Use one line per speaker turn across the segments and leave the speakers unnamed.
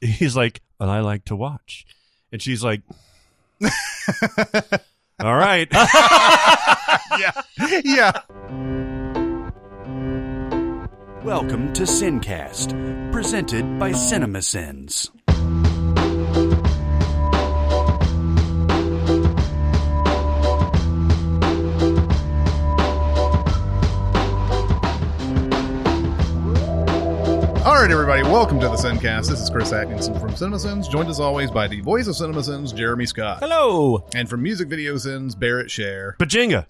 he's like, and I like to watch. And she's like, all right.
yeah.
Welcome to Sincast, presented by CinemaSins.
All right, everybody, welcome to the Sincast. This is Chris Atkinson from CinemaSins, joined as always by the voice of CinemaSins, Jeremy Scott.
Hello.
And from Music Video Sins, Barrett Share.
Bajinga.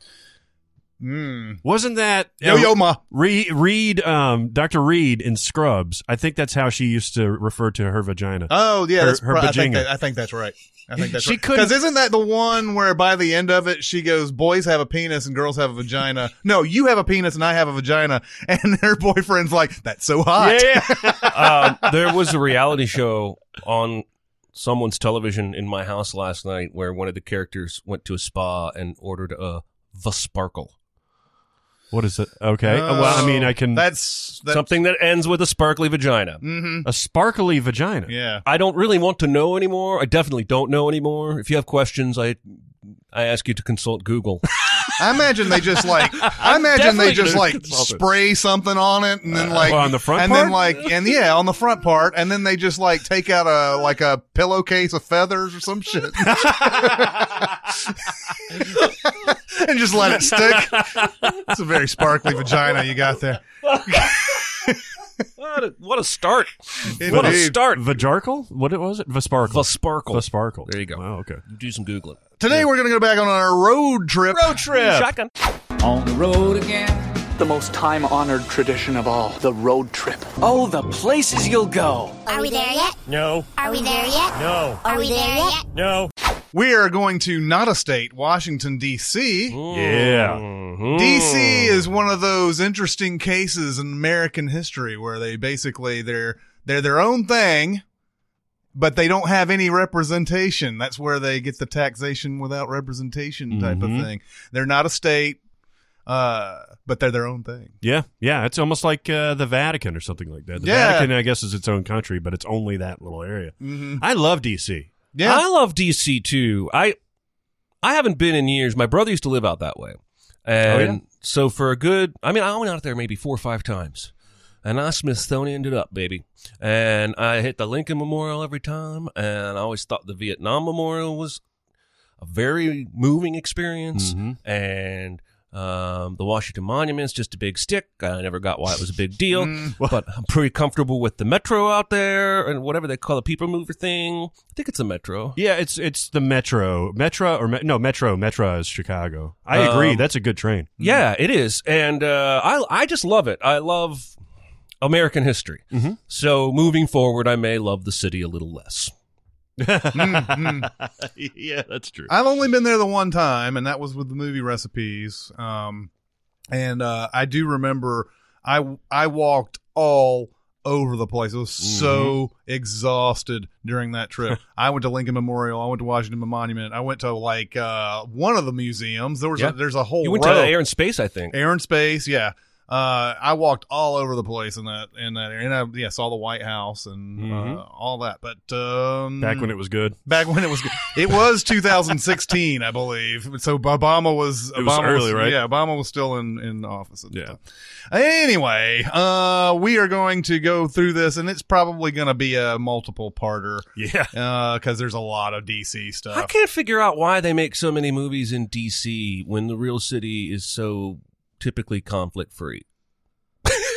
Mm.
Wasn't that uh,
Yo Yo Ma.
Re- Reed, um, Dr. Reed in Scrubs? I think that's how she used to refer to her vagina.
Oh, yeah.
Her-
that's
her
pro- I,
bajinga.
think that, I think that's right. I think that's
She
right.
couldn't-
Because isn't that the one where by the end of it, she goes, boys have a penis and girls have a vagina. No, you have a penis and I have a vagina. And her boyfriend's like, that's so hot.
um, there was a reality show on someone's television in my house last night where one of the characters went to a spa and ordered a Vasparkle.
What is it? Okay. Uh, well, I mean, I can.
That's... That,
Something that ends with a sparkly vagina.
mm-hmm.
a sparkly vagina.
Yeah.
I don't really want to know anymore. I definitely don't know anymore. If you have questions, I I ask you to consult Google.
I imagine they just like I imagine they
definitely
just
gonna
like
consult it.
spray something on it and then like
well, Uh, on the front
and then
part?
like and yeah on the front part and then they just like take out a like a pillowcase of feathers or some shit and just let it stick. It's a very sparkly vagina you got there.
what, a, what a start. What a
Indeed.
start.
Vajarkle? What it was it? Vesparkle.
Vasparkle.
Vesparkle.
There you go.
Wow, okay.
Do some Googling.
Today we're gonna go back on our road trip. Road trip.
Shotgun.
On the road again.
The most time honored tradition of all, the road trip.
Oh, the places you'll go.
Are we there yet?
No.
Are we there yet?
No.
Are we there yet?
No.
We are going to not a state, Washington D.C.
Yeah.
Mm-hmm.
DC is one of those interesting cases in American history where they basically they're they're their own thing, but they don't have any representation. That's where they get the taxation without representation type of thing. They're not a state, uh, but they're their own thing.
Yeah. Yeah. It's almost like uh, the Vatican or something like that. The
Yeah.
Vatican, I guess, is its own country, but it's only that little area.
Mm-hmm.
I love DC.
Yeah,
I love DC too. I I haven't been in years. My brother used to live out that way.
Oh,
And
yeah?
so for a good I mean, I went out there maybe four or five times. And I Smithsonianed it up, baby. And I hit the Lincoln Memorial every time. And I always thought the Vietnam Memorial was a very moving experience.
Mm-hmm.
And um, the Washington Monument's just a big stick. I never got why it was a big deal,
Mm.
but I'm pretty comfortable with the metro out there and whatever they call the people mover thing. I think it's a metro.
Yeah, it's it's the Metro, Metro or me- no Metro. Metro is Chicago. I agree.
Um,
That's a good train.
Yeah, it is, and uh, I I just love it. I love American history.
Mhm.
So moving forward, I may love the city a little less.
yeah, that's true.
I've only been there the one time, and that was with the movie recipes. Um, and uh, I do remember I I walked all over the place. I was so
Mm-hmm.
exhausted during that trip. I went to Lincoln Memorial. I went to Washington Monument. I went to like uh, one of the museums. There was
Yeah.
a, there's a whole
You went
row.
to air and space, I think.
Air and space, yeah. Uh, I walked all over the place in that in that area, and I yeah saw the White House and
Mm-hmm.
uh, all that. But um,
Back when it was good.
back when it was it was 2016 i believe so obama was
It was
obama
early, right?
yeah obama was still in in office at the
Yeah.
time. anyway uh we are going to go through this and it's probably going to be a multiple parter
Yeah.
uh because there's a lot of dc stuff
I can't figure out why they make so many movies in D.C. when the real city is so typically conflict free.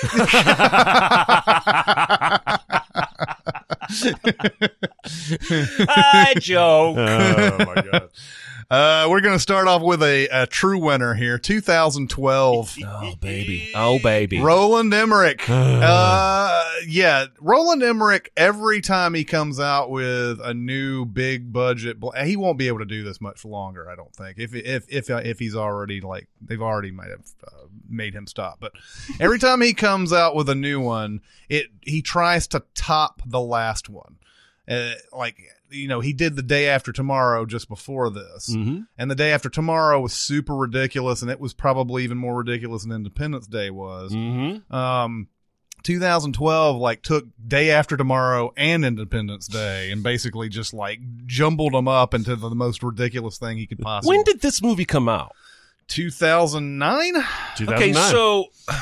Hi, Joe.
Oh my god.
uh we're going to start off with a, a true winner here 2012
Oh baby. Oh baby.
Roland Emmerich. uh, yeah, Roland Emmerich. Every time he comes out with a new big budget, bl- he won't be able to do this much longer. I don't think. If if if uh, if he's already like they've already might have uh, made him stop. But every time he comes out with a new one, it he tries to top the last one. Uh, like you know, he did the day after tomorrow just before this.
Mm. Mm-hmm.
And the day after tomorrow was super
Mm-hmm.
ridiculous, and it was probably even more ridiculous than Independence Day was. Um, 2012 like took day after tomorrow and Independence Day and basically just like jumbled them up into the most ridiculous thing he could possibly.
When did this movie come out?
2009?
Okay,
2009.
so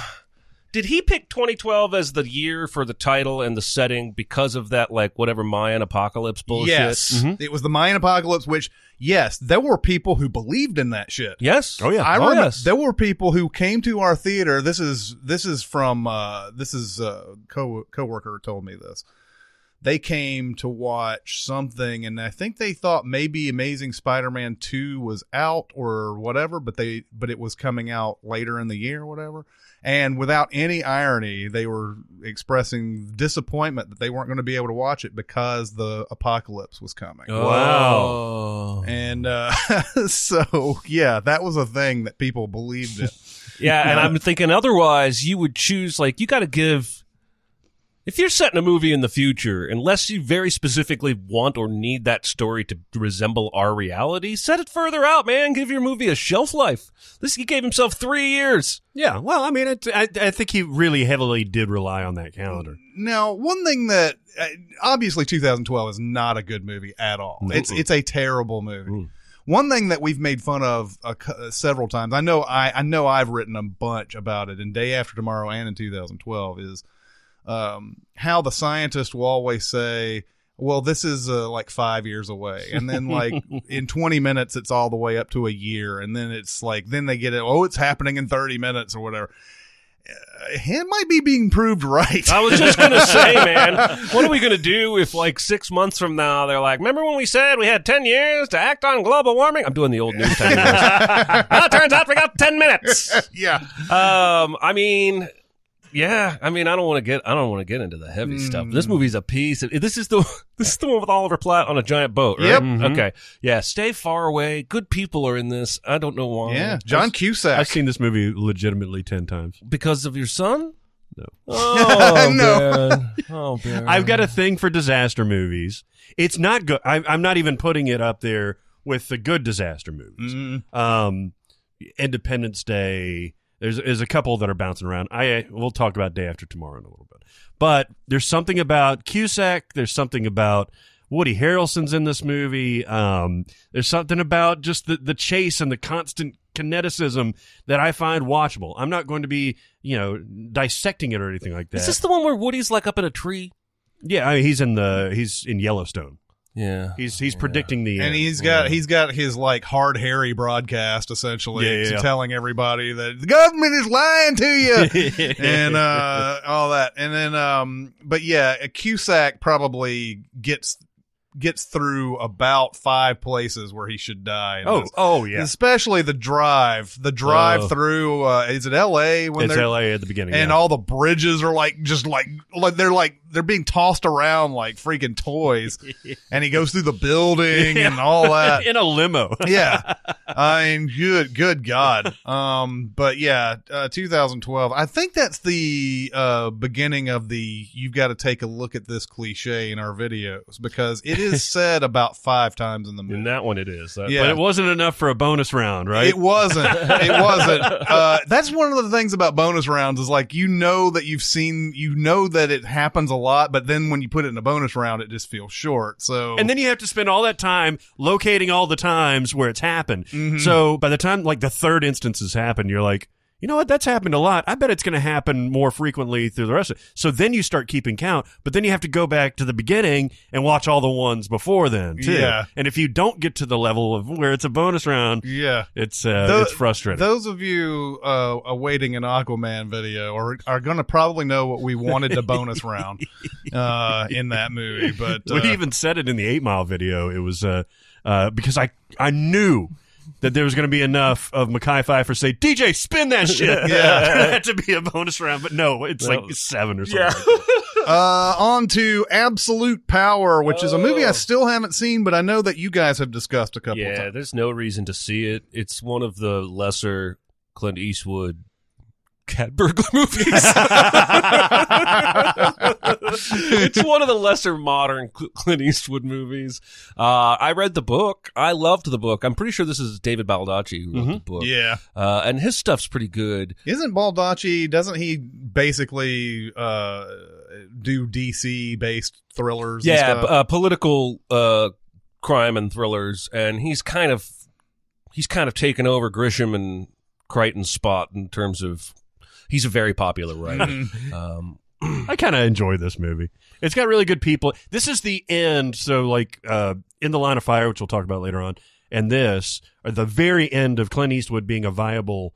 did he pick 2012 as the year for the title and the setting because of that, like whatever Mayan apocalypse bullshit?
Yes,
Mhm.
it was the Mayan apocalypse. Which yes, there were people who believed in that shit.
Yes.
Oh, yeah.
I
oh,
remember
yes.
there were people who came to our theater. This is this is from uh, this is uh, co coworker told me this. They came to watch something, and I think they thought maybe Amazing Spider-Man Two was out or whatever, but they but it was coming out later in the year, or whatever. And without any irony, they were expressing disappointment that they weren't going to be able to watch it because the apocalypse was coming.
Oh. Wow.
And uh, so, yeah, that was a thing that people believed in.
Yeah, and I'm thinking otherwise you would choose like you got to give if you're setting a movie in the future, unless you very specifically want or need that story to resemble our reality, set it further out, man. Give your movie a shelf life. This he gave himself three years.
yeah, well, I mean, it, I, I think he really heavily did rely on that calendar.
now, one thing that uh, obviously 2012 is not a good movie at all. It's it's a terrible movie. One thing that we've made fun of a cou- uh, several times. I know I I know I've written a bunch about it in Day After Tomorrow and in 2012 is um, how the scientist will always say, "Well, this is uh, like five years away," and then like in twenty minutes, it's all the way up to a year, and then it's like then they get it. Oh, it's happening in thirty minutes or whatever. Uh, it might be being proved right.
I was just gonna say, man, what are we gonna do if like six months from now they're like, remember when we said we had ten years to act on global warming? I'm doing the old news time. voice. well, it turns out we got ten minutes.
yeah,
Um, I mean, yeah, I mean, I don't want to get, I don't want to get into the heavy stuff. This
Hmm.
movie's a piece. Of, this is the, this is the one with Oliver Platt on a giant boat. Right? Hmm.
Yep. Mm-hmm.
Okay. Yeah. Stay far away. Good people are in this. I don't know why.
yeah. John Cusack.
I've seen this movie legitimately 10 times.
because of your son. No. Oh
No.
man. Oh man.
I've got a thing for disaster movies. It's not good. I- I'm not even putting it up there with the good disaster movies.
Mm.
Um, Independence Day. There's, there's a couple that are bouncing around. I we'll talk about Day After Tomorrow in a little bit. But there's something about Cusack. There's something about Woody Harrelson's in this movie. Um, there's something about just the the chase and the constant kineticism that I find watchable. I'm not going to be you know dissecting it or anything like that.
Is this the one where Woody's like up in a tree?
Yeah, I mean, he's in the he's in Yellowstone.
Yeah.
He's he's predicting the end.
And he's got he's got his like hard hairy broadcast essentially
Yeah, yeah,
to
yeah.
telling everybody that the government is lying to you and uh, all that. And then um, but yeah, a Cusack probably gets gets through about five places where he should die. in
oh
this.
oh yeah.
especially the drive, the drive
Oh.
through. Uh, is it L.A. when
It's
they're
L.A. at the beginning.
and
yeah.
all the bridges are like just like like they're like they're being tossed around like freaking toys and he goes through the building and all that
in a limo.
yeah i mean good good god um but yeah uh, 2012 i think that's the uh beginning of the you've got to take a look at this cliche in our videos because it is said about five times in the movie
In that one, it is. That-
Yeah.
But it wasn't enough for a bonus round, right?
It wasn't. It wasn't. Uh, that's one of the things about bonus rounds is like you know that you've seen, you know that it happens a lot, but then when you put it in a bonus round, it just feels short. So
and then you have to spend all that time locating all the times where it's happened.
Mm-hmm.
So by the time like the third instance has happened, you're like, you know what? That's happened a lot. I bet it's going to happen more frequently through the rest of it. So then you start keeping count, but then you have to go back to the beginning and watch all the ones before then, too.
Yeah.
And if you don't get to the level of where it's a bonus round,
yeah.
It's uh,
Tho-
it's frustrating.
Those of you uh, awaiting an Aquaman video are are going to probably know what we wanted to bonus round uh, in that movie, but uh,
we even said it in the Eight Mile video. It was uh, uh, because I I knew that there was going to be enough of Mackay Pfeiffer say DJ spin that shit.
Yeah.
that to be a bonus round, but no, it's like seven or something. like that.
Uh, on to Absolute Power, which is a movie
Oh.
I still haven't seen, but I know that you guys have discussed a couple of
Yeah,
times.
there's no reason to see it. It's one of the lesser Clint Eastwood cat burglar movies. it's one of the lesser modern Cl- Clint Eastwood movies. Uh, I read the book. I loved the book. I'm pretty sure this is David Baldacci who wrote
Mm-hmm.
the book.
Yeah.
Uh, and his stuff's pretty good.
Isn't Baldacci? Doesn't he basically uh, do DC based thrillers? and
yeah,
stuff?
b- uh, political uh, crime and thrillers, and he's kind of he's kind of taken over Grisham and Crichton's spot in terms of he's a very popular writer. um,
I kind of enjoy this movie. It's got really good people. This is the end. So, like, uh, in the line of fire, which we'll talk about later on, and this are the very end of Clint Eastwood being a viable,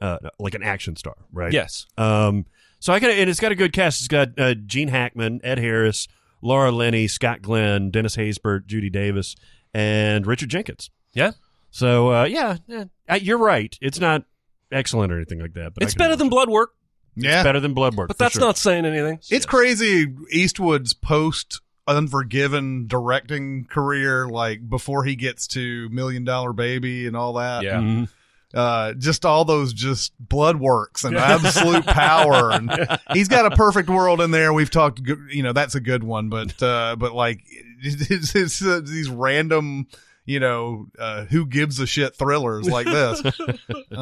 uh, like an action star, right?
yes,
Um, so I got, and it's got a good cast. It's got uh, Gene Hackman, Ed Harris, Laura Linney, Scott Glenn, Dennis Haysbert, Judy Davis, and Richard Jenkins.
yeah,
So uh, yeah, yeah, uh, you're right. It's not excellent or anything like that. But I
it's
can-
better than Blood Work,
yeah.
better than Bloodwork.
but
for
that's
sure.
not saying anything.
It's crazy. Eastwood's post Unforgiven directing career, like before he gets to Million Dollar Baby and all that.
yeah.
Mhm.
Uh, just all those just blood works and absolute power. And he's got a perfect world in there. We've talked, g- you know, that's a good one, but, uh, but like it's, it's, uh, these random, you know, uh, who gives a shit thrillers like this.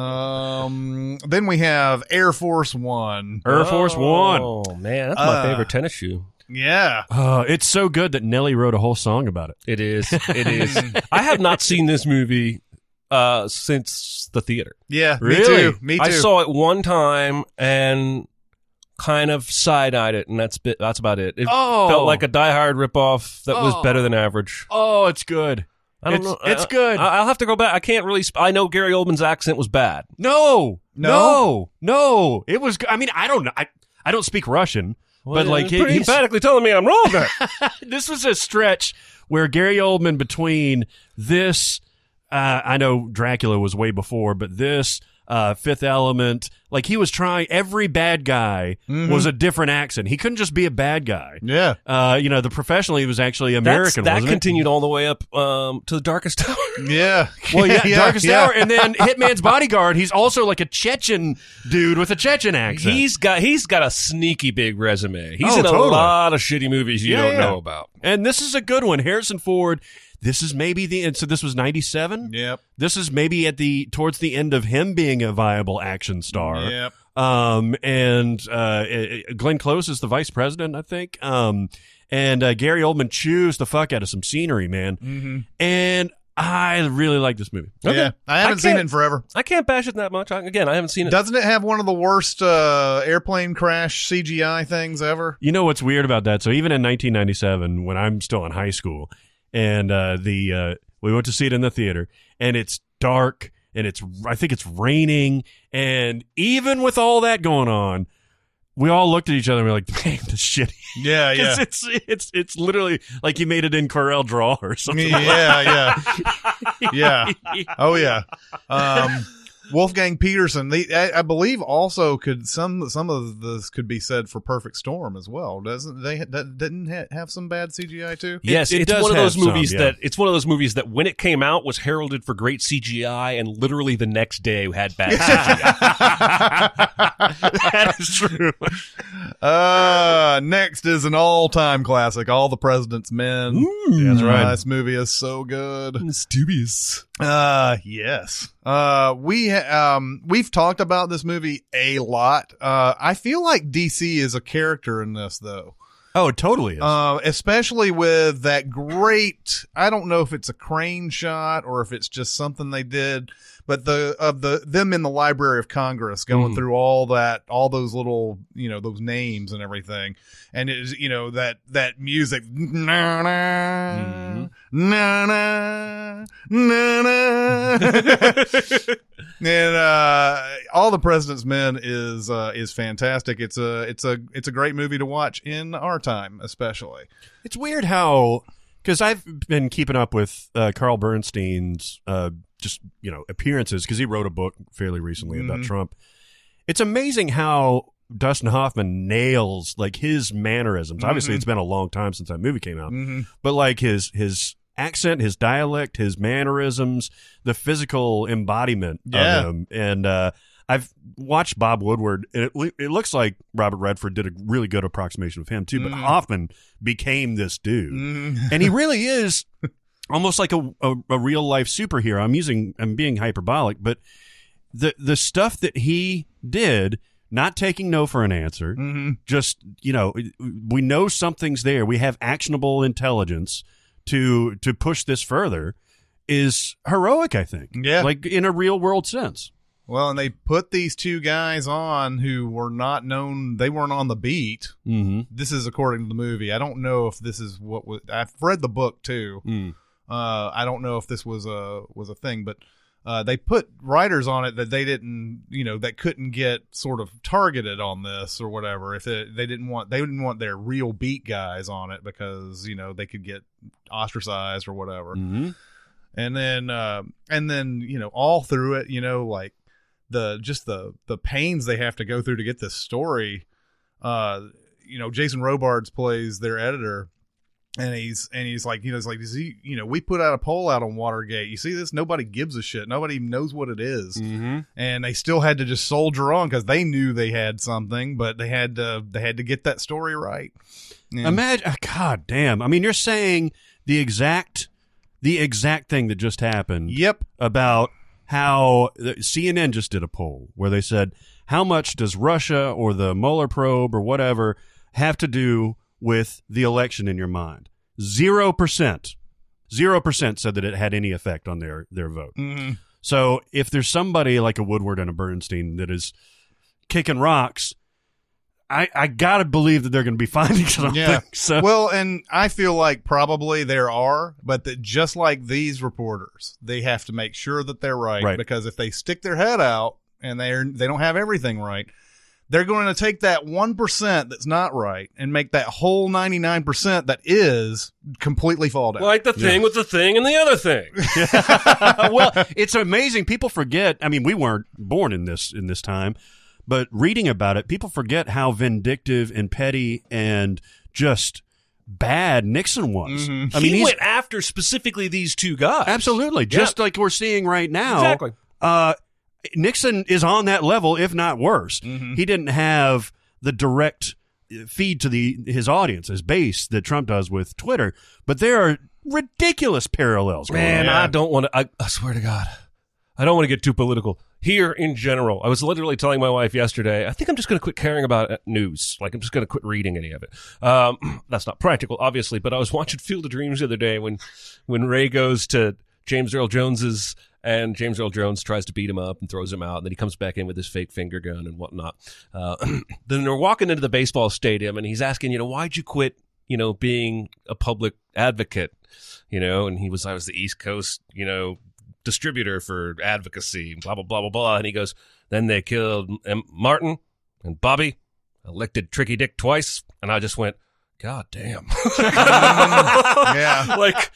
um, then we have Air Force One.
Air Force One.
Mm-hmm. Oh man, that's
Uh,
my favorite tennis shoe.
Yeah.
Uh, it's so good that Nelly wrote a whole song about it.
It is. It is. I have not seen this movie uh, since the theater.
Yeah. Me
Really?
too. Me too.
I saw it one time and kind of side eyed it, and that's bit, that's about it. It
Oh.
felt like a Die Hard ripoff that was
Oh.
better than average.
Oh, it's good.
I don't
It's-
know. uh,
it's
I-
good.
I, I'll have to go back. I can't really. Sp- I know Gary Oldman's accent was bad.
No,
No?
no, no. It was. go- I mean, I don't know. I, I don't speak Russian, but like
You're pretty
he's-
emphatically telling me I'm wrong there.
this was a stretch where Gary Oldman between this. Uh, I know Dracula was way before, but this uh, Fifth Element, like he was trying. Every bad guy
Mm-hmm.
was a different accent. He couldn't just be a bad guy.
yeah.
Uh, you know, the professional he was actually
That's-
American.
that
wasn't it?
continued all the way up um, to the Darkest Tower.
Yeah.
Well, yeah, Darkest
yeah.
Hour, and then Hitman's Bodyguard. He's also like a Chechen dude with a Chechen accent.
He's got he's got a sneaky big resume. He's
Oh,
in a
totally.
lot of shitty movies you
Yeah,
don't
yeah.
know about.
and this is a good one. Harrison Ford. This is maybe the and so this was ninety seven.
Yep.
This is maybe at the towards the end of him being a viable action star.
Yep.
Um, and uh, eh, eh, Glenn Close is the vice president, I think. Um, and uh, Gary Oldman chews the fuck out of some scenery, man. Mm-hmm. And I really like this movie.
Yeah. I haven't
I
seen it
can't-
in forever.
I can't bash it that much. I, again, I haven't seen it.
Doesn't it have one of the worst uh, airplane crash CGI things ever?
You know what's weird about that? So even in 1997, when I'm still in high school, and uh, the uh, we went to see it in the theater, and it's dark, and it's I think it's raining, and even with all that going on, we all looked at each other and we are like, "Damn, this shit."
Yeah,
'Cause it's it's it's literally like you made it in Corel Draw or something.
yeah, yeah, yeah. Oh yeah. Um, Wolfgang Peterson, the, I, I believe, also could some some of this could be said for Perfect Storm as well. Doesn't they? That didn't ha- have some bad CGI too.
Yes,
it
it's
does
one of
have
those movies
some, yeah.
that it's one of those movies that when it came out was heralded for great CGI, and literally the next day had bad CGI.
that is true.
Uh, next is an all-time classic, All the President's Men. That's
right.
This movie is so good.
It's dubious.
Uh yes. Uh we ha- um we've talked about this movie a lot. Uh I feel like DC is a character in this though.
Oh, it totally is.
Uh, especially with that great I don't know if it's a crane shot or if it's just something they did, but the of the them in the Library of Congress going through all that all those little, you know, those names and everything. And it is, you know, that that music na na na na na na and uh, all the President's Men is uh, is fantastic. It's a it's a it's a great movie to watch in our time, especially.
It's weird how because I've been keeping up with uh, Carl Bernstein's uh, just you know appearances because he wrote a book fairly recently about Trump. It's amazing how Dustin Hoffman nails like his mannerisms. Obviously, it's been a long time since that movie came out,
Mm-hmm.
but like his his accent, his dialect, his mannerisms, the physical embodiment
Yeah.
of him, and uh, I've watched Bob Woodward, and it, le- it looks like Robert Redford did a really good approximation of him too. But Hoffman became this dude,
Mm-hmm.
and he really is almost like a, a, a real life superhero. I'm using I'm being hyperbolic, but the the stuff that he did, not taking no for an answer,
Mm-hmm.
just you know, we know something's there. We have actionable intelligence to to push this further. Is heroic, I think.
Yeah.
like in a real world sense.
Well, and they put these two guys on who were not known. They weren't on the beat.
Mm-hmm.
This is according to the movie. I don't know if this is what was. I've read the book too. Uh, I don't know if this was a was a thing, but uh, they put writers on it that they didn't, you know, that couldn't get sort of targeted on this or whatever. If it, they didn't want, they didn't want their real beat guys on it because you know they could get ostracized or whatever.
Mm-hmm.
and then uh, and then you know all through it you know like the just the the pains they have to go through to get this story uh you know jason robards plays their editor and he's and he's like you know it's like is he you know we put out a poll out on watergate you see this nobody gives a shit nobody even knows what it is.
Mm. Mm-hmm.
and they still had to just soldier on because they knew they had something but they had to they had to get that story right And-
Imagine, ah, God damn. I mean, you're saying the exact, the exact thing that just happened
yep
about how the- CNN just did a poll where they said how much does Russia or the Mueller probe or whatever have to do with the election in your mind? Zero percent. Zero percent said that it had any effect on their their vote.
Mhm.
So if there's somebody like a Woodward and a Bernstein that is kicking rocks, I I gotta believe that they're going to be finding something.
Yeah.
So
well, and I feel like probably there are, but that just like these reporters, they have to make sure that they're right,
Right.
because if they stick their head out and they're they don't have everything right, they're going to take that 1% that's not right and make that whole 99% that is completely fall down.
Like the thing with the thing and the other thing.
Uh, well, it's amazing. People forget. I mean, we weren't born in this in this time, but reading about it, people forget how vindictive and petty and just bad Nixon was. I mean,
Mm-hmm. he
he's
went after specifically these two guys.
absolutely just like we're seeing right now.
Exactly.
Uh, Nixon is on that level, if not worse.
Mm-hmm.
He didn't have the direct feed to the his audience, his base that Trump does with Twitter, but there are ridiculous parallels. going
Man,
on.
I don't want to. I, I swear to God, I don't want to get too political here in general. I was literally telling my wife yesterday, I think I'm just going to quit caring about uh, news. Like, I'm just going to quit reading any of it. Um, that's not practical, obviously, but I was watching Field of Dreams the other day when, when Ray goes to James Earl Jones's and James Earl Jones tries to beat him up and throws him out, and then he comes back in with his fake finger gun and whatnot. Uh, then they're walking into the baseball stadium, and he's asking, you know, why'd you quit, you know, being a public advocate? you know, and he was I was the East Coast, you know, distributor for advocacy, blah blah blah blah blah. And he goes, then they killed M- Martin and Bobby, elected Tricky Dick twice, and I just went, God damn,
yeah.
like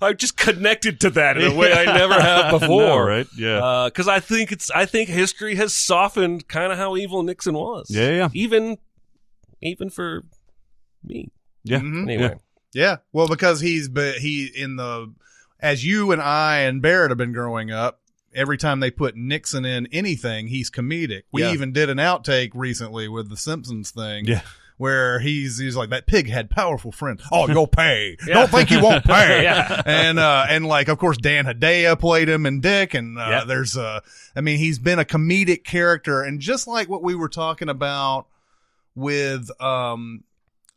I just connected to that in a way I never have before,
I know, right? Yeah.
Because I think it's I think history has softened kind of how evil Nixon was,
Yeah, yeah.
even even for me.
yeah.
Mm-hmm.
Anyway,
Yeah. Well, because he's but he in the as you and I and Barrett have been growing up, every time they put Nixon in anything, he's comedic. We
Yeah.
even did an outtake recently with the Simpsons thing.
Yeah.
Where he's he's like that pig had powerful friends. Oh, you'll pay. Don't think you won't pay. And uh and like of course Dan Hedaya played him and Dick and uh,
Yeah.
there's uh I mean he's been a comedic character and just like what we were talking about with um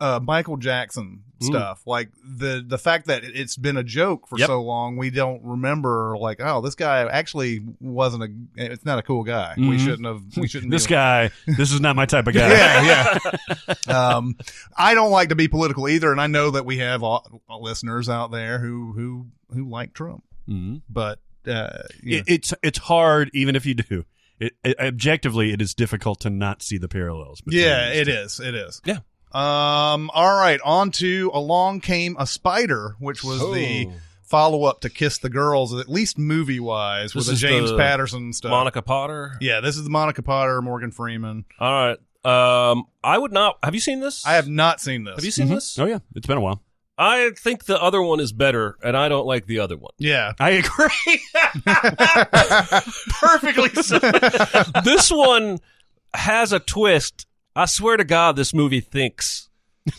uh, Michael Jackson stuff. Like the the fact that it- it's been a joke for
Yep.
so long, we don't remember. Like, oh, this guy actually wasn't a. It's not a cool guy. We shouldn't have. We shouldn't.
Mm-hmm. this
be-
guy, this is not my type of guy.
Yeah, yeah. um, I don't like to be political either, and I know that we have all, listeners out there who who who like Trump,
Mhm.
but uh, you know.
It, it's it's hard, even if you do. It, it- objectively, it is difficult to not see the parallels. between
Yeah,
these
it
two.
is. It is.
Yeah.
Um. All right. On to along came a spider, which was the
Oh.
follow up to Kiss the Girls, at least movie wise, with
This
the
is
James
the
Patterson stuff.
Monica Potter.
Yeah, this is the Monica Potter, Morgan Freeman.
All right. Um, I would not. Have you seen this?
I have not seen this.
Mm-hmm.
Have you seen this?
Oh yeah, it's been a while.
I think the other one is better, and I don't like the other one.
Yeah.
I agree. Perfectly so.
this one has a twist. I swear to God, this movie thinks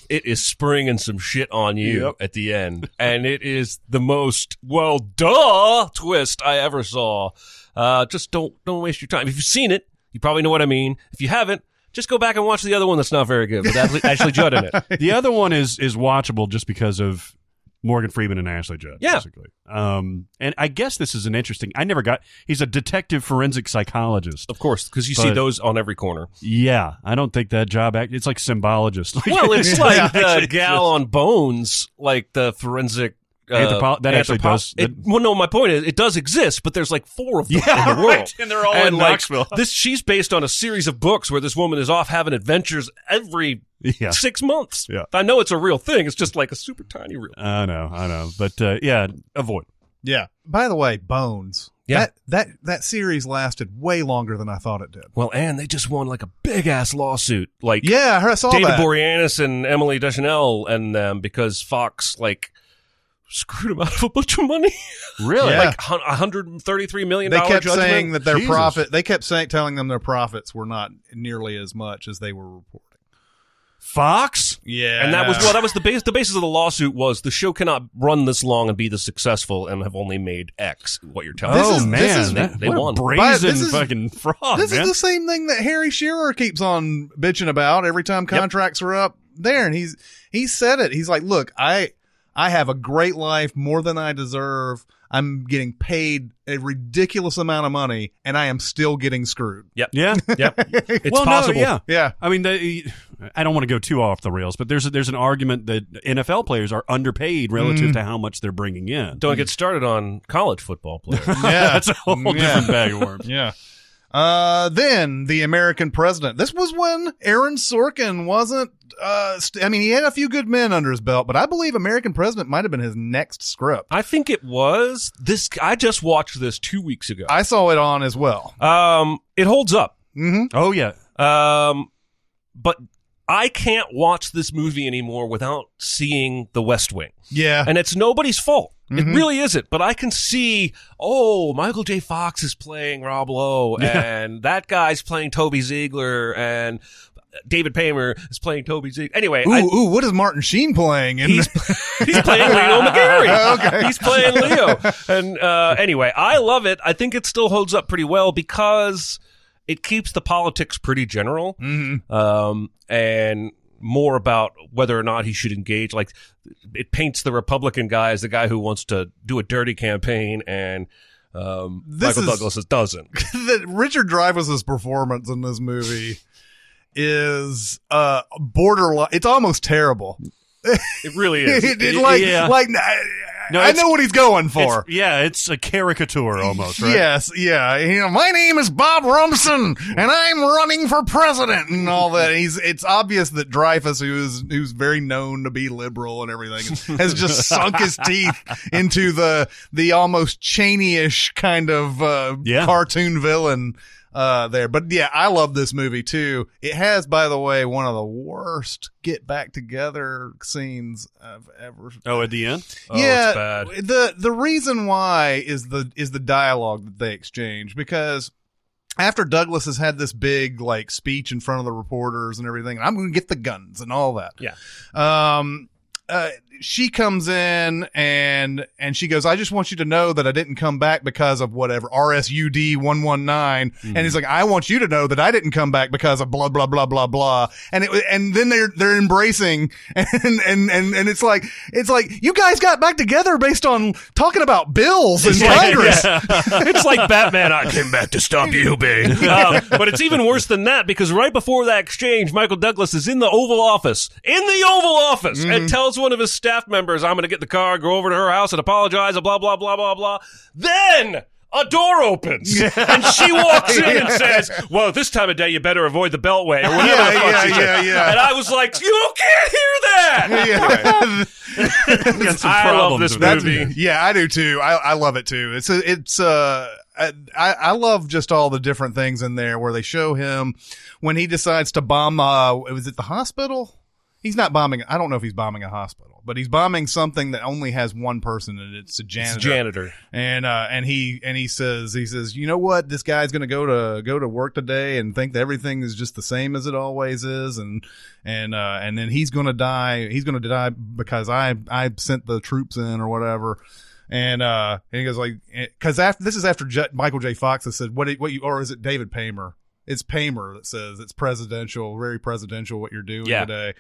it is springing some shit on you
Yep.
at the end, and it is the most well duh twist I ever saw. Uh, just don't don't waste your time. If you've seen it, you probably know what I mean. If you haven't, just go back and watch the other one that's not very good with Ashley, Ashley Judd in it.
The other one is is watchable just because of Morgan Freeman and Ashley Judd,
Yeah.
basically. Um, and I guess this is an interesting. I never got. He's a detective forensic psychologist.
Of course, because you see
But-
those on every corner.
Yeah, I don't think that job. Act, it's like symbologist. Like,
Well, it's
Yeah,
like
actually,
the gal on Bones, like the forensic. Uh,
Anthropo- that actually does-
It, well, no, my point is, it does exist, but there's like four of them
Yeah,
in the world,
right, and they're all in
like,
Knoxville.
This she's based on a series of books where this woman is off having adventures every
yeah.
six months.
Yeah.
I know it's a real thing. It's just like a super tiny real.
I know, I know, but uh, yeah, avoid.
Yeah. By the way, Bones.
Yeah.
That that that series lasted way longer than I thought it did.
Well, and they just won like a big ass lawsuit. Like
Yeah, I heard- I saw
David
that.
Boreanaz and Emily Deschanel and them because Fox like screwed them out of a bunch of money.
Really?
Yeah.
like hun- 133 million
they
dollar
kept
judgment.
saying that their
Jesus.
profit. They kept saying telling them their profits were not nearly as much as they were reporting.
Fox?
Yeah,
and that was well, that was the base. The basis of the lawsuit was the show cannot run this long and be this successful and have only made X. What you're telling?
This
oh
is-
man,
is-
that,
they
what
won.
a brazen
But this is-
fucking fraud,
this
man.
is the same thing that Harry Shearer keeps on bitching about every time contracts are up there, and he's he said it. He's like, "Look, I I have a great life, more than I deserve. I'm getting paid a ridiculous amount of money, and I am still getting screwed."
yeah,
me. yep, it's
well,
possible.
no, yeah.
Yeah,
I mean, they, I don't want to go too off the rails, but there's a, there's an argument that NFL players are underpaid relative to how much they're bringing in.
Don't get started on college football players.
yeah,
That's a whole different bag of worms.
Yeah. Uh, then the American president. This was when Aaron Sorkin wasn't. Uh, st- I mean, he had a few good men under his belt, but I believe American President might have been his next script.
I think it was this. I just watched this two weeks ago.
I saw it on as well.
Um, it holds up.
Mm-hmm.
Oh yeah,
Um, but I can't watch this movie anymore without seeing The West Wing.
Yeah. Mm-hmm.
and it's nobody's fault. It really isn't. But I can see, oh, Michael J. Fox is playing Rob Lowe, and that guy's playing Toby Ziegler, and David Paymer is playing Toby Ziegler. Anyway,
ooh,
I,
ooh, what is Martin Sheen playing? In
he's he's playing Leo McGarry.
Okay.
He's playing Leo. And uh, anyway, I love it. I think it still holds up pretty well because it keeps the politics pretty general
Mhm.
um, and more about whether or not he should engage. Like it paints the Republican guy as the guy who wants to do a dirty campaign and. Um,
This
Michael
is-
Douglas is doesn't.
that Richard Dreyfuss's performance in this movie is uh borderline. It's almost terrible.
It really is.
It, it, like,
Yeah.
like
No,
I
it's-
know what he's going for.
it's, yeah, it's a caricature almost, right?
Yes, yeah. You know, my name is Bob Rumson, and I'm running for president, and all that. He's it's obvious that Dreyfus, who is who's very known to be liberal and everything, has just sunk his teeth into the the almost Cheney-ish kind of uh,
Yeah.
cartoon villain uh, there. But yeah, I love this movie too. It has, by the way, one of the worst get back together scenes I've ever
Oh, at the end,
Oh, it's
yeah,
bad.
the the reason why is the is the dialogue that they exchange because after Douglas has had this big like speech in front of the reporters and everything, I'm going to get the guns and all that.
Yeah.
Um. Uh, she comes in and and she goes. I just want you to know that I didn't come back because of whatever RSUD one one nine. And he's like, I want you to know that I didn't come back because of blah blah blah blah blah. And it wa- and then they're they're embracing and and and and it's like it's like you guys got back together based on talking about bills in Congress.
it's like Batman. I came back to stop you, babe. Um, but it's even worse than that because right before that exchange, Michael Douglas is in the Oval Office, in the Oval Office,
Mm-hmm.
and tells one of his staff members, "I'm going to get the car, go over to her house, and apologize." and Blah blah blah blah blah. Then. A door opens and she walks in and says, "Well, this time of day, you better avoid the Beltway or whatever." the
Yeah,
fuck
yeah,
she said.
yeah, yeah.
And I was like, "You can't hear that."
Yeah.
got some
I love
problems
this
with
movie.
that.
That's- Yeah, I do too. I, I love it too. It's a, it's uh I, I love just all the different things in there where they show him when he decides to bomb uh was it the hospital? He's not bombing. I don't know if he's bombing a hospital, but he's bombing something that only has one person, and it's a janitor.
It's janitor.
And uh, and he and he says he says, you know what? This guy's gonna go to go to work today and think that everything is just the same as it always is, and and uh, and then he's gonna die. He's gonna die because I I sent the troops in or whatever. And uh, and he goes like, because after this is after J- Michael J. Fox has said, what it- what you or is it David Paymer? It's Paymer that says it's presidential, very presidential what you're doing
Yeah.
today.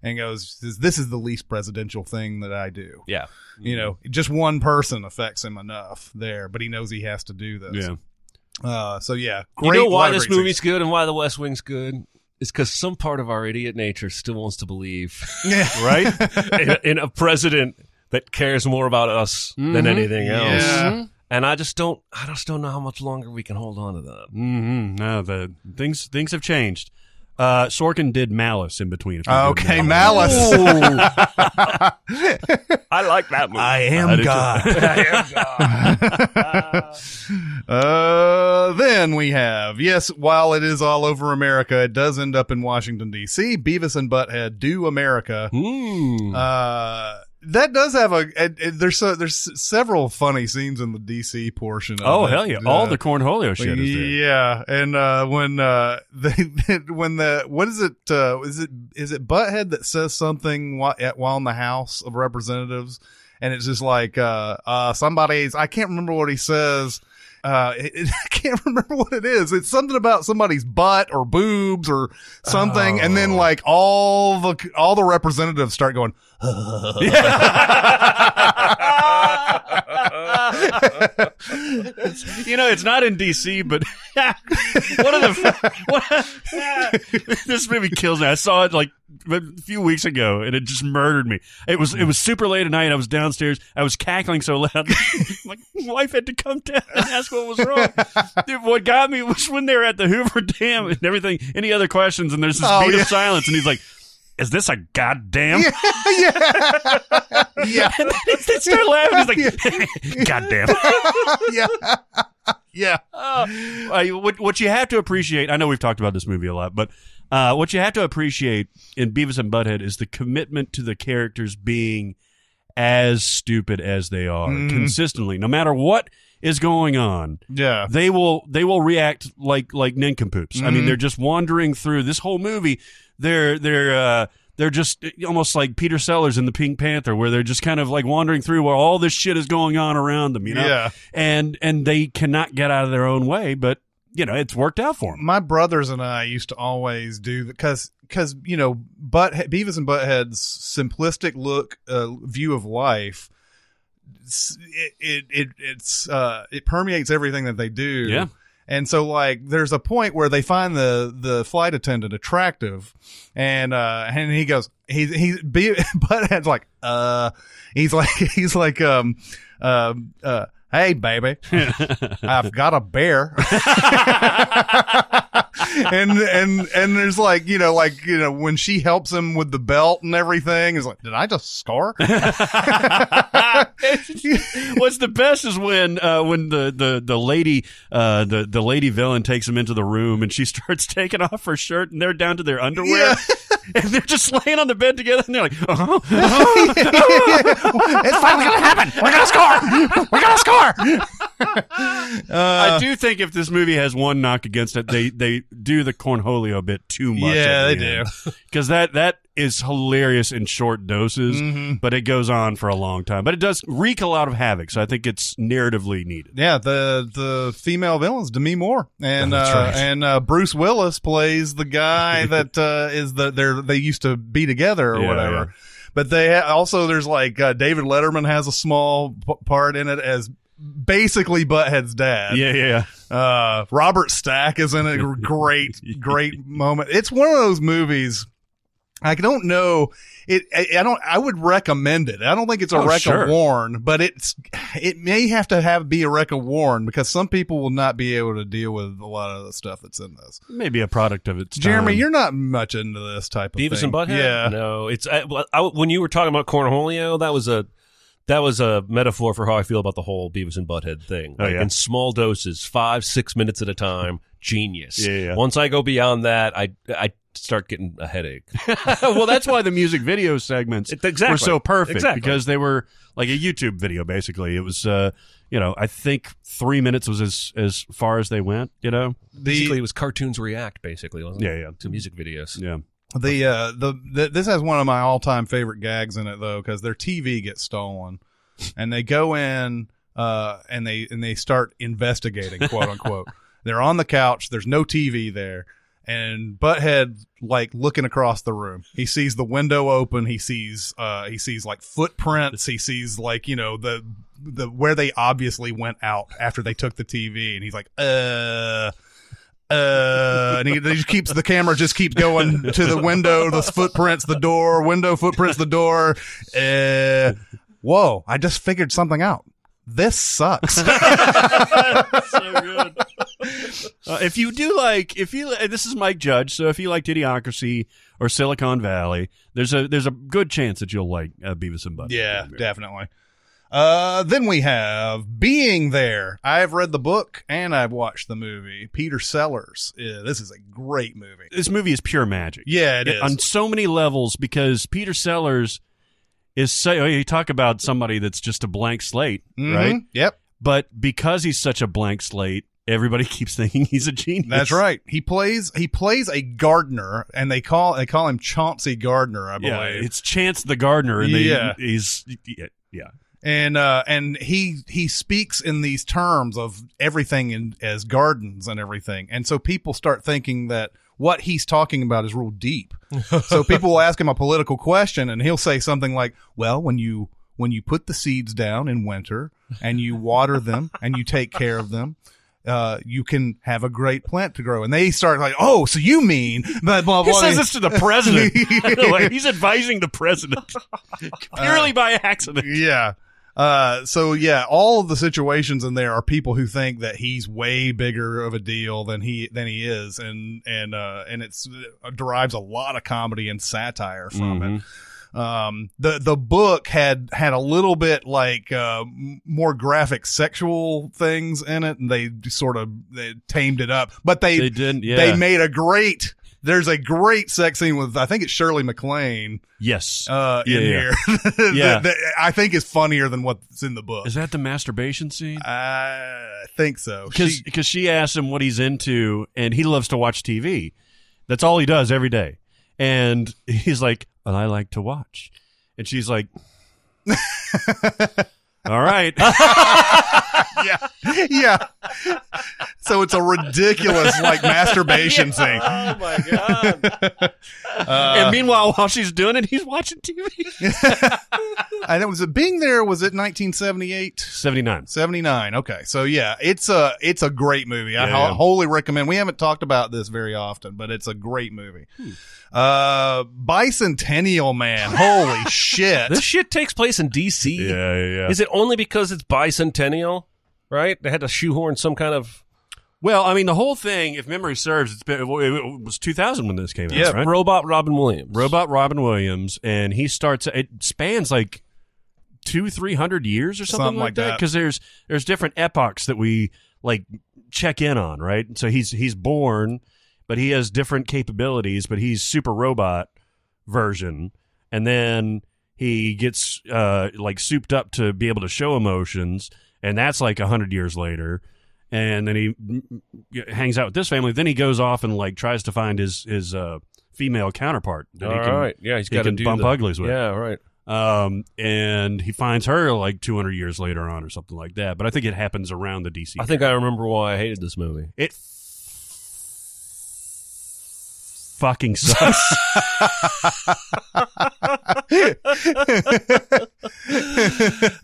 And goes, "This- this is the least presidential thing that I do
Yeah.
you know
Mm-hmm.
just one person affects him enough there but he knows he has to do this
Yeah.
uh so yeah
You know why
library
this movie's good and why The West Wing's good? It's because some part of our idiot nature still wants to believe
yeah
Right?
in, in a president that cares more about us than
Mm-hmm.
anything else.
Yeah.
And I just don't, I just don't know how much longer we can hold on to that.
hmm No, the things things have changed. Uh, Sorkin did Malice in between. if you
Uh,
didn't
okay
know.
malice
Uh.
I like that movie. I am
uh then we have yes while it is all over america it does end up in washington dc beavis and butthead do america uh that does have a, and- and there's so there's several funny scenes in the DC portion. Of
Oh
it.
hell yeah! All
Uh,
the Cornholio
Well,
shit is there.
Yeah, and uh, when uh, they when the what is it uh, is it is it Butthead that says something while, at, while in the House of Representatives, and it's just like uh, uh, somebody's I can't remember what he says. Uh, it, it- I can't remember what it is. It's something about somebody's butt or boobs or something, and
Oh.
then like all the all the representatives start going.
you know, it's not in DC, but one of the what, this movie kills me. I saw it like a few weeks ago, and it just murdered me. It was it was super late at night. I was downstairs. I was cackling so loud, my wife had to come down and ask what was wrong. Dude, what got me was when they were at the Hoover Dam and everything. Any other questions? And there's this
Oh,
beat
yeah.
of silence, and he's like. Is this a goddamn?
Yeah,
they start laughing. He's like, goddamn.
yeah, yeah.
Uh, what, what you have to appreciate, I know we've talked about this movie a lot, but uh, what you have to appreciate in Beavis and Butthead is the commitment to the characters being as stupid as they are consistently, no matter what is going on.
Yeah.
They will they will react like like nincompoops. I mean, they're just wandering through this whole movie. They're they're uh, they're just almost like Peter Sellers in the Pink Panther, where they're just kind of like wandering through where all this shit is going on around them. You know,
Yeah.
and and they cannot get out of their own way. But you know, it's worked out for them.
my brothers and I used to always do because because you know, but Beavis and Butthead's simplistic look uh, view of life, s- it, it it it's uh it permeates everything that they do.
Yeah.
And so like there's a point where they find the the flight attendant attractive and uh and he goes he he Be- Butthead's like uh he's like he's like um um uh hey baby I've got a bear and and and there's like you know like you know when she helps him with the belt and everything it's like did I just score
What's the best is when uh, when the the the lady uh, the the lady villain takes him into the room and she starts taking off her shirt and they're down to their underwear.
Yeah.
And they're just laying on the bed together, and they're like, "Uh-huh,
it's finally gonna happen we're gonna score we're gonna score Uh,
I do think if this movie has one knock against it, they they do the cornholio bit too much.
Yeah,
at the
they
do. Because that that is hilarious in short doses, but it goes on for a long time. But it does wreak a lot of havoc, so I think it's narratively needed.
yeah the the female villains Demi Moore and
That's
uh,
right.
and uh, Bruce Willis plays the guy that uh, is the they they used to be together or
Yeah,
whatever.
yeah.
But they ha- also there's like uh, David Letterman has a small p- part in it as basically Butthead's dad.
Yeah, yeah, yeah.
Uh, Robert Stack is in a great, great moment. It's one of those movies. I don't know it. I, I don't. I would recommend it. I don't think it's a
Oh,
Rekka
sure.
Warn, but it's it may have to have be a Rekka Warn because some people will not be able to deal with a lot of the stuff that's in this.
Maybe a product of its
Jeremy,
time.
you're not much into this type of
Beavis
thing.
and Butthead.
Yeah,
No, it's I, well, I, when you were talking about Cornholio, that was a that was a metaphor for how I feel about the whole Beavis and Butthead thing.
Oh,
Like,
yeah?
in small doses, five six minutes at a time, genius.
Yeah, yeah.
Once I go beyond that, I I start getting a headache.
well, that's why the music video segments
It- exactly.
were so perfect
Exactly.
because they were like a YouTube video. Basically, it was uh, you know I think three minutes was as as far as they went. You know,
The
basically, it was cartoons react basically, wasn't
yeah,
it?
yeah,
To music videos.
yeah.
the uh the, the this has one of my all-time favorite gags in it though because their tv gets stolen and they go in uh and they and they start investigating quote unquote they're on the couch there's no tv there and butthead like looking across the room he sees the window open he sees uh he sees like footprints he sees like you know the the where they obviously went out after they took the tv and he's like uh uh, and he, he just keeps the camera just keeps going to the window, the footprints, the door, window footprints, the door. Uh, whoa! I just figured something out. This sucks.
Uh, if you do like, if you uh, this is Mike Judge, so if you like Idiocracy or Silicon Valley, there's a there's a good chance that you'll like uh, Beavis and Butthead.
yeah, definitely. Uh, then we have Being There. I've read the book and I've watched the movie. Peter Sellers. Yeah, this is a great movie.
this movie is pure magic.
Yeah, it is.
on so many levels because Peter Sellers is so oh, you talk about somebody that's just a blank slate,
Mhm.
right?
Yep,
But because he's such a blank slate, everybody keeps thinking he's a genius.
that's right. He plays he plays a gardener, and they call they call him Chauncey Gardner, I believe.
Yeah, it's Chance the Gardener, and they,
Yeah.
he's yeah, yeah.
and uh and he he speaks in these terms of everything in, as gardens and everything and so people start thinking that what he's talking about is real deep so people will ask him a political question and he'll say something like well when you when you put the seeds down in winter and you water them and you take care of them uh, you can have a great plant to grow, and they start like, "Oh, so you mean?" But blah,
He
blah,
says this to the president. Like, he's advising the president purely by accident.
yeah. Uh, so yeah, all of the situations in there are people who think that he's way bigger of a deal than he than he is, and and uh, and it's it derives a lot of comedy and satire from it um the the book had had a little bit like uh m- more graphic sexual things in it and they sort of they tamed it up but they
They didn't, yeah.
they made a great there's a great sex scene with i think it's shirley mclaine
Yes.
uh
Yeah,
in
yeah.
here that-
Yeah.
that i think is funnier than what's in the book
is that the masturbation scene?
i think so
because
She-
because she asks him what he's into, and he loves to watch TV. That's all he does every day, and he's like, "Well, I like to watch," and she's like, "All right,
yeah yeah so it's a ridiculous like masturbation scene
and meanwhile, while she's doing it, he's watching TV.
and it was being there was it 1978
Seventy nine.
79 okay so yeah it's a it's a great movie i
Yeah.
ho- wholly recommend we haven't talked about this very often but it's a great movie
Hmm.
uh bicentennial man holy shit
This shit takes place in D.C.
yeah.
Is it only because it's bicentennial? Right? They had to shoehorn some kind of
Well, I mean, the whole thing, if memory serves, it's been, it was two thousand when this came
Yeah,
out, right?
robot Robin Williams.
Robot Robin Williams, and he starts. It spans like two, three hundred years or something,
Something
like
like
that.
that.
Because there's there's different epochs that we like check in on, right? So he's he's born, but he has different capabilities, but he's super robot version, and then he gets uh like souped up to be able to show emotions, and that's like a hundred years later. And then he mm, mm, hangs out with this family. Then he goes off and like tries to find his his uh, female counterpart that
All
he
right.
can
Yeah, he's
he
got to
can
do
bump
the-
uglies with.
Yeah, right.
um, and he finds her like 200 years later on or something like that. But I think it happens around the DC.
I think I remember why I hated this movie.
it fucking sucks.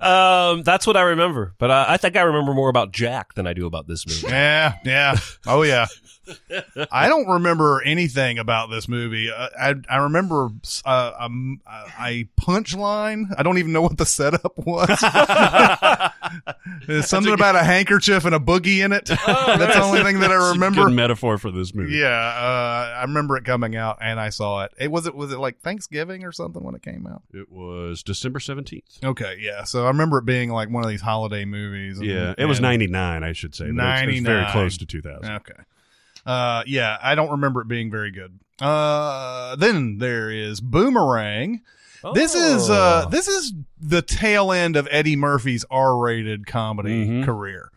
Um, that's what I remember. But I, I think I remember more about Jack than I do about this movie.
yeah yeah oh yeah i don't remember anything about this movie uh, i i remember uh, um, a punchline i don't even know what the setup was There's something about a handkerchief and a boogie in it
Oh,
that's the only thing that i remember
Good metaphor for this movie.
Yeah, uh, I remember it coming out, and I saw it. It was it was it like Thanksgiving or something when it came out.
It was December 17th.
Okay, yeah. So I remember it being like one of these holiday movies. and-
Yeah, it was
and-
99, I should say. but it's- it's very
99.
close to 2000.
Okay. Uh, yeah, I don't remember it being very good. Uh, then there is Boomerang. This is uh, this is the tail end of Eddie Murphy's R-rated comedy career.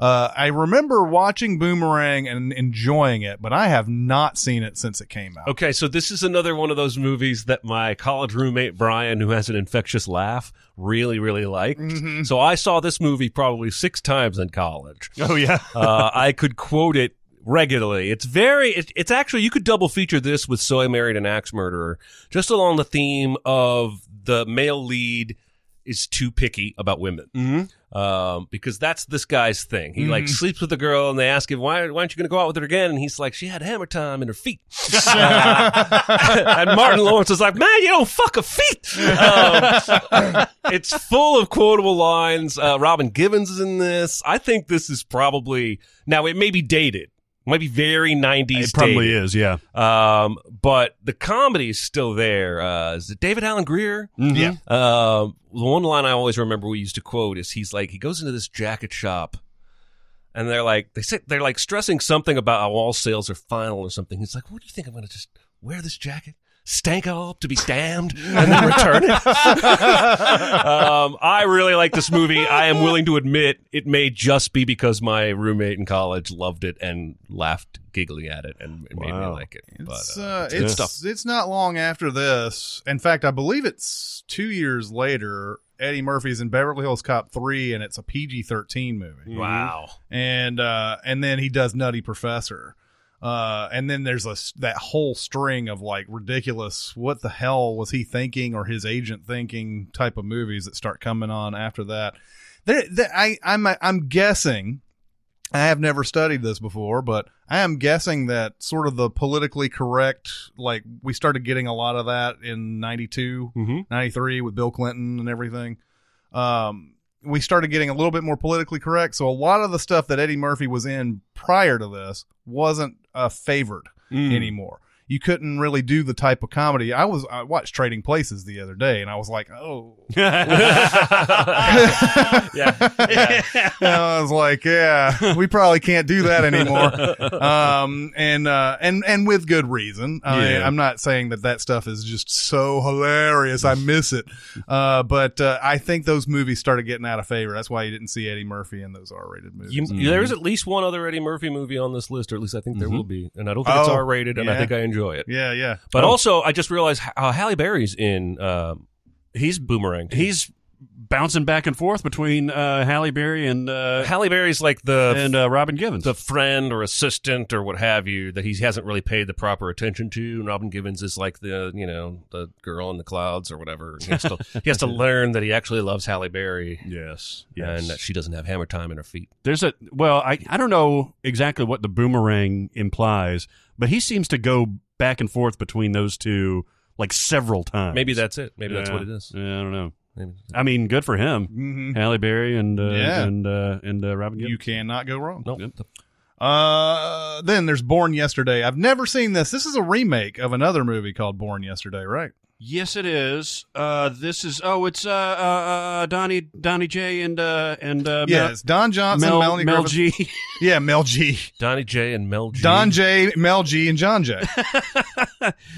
Uh, I remember watching Boomerang and enjoying it, but I have not seen it since it came out.
Okay, so this is another one of those movies that my college roommate Brian, who has an infectious laugh, really, really liked.
Mm-hmm.
So I saw this movie probably six times in college.
Oh yeah.
uh, I could quote it regularly. It's very, it, it's actually, you could double feature this with So I Married an Axe Murderer, just along the theme of the male lead is too picky about women. Um, because that's this guy's thing. He
Mm-hmm.
like sleeps with a girl and they ask him, why, why aren't you going to go out with her again? And he's like, she had hammer time in her feet. and Martin Lawrence is like, man, you don't fuck a feet. Um, it's full of quotable lines. Uh, Robin Givens is in this. I think this is probably now it may be dated, might be very nineties.
It probably is, yeah.
Um, but the comedy is still there. Uh, is it David Allen Greer?
Yeah.
Um, the one line I always remember we used to quote is he's like he goes into this jacket shop. And they're like they say they're like stressing something about how all sales are final or something. He's like, "What do you think I'm going to just wear this jacket, stank it all up to be damned, and then return it?" um, I really like this movie. I am willing to admit it may just be because my roommate in college loved it and laughed giggly at it and it made me
Wow.
like it.
It's
but, uh,
uh,
it's good
it's
stuff.
it's not long after this. In fact, I believe it's two years later. Eddie Murphy's in Beverly Hills Cop three, and it's a PG thirteen movie.
wow.
and uh, and then he does Nutty Professor, uh, and then there's a s- that whole string of like ridiculous, what the hell was he thinking or his agent thinking type of movies that start coming on after that. There, there I I'm I'm guessing. I have never studied this before, but I am guessing that sort of the politically correct, like we started getting a lot of that in 92, 93 with Bill Clinton and everything um, we started getting a little bit more politically correct. So a lot of the stuff that Eddie Murphy was in prior to this wasn't uh, favored
Hmm.
anymore. You couldn't really do the type of comedy. I was I watched Trading Places the other day, and I was like, oh, And I was like, yeah, we probably can't do that anymore. Um, and, uh, and, and with good reason. I,
Yeah.
I'm not saying that that stuff is just so hilarious. I miss it. Uh, but, uh, I think those movies started getting out of favor. That's why you didn't see Eddie Murphy in those R rated movies.
You,
Mm.
there is at least one other Eddie Murphy movie on this list, or at least I think there will be, and I don't think it's
Oh,
R rated, and I
yeah. Oh.
think I enjoy it.
yeah. Yeah.
But also, I just realized how Halle Berry's in. Um, he's boomerang.
He's bouncing back and forth between uh, Halle Berry and uh,
Halle Berry's like the
and uh, Robin Givens.
the friend or assistant or what have you that he hasn't really paid the proper attention to. And Robin Givens is like the you know the girl in the clouds or whatever. He has to, he has to learn that he actually loves Halle Berry
yes,
and that she doesn't have hammer time in her feet.
There's a well, I I don't know exactly what the boomerang implies, but he seems to go back and forth between those two like several times.
Maybe that's it. Maybe that's
Yeah.
what it is. Mm-hmm.
Yeah, I don't know.
Maybe.
I mean, good for him,
hmm
Halle Berry and uh,
Yeah.
and uh, and uh, Robin
You
Givens.
cannot go wrong.
Nope.
Uh, then there's Born Yesterday. I've never seen this. This is a remake of another movie called Born Yesterday, right?
Yes, it is. Uh, this is oh, it's uh, uh, uh Donnie Donnie J and uh, and uh,
Yeah, it's Don Johnson,
Mel,
Melanie
Mel, Mel
Griffith-
G.
Yeah, Mel G.
Donnie J and Mel G.
Don J, Mel G, and John J.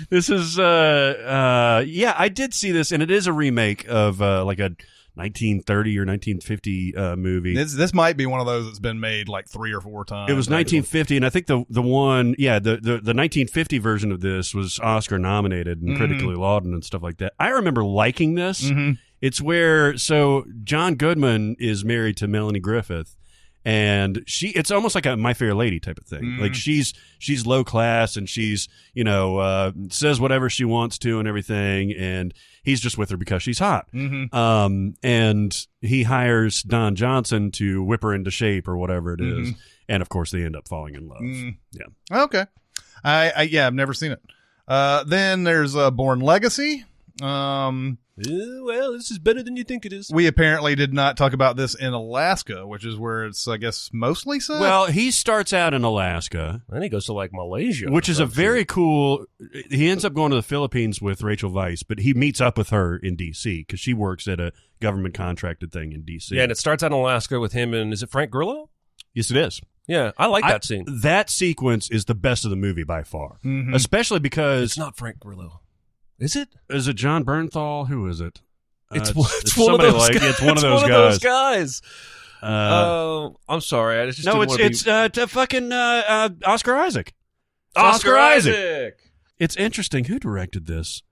this is uh uh yeah i did see this and it is a remake of uh like a 1930 or 1950 uh movie
this, this might be one of those that's been made like three or four times.
it was 1950 and i think the the one yeah the, the the 1950 version of this was oscar nominated and
Mhm.
critically lauded and stuff like that i remember liking this
Mhm.
it's where so john goodman is married to melanie griffith and she it's almost like a my fair lady type of thing
Mhm.
like she's she's low class and she's you know uh, says whatever she wants to and everything and he's just with her because she's hot
Mhm.
um, and he hires don johnson to whip her into shape or whatever it is.
Mm-hmm.
and of course they end up falling in love
Mm.
yeah
Okay. I, I yeah, I've never seen it. Uh, then there's uh, Born Legacy. Um,
Eh, well, this is better than you think it is.
we apparently did not talk about this in Alaska, which is where it's I guess mostly set.
well he starts out in alaska
Then he goes to like Malaysia,
which
or
is a
something.
very cool he ends up going to the philippines with rachel Weisz, but he meets up with her in dc because she works at a government contracted thing in dc
yeah. And it starts out in Alaska with him and is it Frank Grillo?
Yes, it is.
Yeah, I like
I-
that scene. Mm-hmm.
That sequence is the best of the movie by far,
Mhm.
especially because
It's not Frank Grillo, is it?
is it John Bernthal? Who is it? Uh,
It's, one- it's one of
somebody
those.
like-
guys.
It's one of those
those
guys.
guys.
Uh,
Oh, I'm sorry. I just
no,
didn't
it's
wanna be-
it's uh, t- fucking uh, uh, Oscar Isaac.
Oscar,
Oscar
Isaac.
Isaac. It's interesting who directed this.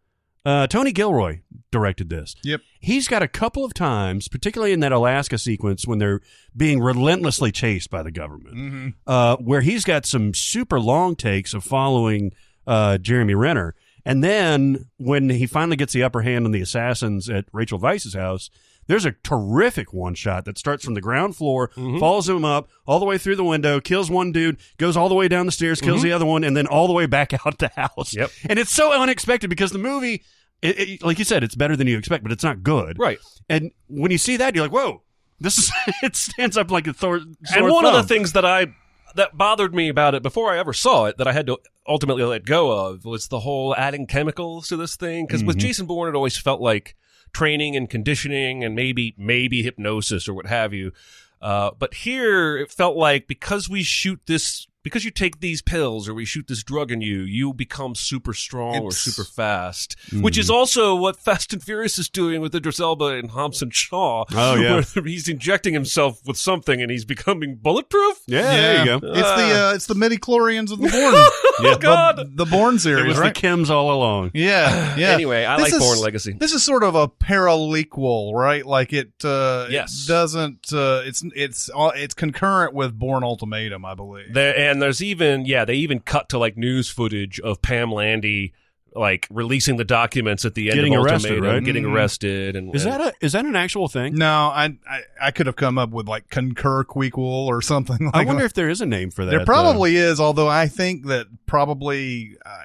Uh, Tony Gilroy directed this.
Yep.
He's got a couple of times, particularly in that Alaska sequence when they're being relentlessly chased by the government,
Mhm.
uh, where he's got some super long takes of following uh, Jeremy Renner. And then when he finally gets the upper hand on the assassins at Rachel Weisz's house, there's a terrific one shot that starts from the ground floor,
Mm-hmm.
follows him up all the way through the window, kills one dude, goes all the way down the stairs, kills the other one, and then all the way back out the house.
Mm-hmm. Yep.
And it's so unexpected because the movie, it, it- like you said, it's better than you expect, but it's not good.
Right.
And when you see that, you're like, whoa, this is, it stands up like a Thor.
and
sore
one of
thumb.
the things that I that bothered me about it before I ever saw it that I had to ultimately let go of was the whole adding chemicals to this thing because
Mm-hmm.
with Jason Bourne it always felt like training and conditioning and maybe maybe hypnosis or what have you. Uh, but here it felt like because we shoot this because you take these pills or we shoot this drug in you, you become super strong or
It's-
super fast, which
Mm.
is also what Fast and Furious is doing with Idris Elba and Hobson Shaw.
Oh, yeah.
where he's injecting himself with something and he's becoming bulletproof.
Yeah, there you go. Oh,
It's the uh, it's the midi chlorians of the Bourne.
Yeah.
God. The, the Bourne
It
series,
was
right?
the Kims all along.
yeah, yeah.
Anyway, I like
is,
Bourne Legacy.
This is sort of a paralequel, right? Like it, uh, it
Yes.
doesn't. Uh, it's it's uh, it's concurrent with Bourne Ultimatum, I believe.
There and there's even yeah, they even cut to like news footage of Pam Landy like releasing the documents at the end
Getting
of
arrested,
Ultimatum,
right? Mm.
getting
Mhm.
arrested and
Is that a is that an actual thing?
no, I, I I could have come up with like concur quequel or something like
I wonder
that.
if there is a name for that.
there probably is, although I think that probably uh,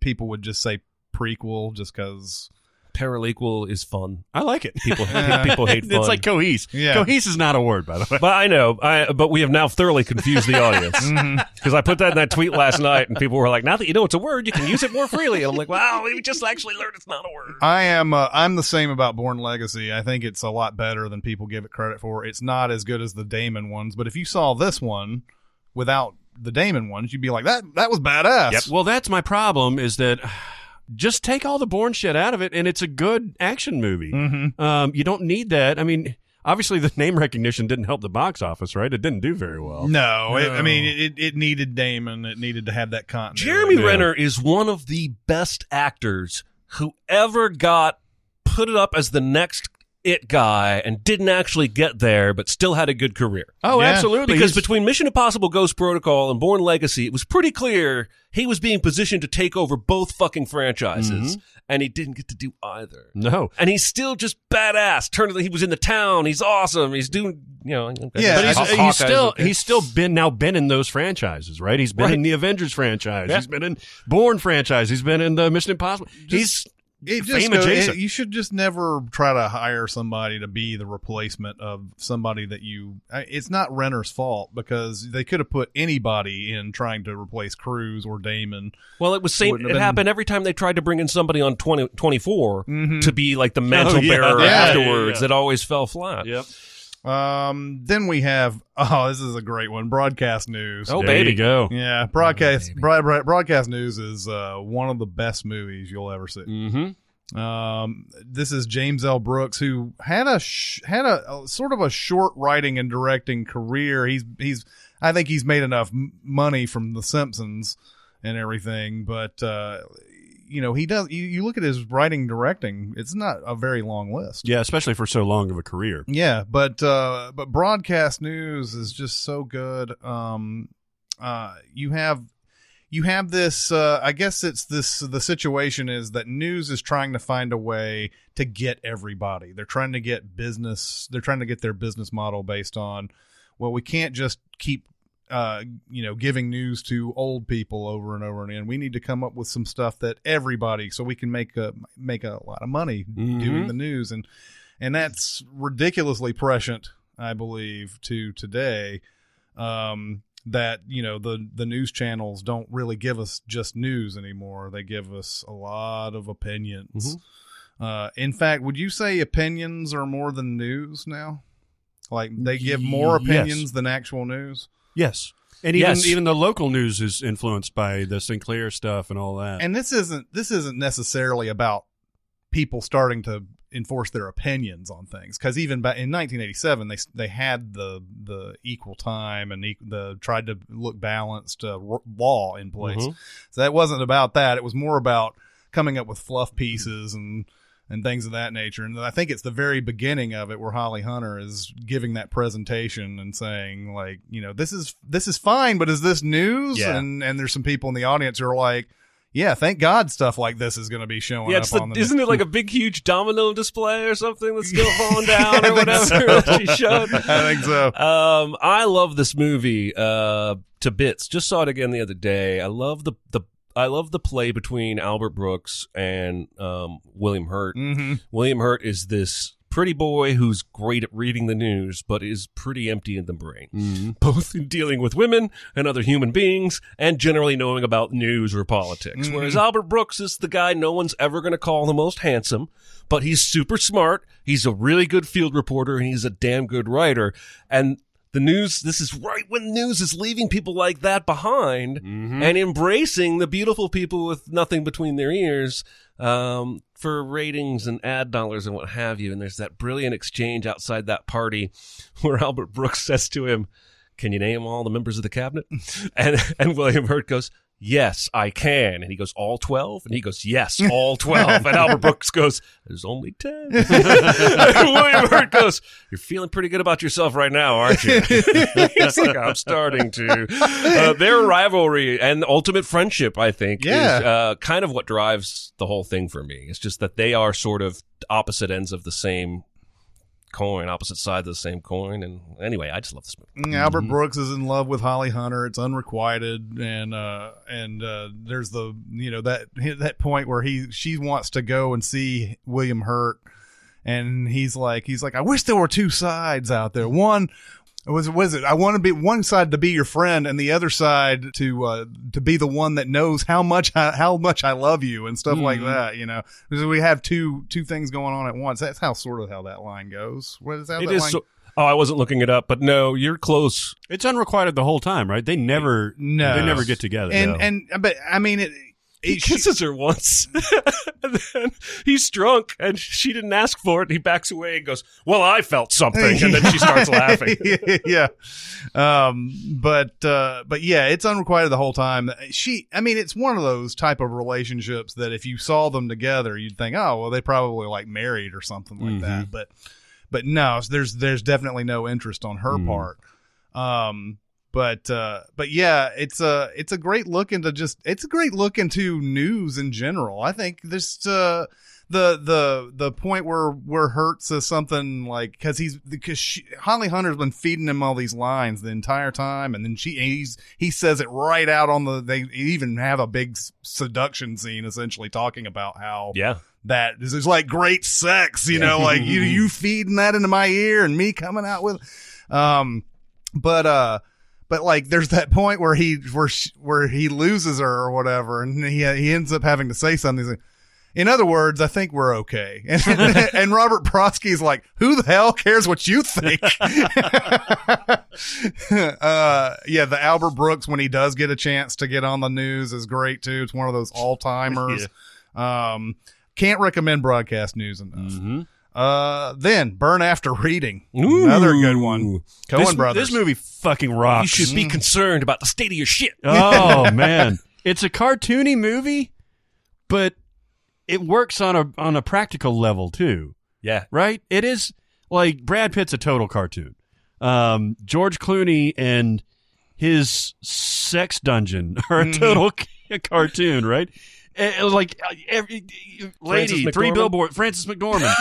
people would just say prequel just because.
paralegal is fun.
though. I like it.
People people hate fun.
it's like cohese.
Yeah.
Cohese is not a word, by the way.
but I know, I, but we have now thoroughly confused the audience
Mm-hmm.
because I put that in that tweet last night, and people were like, "Now that you know it's a word, you can use it more freely." And I'm like, "Wow, we just actually learned it's not a word."
I am uh, I'm the same about Born Legacy. I think it's a lot better than people give it credit for. It's not as good as the Damon ones, but if you saw this one without the Damon ones, you'd be like that that was badass.
Well, that's my problem is that just take all the Bourne shit out of it, and it's a good action movie.
Mm-hmm.
Um, you don't need that. I mean, obviously, the name recognition didn't help the box office, right? It didn't do very well.
No, It, I mean it, it needed Damon. It needed to have that continuity.
Jeremy Renner is one of the best actors who ever got put up as the next it guy and didn't actually get there, but still had a good career.
Oh,
Yeah.
absolutely.
Because
He's-
between Mission Impossible Ghost Protocol and Born Legacy, it was pretty clear he was being positioned to take over both fucking franchises,
Mm-hmm.
and he didn't get to do either.
no.
And he's still just badass. Turn he was in the town. He's awesome. He's doing, you know. okay.
Yeah,
But he's, uh,
Haw-
he's
Hawkeye's
still
okay.
he's still been now been in those franchises, right? He's been
Right.
in the Avengers franchise.
Yeah.
He's been in Bourne franchise. He's been in the Mission Impossible. he's
It just
Fame
go- it-
adjacent.
you should just never try to hire somebody to be the replacement of somebody that you. I- It's not Renner's fault because they could have put anybody in trying to replace Cruz or Damon.
Well, it was same.
Wouldn't
It
have been-
happened every time they tried to bring in somebody on 20, 24 to be like the mantle
Oh, yeah.
bearer
Mm-hmm. Yeah,
afterwards.
yeah, yeah.
It always fell flat.
yep.
Um, then we have oh, this is a great one. Broadcast news.
Oh,
there
baby.
you go.
Yeah, broadcast broad, broad- broadcast news is uh, one of the best movies you'll ever see.
Mm-hmm.
Um, this is James L. Brooks, who had a sh- had a, a sort of a short writing and directing career. He's he's I think he's made enough m- money from The Simpsons and everything, but uh, you know he does. You, you look at his writing directing; it's not a very long list.
Yeah, especially for so long of a career.
Yeah, but uh, but broadcast news is just so good. Um, uh, you have you have this. Uh, I guess it's this. The situation is that news is trying to find a way to get everybody. They're trying to get business. They're trying to get their business model based on. Well, we can't just keep uh, you know giving news to old people over and over and again. We need to come up with some stuff that everybody, so we can make a make a lot of money doing the news and and that's ridiculously prescient, I believe, to today. Um, that you know the the news channels don't really give us just news anymore; they give us a lot of opinions. Uh, in fact, would you say opinions are more than news now? Like they give more opinions than actual news.
Yes. And even
Yes.
even the local news is influenced by the Sinclair stuff and all that.
And this isn't this isn't necessarily about people starting to enforce their opinions on things because even back in 1987 they s- they had the the equal time and equ- the tried to look balanced uh, r- law in place.
Mhm.
So that wasn't about that. It was more about coming up with fluff pieces and and things of that nature. And I think it's the very beginning of it where Holly Hunter is giving that presentation and saying like, you know, this is this is fine, but is this news?
Yeah.
And and there's some people in the audience who are like, yeah, thank God stuff like this is going to be showing
Yeah,
up
it's the,
on the
isn't it like a big, huge domino display or something that's still falling down
I
or
think
whatever
so.
that she showed?
I think so.
Um, I love this movie uh, to bits. Just saw it again the other day. I love the the I love the play between Albert Brooks and um, William Hurt.
Mm-hmm.
William Hurt is this pretty boy who's great at reading the news, but is pretty empty in the brain, both in dealing with women and other human beings, and generally knowing about news or politics. Whereas Albert Brooks is the guy no one's ever going to call the most handsome, but he's super smart. He's a really good field reporter, and he's a damn good writer. And the news, this is right when news is leaving people like that behind and embracing the beautiful people with nothing between their ears um, for ratings and ad dollars and what have you. And there's that brilliant exchange outside that party where Albert Brooks says to him, Can you name all the members of the cabinet? And, and William Hurt goes, Yes, I can. And he goes, All 12? And he goes, Yes, all 12. and Albert Brooks goes, There's only 10. and William Hurt goes, You're feeling pretty good about yourself right now, aren't you? He's like, I'm starting to. Uh, their rivalry and ultimate friendship, I think,
Yeah.
is uh, kind of what drives the whole thing for me. It's just that they are sort of opposite ends of the same coin, opposite sides of the same coin. And anyway, I just love this movie.
Mm, Albert
Mm-hmm.
Brooks is in love with Holly Hunter. It's unrequited, and uh, and uh, there's the you know that that point where he she wants to go and see William Hurt, and he's like he's like I wish there were two sides out there. One was was it I want to be one side to be your friend, and the other side to uh, to be the one that knows how much I, how much I love you and stuff like
Mm-hmm.
that. You know, because we have two two things going on at once. That's how sort of how that line goes. What is that?
It
that
is.
line?
So, oh, I wasn't looking it up, but no, you're close.
it's unrequited the whole time, right? They never
No.
they never get together.
and
No.
and but I mean it.
He
it she-
kisses her once, and then he's drunk, and she didn't ask for it. He backs away and goes, "Well, I felt something," and then she starts laughing.
yeah, um, but uh, but yeah, it's unrequited the whole time. She, I mean, it's one of those type of relationships that if you saw them together, you'd think, oh, well, they probably like married or something like
Mm-hmm.
that. But but no, there's there's definitely no interest on her
Mm-hmm.
part. Um, but uh, but yeah, it's a it's a great look into just it's a great look into news in general. I think this uh, the the the point where where Hurt says something like because he's because she, Holly Hunter's been feeding him all these lines the entire time, and then she he's he says it right out on the they even have a big s- seduction scene essentially talking about how
Yeah,
that is is like great sex, you know, like you you feeding that into my ear and me coming out with um but uh but like there's that point where he where sh where he loses her or whatever and he he ends up having to say something He's like, in other words, I think we're okay. And, and Robert Prosky's like, who the hell cares what you think? uh, yeah, the Albert Brooks, when he does get a chance to get on the news, is great too. It's one of those all timers. Um, can't recommend broadcast news enough. Uh, then Burn After Reading. Another good one. Cohen
this,
Brothers.
this movie fucking rocks.
you should be concerned about the state of your shit.
Oh man, it's a cartoony movie, but it works on a on a practical level too,
Yeah,
right? It is like Brad Pitt's a total cartoon. Um, George Clooney and his sex dungeon are
Hmm.
a total c- cartoon, right? Eh, like uh, every lady,
Frances
three
McDormand?
billboard, Francis McDormand.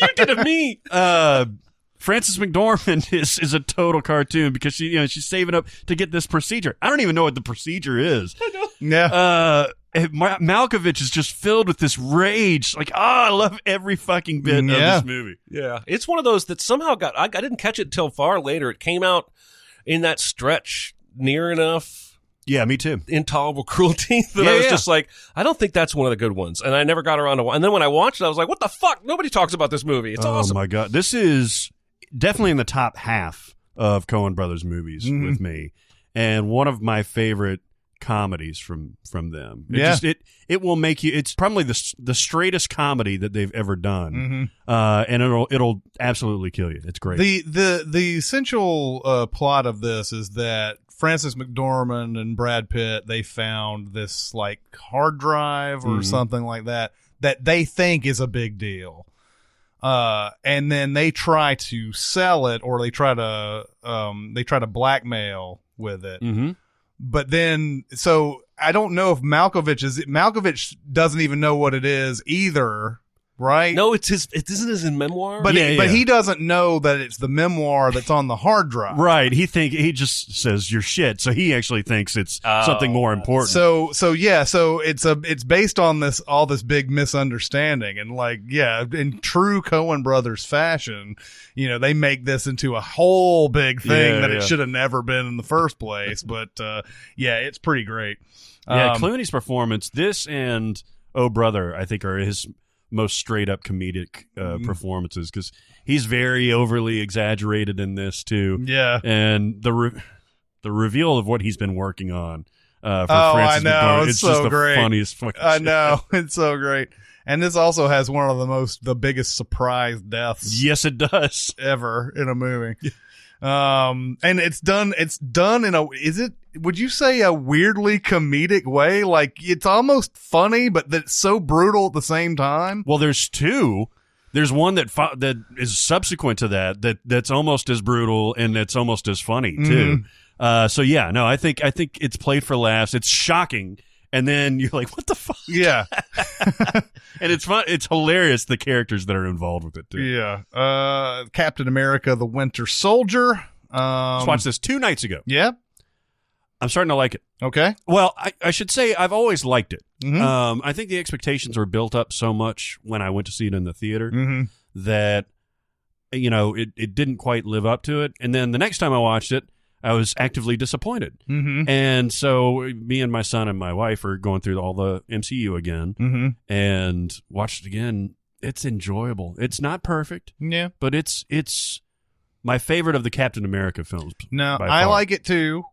you did it, me. Uh, Frances McDormand is, is a total cartoon because she you know she's saving up to get this procedure. I don't even know what the procedure is.
yeah.
Uh, and Ma- Malkovich is just filled with this rage. Like, ah, I love every fucking bit
Yeah.
of this movie.
Yeah, it's one of those that somehow got. I, I didn't catch it till far later. It came out in that stretch near enough
Yeah, me too.
intolerable cruelty that I
Yeah,
was
yeah.
just like, I don't think that's one of the good ones. And I never got around to one. And then when I watched it, I was like, What the fuck? Nobody talks about this movie. It's
oh
awesome.
my god, this is definitely in the top half of Cohen Brothers movies
Mhm.
with me, and one of my favorite comedies from from them. It
Yeah.
just, it it will make you. It's probably the s- the straightest comedy that they've ever done,
Mhm.
uh, and it'll it'll absolutely kill you. It's great.
The the the essential uh, plot of this is that Francis McDormand and Brad Pitt they found this like hard drive or
Mhm.
something like that that they think is a big deal. Uh, and then they try to sell it or they try to um they try to blackmail with it.
mm-hmm.
But then so I don't know if Malkovich is Malkovich doesn't even know what it is either, right?
No, it's his. It isn't his memoir.
But
Yeah,
but
yeah.
he doesn't know that it's the memoir that's on the hard drive.
Right. He think he just says you're shit, so he actually thinks it's something more important.
So so yeah, so it's a it's based on this all this big misunderstanding and like yeah, in true Cohen brothers fashion, you know, they make this into a whole big thing
Yeah,
that
yeah.
it should have never been in the first place, but uh yeah, it's pretty great.
yeah,
Um,
Clooney's performance, this and Oh Brother, I think are his most straight up comedic uh,
Mm-hmm.
performances because he's very overly exaggerated in this too,
yeah.
and the re- the reveal of what he's been working on. Uh, for
Oh,
Francis
I know.
McDormand,
It's
just
so
the
great.
funniest fucking
I
shit.
know. It's so great. And this also has one of the most the biggest surprise deaths
Yes, it does.
ever in a movie. Um, and it's done. It's done in a. Is it? Would you say a weirdly comedic way? Like it's almost funny, but that's so brutal at the same time.
Well, there's two. There's one that fo- that is subsequent to that that that's almost as brutal and that's almost as funny too.
Mm-hmm.
Uh, so yeah, no, I think I think it's played for laughs. It's shocking, and then you're like, what the fuck?
Yeah,
And it's fun. It's hilarious the characters that are involved with it too.
yeah. Uh, Captain America: The Winter Soldier. Um,
Just watched this two nights ago.
Yeah.
I'm starting to like it.
Okay.
Well, I, I should say I've always liked it.
Mhm.
Um, I think the expectations were built up so much when I went to see it in the theater.
Mm-hmm.
that you know it, it didn't quite live up to it and then the next time i watched it i was actively disappointed
Mm-hmm.
and so me and my son and my wife are going through all the mcu again
Mm-hmm.
and watched it again it's enjoyable it's not perfect
Yeah.
but it's it's my favorite of the captain america films
No,
by
I
far.
like it too.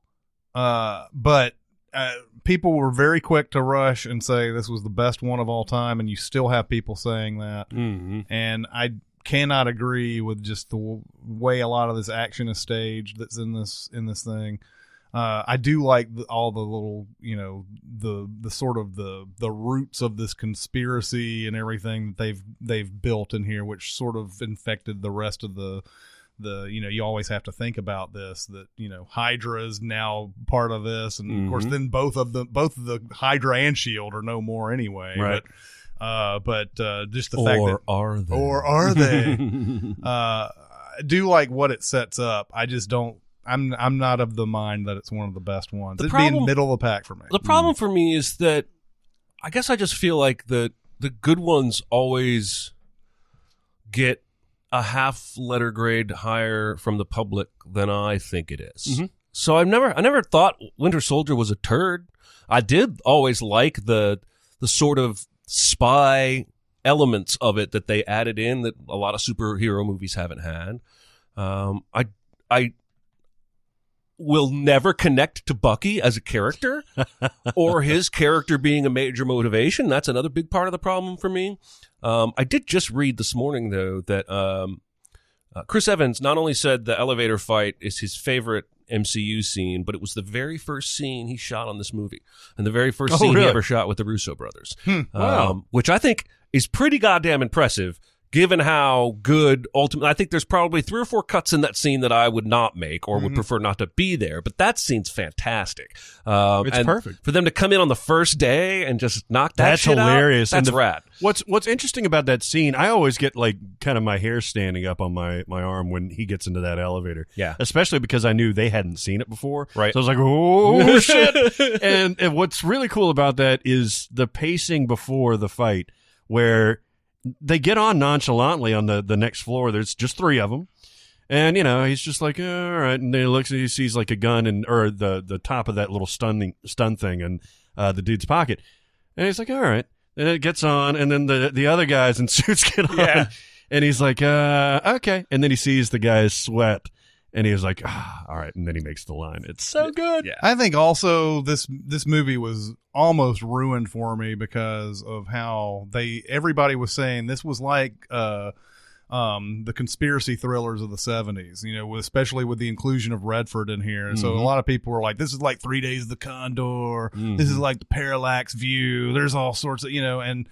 Uh, but uh, people were very quick to rush and say this was the best one of all time, and you still have people saying that.
mm-hmm.
and I cannot agree with just the w- way a lot of this action is staged that's in this in this thing. Uh, I do like the, all the little, you know, the the sort of the the roots of this conspiracy and everything that they've they've built in here, which sort of infected the rest of the the you know you always have to think about this that you know Hydra is now part of this, and of course
Mhm.
then both of the both of the Hydra and Shield E are no more anyway.
Right.
But, uh, but uh, just the fact that
or are they?
or are they? uh, I do like what it sets up. I just don't. I'm I'm not of the mind that it's one of the best ones.
The
It'd be
problem-
in middle of the pack for me.
The problem for me is that I guess I just feel like the the good ones always get a half letter grade higher from the public than I think it is.
Mhm.
So I've never I never thought Winter Soldier was a turd. I did always like the the sort of spy elements of it that they added in that a lot of superhero movies haven't had. Um, I I will never connect to Bucky as a character or his character being a major motivation. That's another big part of the problem for me. Um, I did just read this morning though that um, uh, Chris Evans not only said the elevator fight is his favorite MCU scene, but it was the very first scene he shot on this movie and the very first
Oh,
scene
really? Hmm.
he ever shot with the Russo brothers.
Wow.
Um, which I think is pretty goddamn impressive given how good ultimately I think there's probably three or four cuts in that scene that I would not make or
Mm-hmm.
would prefer not to be there, but that scene's fantastic. Um,
It's
and
perfect.
For them to come in on the first day and just knock that
that's
shit out,
hilarious
that's
and the,
rad.
what's what's interesting about that scene i always get like kind of my hair standing up on my my arm when he gets into that elevator
Yeah.
especially because i knew they hadn't seen it before
Right.
so i was like oh shit and, and what's really cool about that is the pacing before the fight where they get on nonchalantly on the the next floor there's just three of them and you know he's just like all right, and then he looks and he sees like a gun and or the the top of that little stunning stun thing in uh, the dude's pocket, and he's like, all right. And it gets on, and then the the other guys in suits get on,
Yeah.
And he's like, uh, okay. And then he sees the guy's sweat and he was like, ah, all right. And then he makes the line. It's so good.
Yeah. I think also this this movie was almost ruined for me because of how they everybody was saying this was like uh um the conspiracy thrillers of the 70s you know with- especially with the inclusion of redford in here so
Mm-hmm.
a lot of people were like this is like three days of the condor this
Mm-hmm.
is like the parallax view there's all sorts of you know and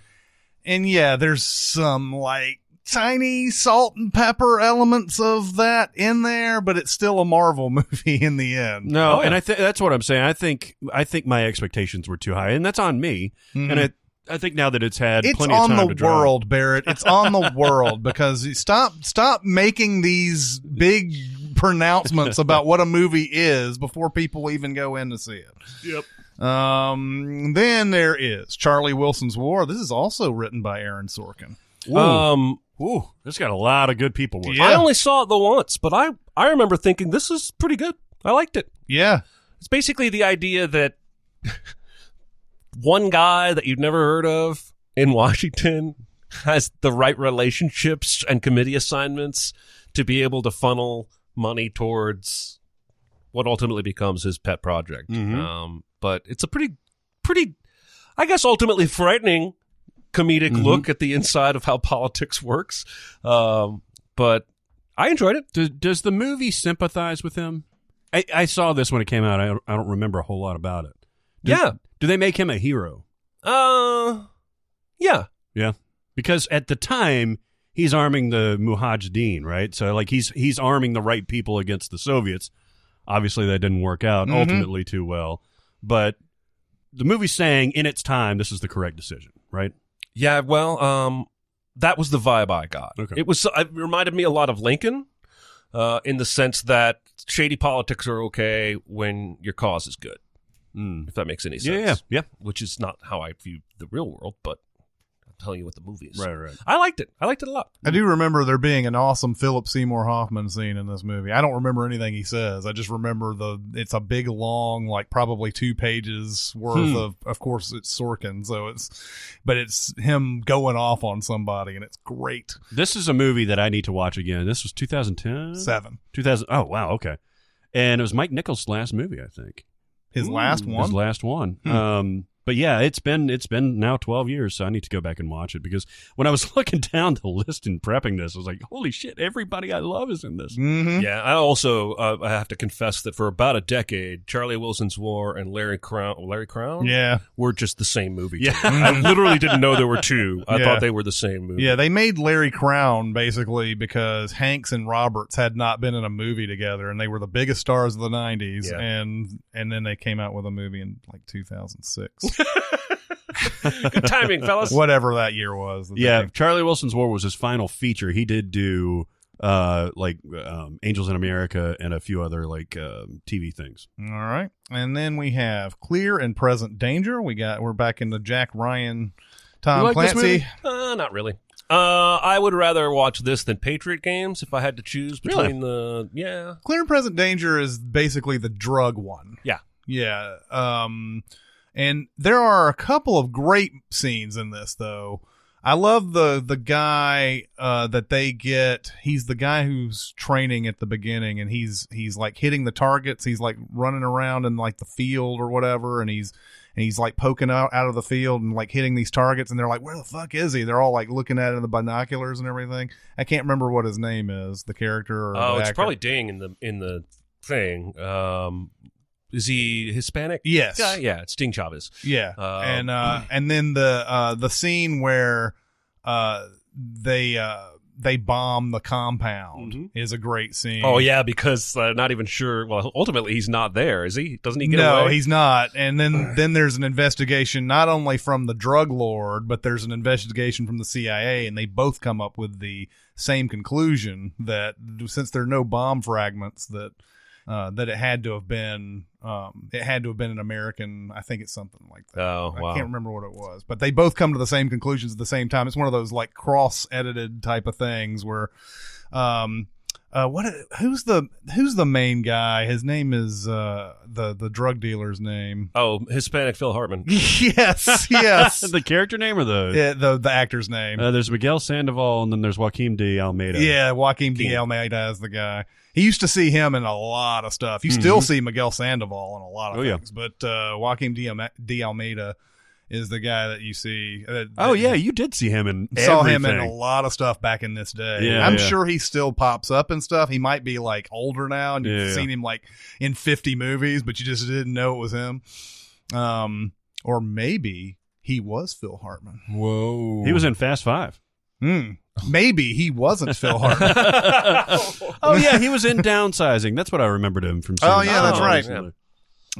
and yeah, there's some like tiny salt and pepper elements of that in there, but it's still a Marvel movie in the end.
No, and I think that's what I'm saying. I think I think my expectations were too high, and that's on me. And I I think now that it's had
Mm-hmm. It's
plenty of
on
time
the
to draw-
world, Barrett. It's on the world because you stop stop making these big pronouncements about what a movie is before people even go in to see it. Yep. Um then there is Charlie Wilson's War. This is also written by Aaron Sorkin.
Um,
Ooh, it's got a lot of good people. With
I
it.
Yeah.
only saw it the once, but I I remember thinking this is pretty good. I liked it.
Yeah.
It's basically the idea that one guy that you've never heard of in Washington has the right relationships and committee assignments to be able to funnel money towards what ultimately becomes his pet project. Um, but it's a pretty, pretty, I guess, ultimately frightening comedic look at the inside of how politics works. Um, but I enjoyed it.
Does, does the movie sympathize with him? I, I saw this when it came out. I don't, I don't remember a whole lot about it. Do-
Yeah.
Do they make him a hero?
Uh, yeah.
Yeah. Because at the time, he's arming the Mujahideen, right? So like he's he's arming the right people against the Soviets. Obviously, that didn't work out
Mm-hmm.
ultimately too well. But the movie's saying in its time, this is the correct decision, right?
Yeah, well, um, that was the vibe I got.
Okay.
It was it reminded me a lot of Lincoln, uh, in the sense that shady politics are okay when your cause is good. If that makes any sense.
Mm. Yeah, yeah, yeah.
Which is not how I view the real world, but I'm telling you what the movie is.
right.
I liked it. I liked it a lot.
I do remember there being an awesome Philip Seymour Hoffman scene in this movie. I don't remember anything he says. I just remember the it's a big long like probably 2 pages worth of of course it's Sorkin, so it's but it's him going off on somebody and it's great.
This is a movie that I need to watch again. This was 2010?
7.
2000. Oh, wow. Okay. And it was Mike Nichols' last movie, I think.
His last one. Hmm.
His last one. Um, but yeah, it's been it's been now twelve years, so I need to go back and watch it because when I was looking down the list and prepping this, I was like, "Holy shit! Everybody I love is in this."
Mhm.
Yeah, I also uh, I have to confess that for about a decade, Charlie Wilson's War and Larry Crown, Larry Crown,
Yeah.
were just the same movie. to
Yeah.
me. I literally didn't know there were two. I
Yeah.
thought they were the same movie.
Yeah, they made Larry Crown basically because Hanks and Roberts had not been in a movie together, and they were the biggest stars of the '90s,
Yeah.
and and then they came out with a movie in like 2006,
Good timing, fellas.
whatever that year was. that they
Yeah,
came-
Charlie Wilson's War was his final feature. He did do uh like um, Angels in America and a few other like um, TV things.
All right, and then we have Clear and Present Danger. We got we're back in the Jack Ryan, Tom
You like this
Um, Clancy.
movie?
Uh, not really. Uh, I would rather watch this than Patriot Games if I had to choose between the yeah.
Clear and Present Danger is basically the drug one.
Yeah.
Yeah. Um, and there are a couple of great scenes in this though. I love the the guy uh, that they get. He's the guy who's training at the beginning, and he's he's like hitting the targets. He's like running around in like the field or whatever, and he's and he's like poking out out of the field and like hitting these targets. And they're like, "Where the fuck is he?" They're all like looking at it in the binoculars and everything. I can't remember what his name is, the character. Or
Oh,
the
it's
actor.
probably Ding in the in the thing. Um, is he Hispanic?
Yes.
Yeah, yeah, it's Ding Chavez.
Yeah,
Um,
and uh, and then the uh, the scene where uh, they uh, they bomb the compound is a great scene.
Mm-hmm. Oh yeah, because uh, not even sure. Well, ultimately he's not there, is he? Doesn't he get
no,
away?
he's not. And then then there's an investigation not only from the drug lord, but there's an investigation from the CIA, and they both come up with the same conclusion that since there are no bomb fragments that. Uh, that it had to have been, um, it had to have been an American. I think it's something like that.
Oh
I
wow.
can't remember what it was, but they both come to the same conclusions at the same time. It's one of those like cross edited type of things where um uh, what who's the who's the main guy? His name is uh, the the drug dealer's name.
Oh, Hispanic Phil Hartman.
yes, yes.
the character name or the
Yeah, the the actor's name.
Uh, there's Miguel Sandoval and then there's Joaquin de Almeida.
yeah, Joaquin D. Almeida is the guy. He used to see him in a lot of stuff. You still see Miguel Sandoval in a lot of
Mm-hmm. Oh, yeah.
things, but uh, Joaquin D. Alme- D. Almeida is the guy that you see. uh, that-
Oh yeah, you did see him in
saw him in a
everything.
lot of stuff back in this day.
Yeah,
I'm
yeah.
sure he still pops up and stuff. He might be like older now, and you've
Yeah.
seen him like in 50 movies, but you just didn't know it was him. Um, or maybe he was Phil Hartman.
Whoa.
He was in Fast Five.
Hmm. Maybe he wasn't Phil Hartman.
Oh yeah, he was in Downsizing. That's what I remembered him from.
Oh, yeah,
that's right.
recently.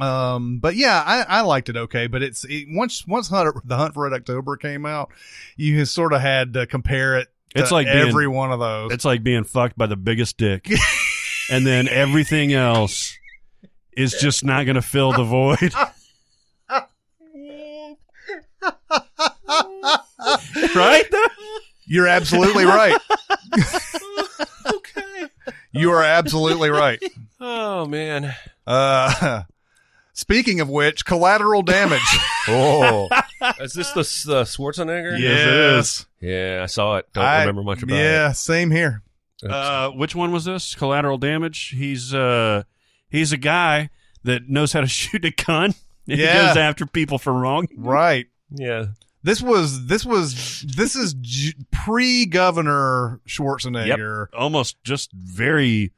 um, but yeah, I, I liked it okay. But it's it, once once Hunt, the Hunt for Red October came out, you sort of had to compare it. to
It's like being-
every one of those.
It's like being fucked by the biggest dick, and then everything else is just not going to fill the void. right?
You're absolutely right. okay. You are absolutely right.
Oh man.
Uh, speaking of which, collateral damage. oh,
Is this the, the Schwarzenegger?
Yes, it is.
Yeah, I saw it. Don't remember much about
yeah,
it.
same here.
Uh, which one was this? Collateral damage. He's uh, he's a guy that knows how to shoot a gun. And He
Yeah.
goes after people for wrong.
Right.
Yeah.
This was this was this is j- pre Governor Schwarzenegger.
Almost just very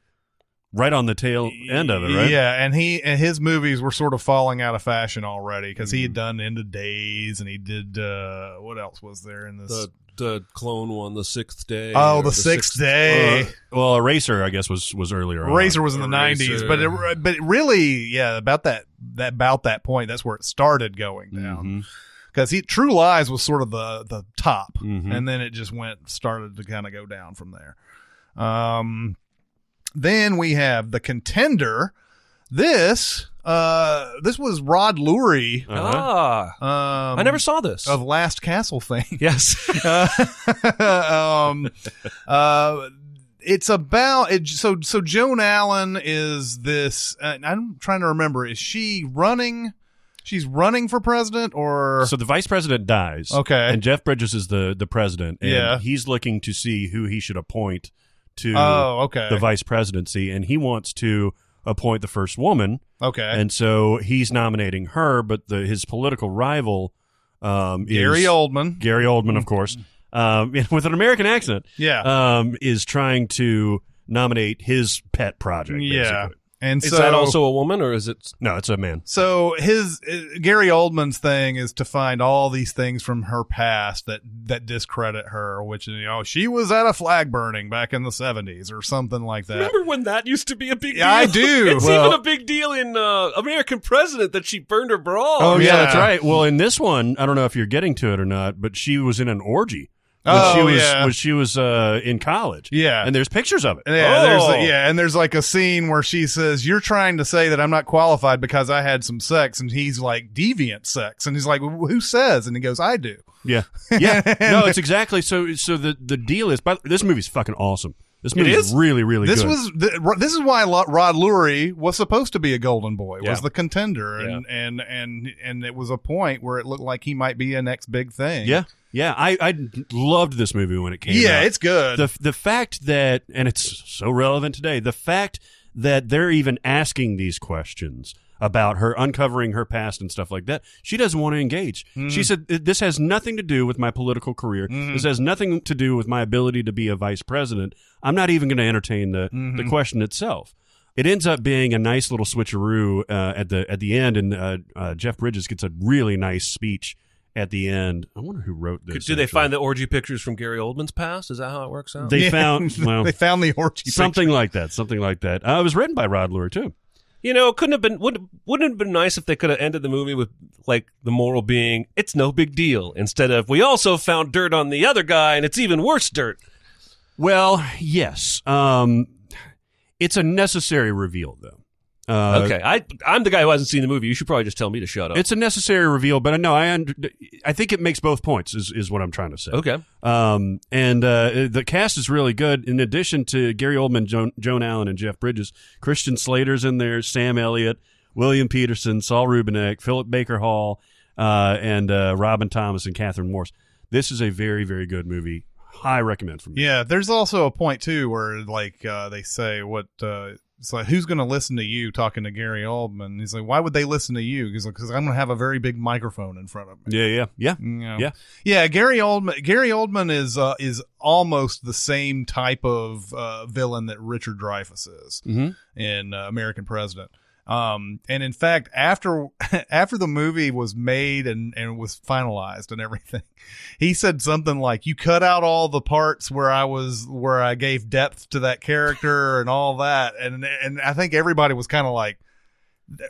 right on the tail end of it, right?
Yeah, and he and his movies were sort of falling out of fashion already because he
Mm.
had done End of Days and he did uh, what else was there in this?
The the clone one, the sixth day.
oh,
or
the, Sixth Day.
Uh, well, Eraser, I guess, was was earlier. on.
Razor was in the
Eraser.
'90s, but it, but really, yeah, about that that about that point, that's where it started going
Mm-hmm.
down
Mhm.
because he True Lies was sort of the the top,
Mm-hmm.
Mhm.
and then it just went started to kind of go down from there. Um, then we have the Contender. This uh, this was Rod Lurie. Um,
Uh-huh.
Ah, I never saw this.
of Last Castle fame.
yes.
Uh, um, uh, it's about it. So so Joan Allen is this. Uh, I'm trying to remember. Is she running? She's running for president, or
So the vice president dies.
Okay.
And Jeff Bridges is the the president. And
Yeah.
He's looking to see who he should appoint to
oh, okay,
the vice presidency, and he wants to appoint the first woman.
okay,
and so he's nominating her, but the his political rival um, is
Gary Oldman.
Gary Oldman, of course, um, with an American accent,
yeah,
um, is trying to nominate his pet project.
yeah,
basically.
and
Is
so
that also a woman or is it?
no, it's a man.
So his uh, Gary Oldman's thing is to find all these things from her past that that discredit her, which you know she was at a flag burning back in the seventies or something like that.
when that used to be a big
Yeah, I do. Well-
big deal in uh, American President that she burned her bra.
Oh, yeah.
that's right. Well, in this one, I don't know if you're getting to it or not, but she was in an orgy when
Oh,
she was
yeah.
when she was uh, in college.
Yeah.
and there's pictures of it.
Yeah, there's
Oh.
a, yeah, and there's like a scene where she says, "You're trying to say that I'm not qualified because I had some sex," and he's like, "Deviant sex," and he's like, "Well, "Who says?" And he goes, "I do."
Yeah, yeah. no, it's exactly so. So the the deal is, but this movie's fucking awesome. This movie's
is?
really, really
This
good.
was th- Ro- this is why Lo- Rod Lurie was supposed to be a Golden Boy,
Yeah.
was the contender, and and and and it was a point where it looked like he might be a next big thing.
yeah, yeah. I I loved this movie when it came.
yeah,
out.
it's good.
the the fact that and it's so relevant today. The fact that they're even asking these questions about her uncovering her past and stuff like that. She doesn't want to engage.
Hmm.
She said this has nothing to do with my political career. This has nothing to do with my ability to be a vice president. I'm not even going to entertain the
Hmm.
the question itself. It ends up being a nice little switcheroo uh, at the at the end, and uh, uh, Jeff Bridges gets a really nice speech at the end. I wonder who wrote this.
Do they
actually.
find the orgy pictures from Gary Oldman's past? Is that how it works out?
They
Yeah.
found well,
they found the orgy.
something like that. Something like that. Uh, it was written by Rod Lurie too.
You know, couldn't have been would wouldn't it have been nice if they could have ended the movie with like the moral being it's no big deal instead of we also found dirt on the other guy and it's even worse dirt.
Well, yes. Um, it's a necessary reveal though. Uh,
okay, I I'm the guy who hasn't seen the movie. You should probably just tell me to shut up.
It's a necessary reveal, but I know I under, I think it makes both points. Is is what I'm trying to say.
okay.
Um, and uh, the cast is really good. In addition to Gary Oldman, Joan, Joan Allen, and Jeff Bridges, Christian Slater's in there, Sam Elliott, William Peterson, Saul Rubinek, Philip Baker Hall, uh, and uh, Robin Thomas and Catherine Morse. This is a very, very good movie. High recommend from me.
Yeah, there's also a point too where like uh, they say what uh, it's like who's going to listen to you talking to Gary Oldman? He's like, why would they listen to you? He's like, because I'm going to have a very big microphone in front of me.
Yeah, yeah, yeah.
Yeah.
Yeah.
yeah. Gary Oldman. Gary Oldman is uh, is almost the same type of uh, villain that Richard Dreyfuss is
Mhm.
in uh, American President. Um, and in fact, after after the movie was made and and was finalized and everything, he said something like, "You cut out all the parts where I was where I gave depth to that character and all that," and and I think everybody was kind of like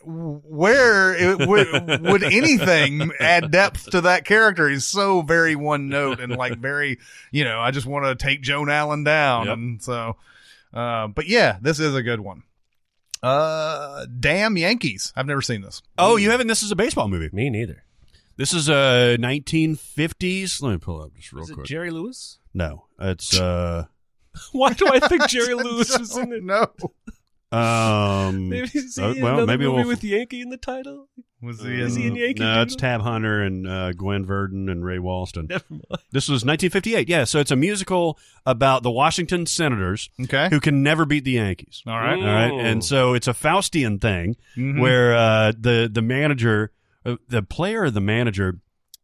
where it, would, would anything add depth to that character? He's so very one note and like very, you know, I just want to take Joan Allen down.
Yep.
And so, uh, but yeah, this is a good one. Uh, damn Yankees. I've never seen this.
Oh, you haven't? This is a baseball movie.
Me neither.
This is a 1950s. Let me pull it up just real
Is it
quick.
Jerry Lewis?
no, it's uh,
Why do I think Jerry Lewis was in
Oh,
it?
No.
um,
Maybe is
Mm.
he
uh,
in
well,
another
maybe
movie
we'll
with Yankee in the title?
Was he
Is he
in?
in Yankee?
No, it's
Doodle?
Tab Hunter and uh, Gwen Verdon and Ray Walston.
Never mind.
This was 1958. Yeah, so it's a musical about the Washington Senators
Okay.
who can never beat the Yankees.
All right.
All right,
Ooh. Mm-hmm.
and so it's a Faustian thing
Mhm.
where uh, the the manager, uh, the player, or the manager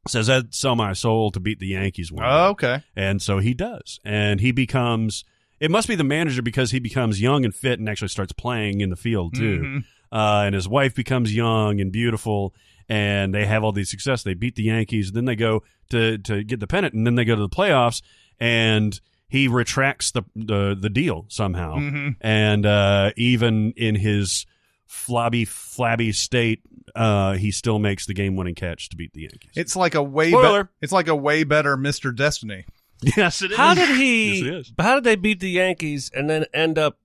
says, "I'd sell my soul to beat the Yankees." One day."
Oh, okay.
And so he does. And he becomes it must be the manager because he becomes young and fit and actually starts playing in the field too.
Mm-hmm.
Mhm.
Uh, and his wife becomes young and beautiful and they have all these success. They beat the Yankees, then they go to to get the pennant and then they go to the playoffs and he retracts the the, the deal somehow.
Mhm.
And uh, even in his flabby flabby state, uh, he still makes the game winning catch to beat the Yankees.
It's like a way
Spoiler.
better. It's like a way better Mr. Destiny.
yes, it is.
How did
Yes,
he?
it is.
how did they beat the Yankees and then end up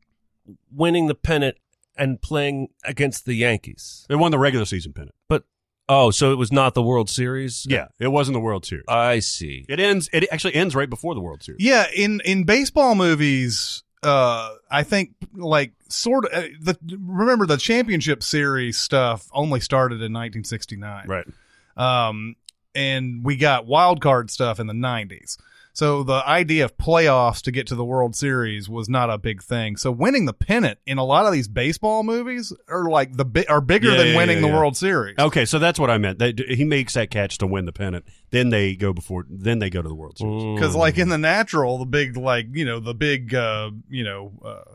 winning the pennant and playing against the Yankees?
They won the regular season pennant.
Oh, so it was not the World Series.
Yeah, it wasn't the World Series.
I see.
it ends. It actually ends right before the World Series.
Yeah, in in baseball movies, uh, I think like sort of uh, the remember the championship series stuff only started in 1969,
Right.
Um, and we got wild card stuff in the 90s. So the idea of playoffs to get to the World Series was not a big thing. So winning the pennant in a lot of these baseball movies are like the bi- are bigger
Yeah,
than
yeah,
winning
yeah,
the
yeah.
World Series.
Okay, so that's what I meant. They, he makes that catch to win the pennant. Then they go before. Then they go to the World Series.
because like in the natural the big like you know the big uh you know uh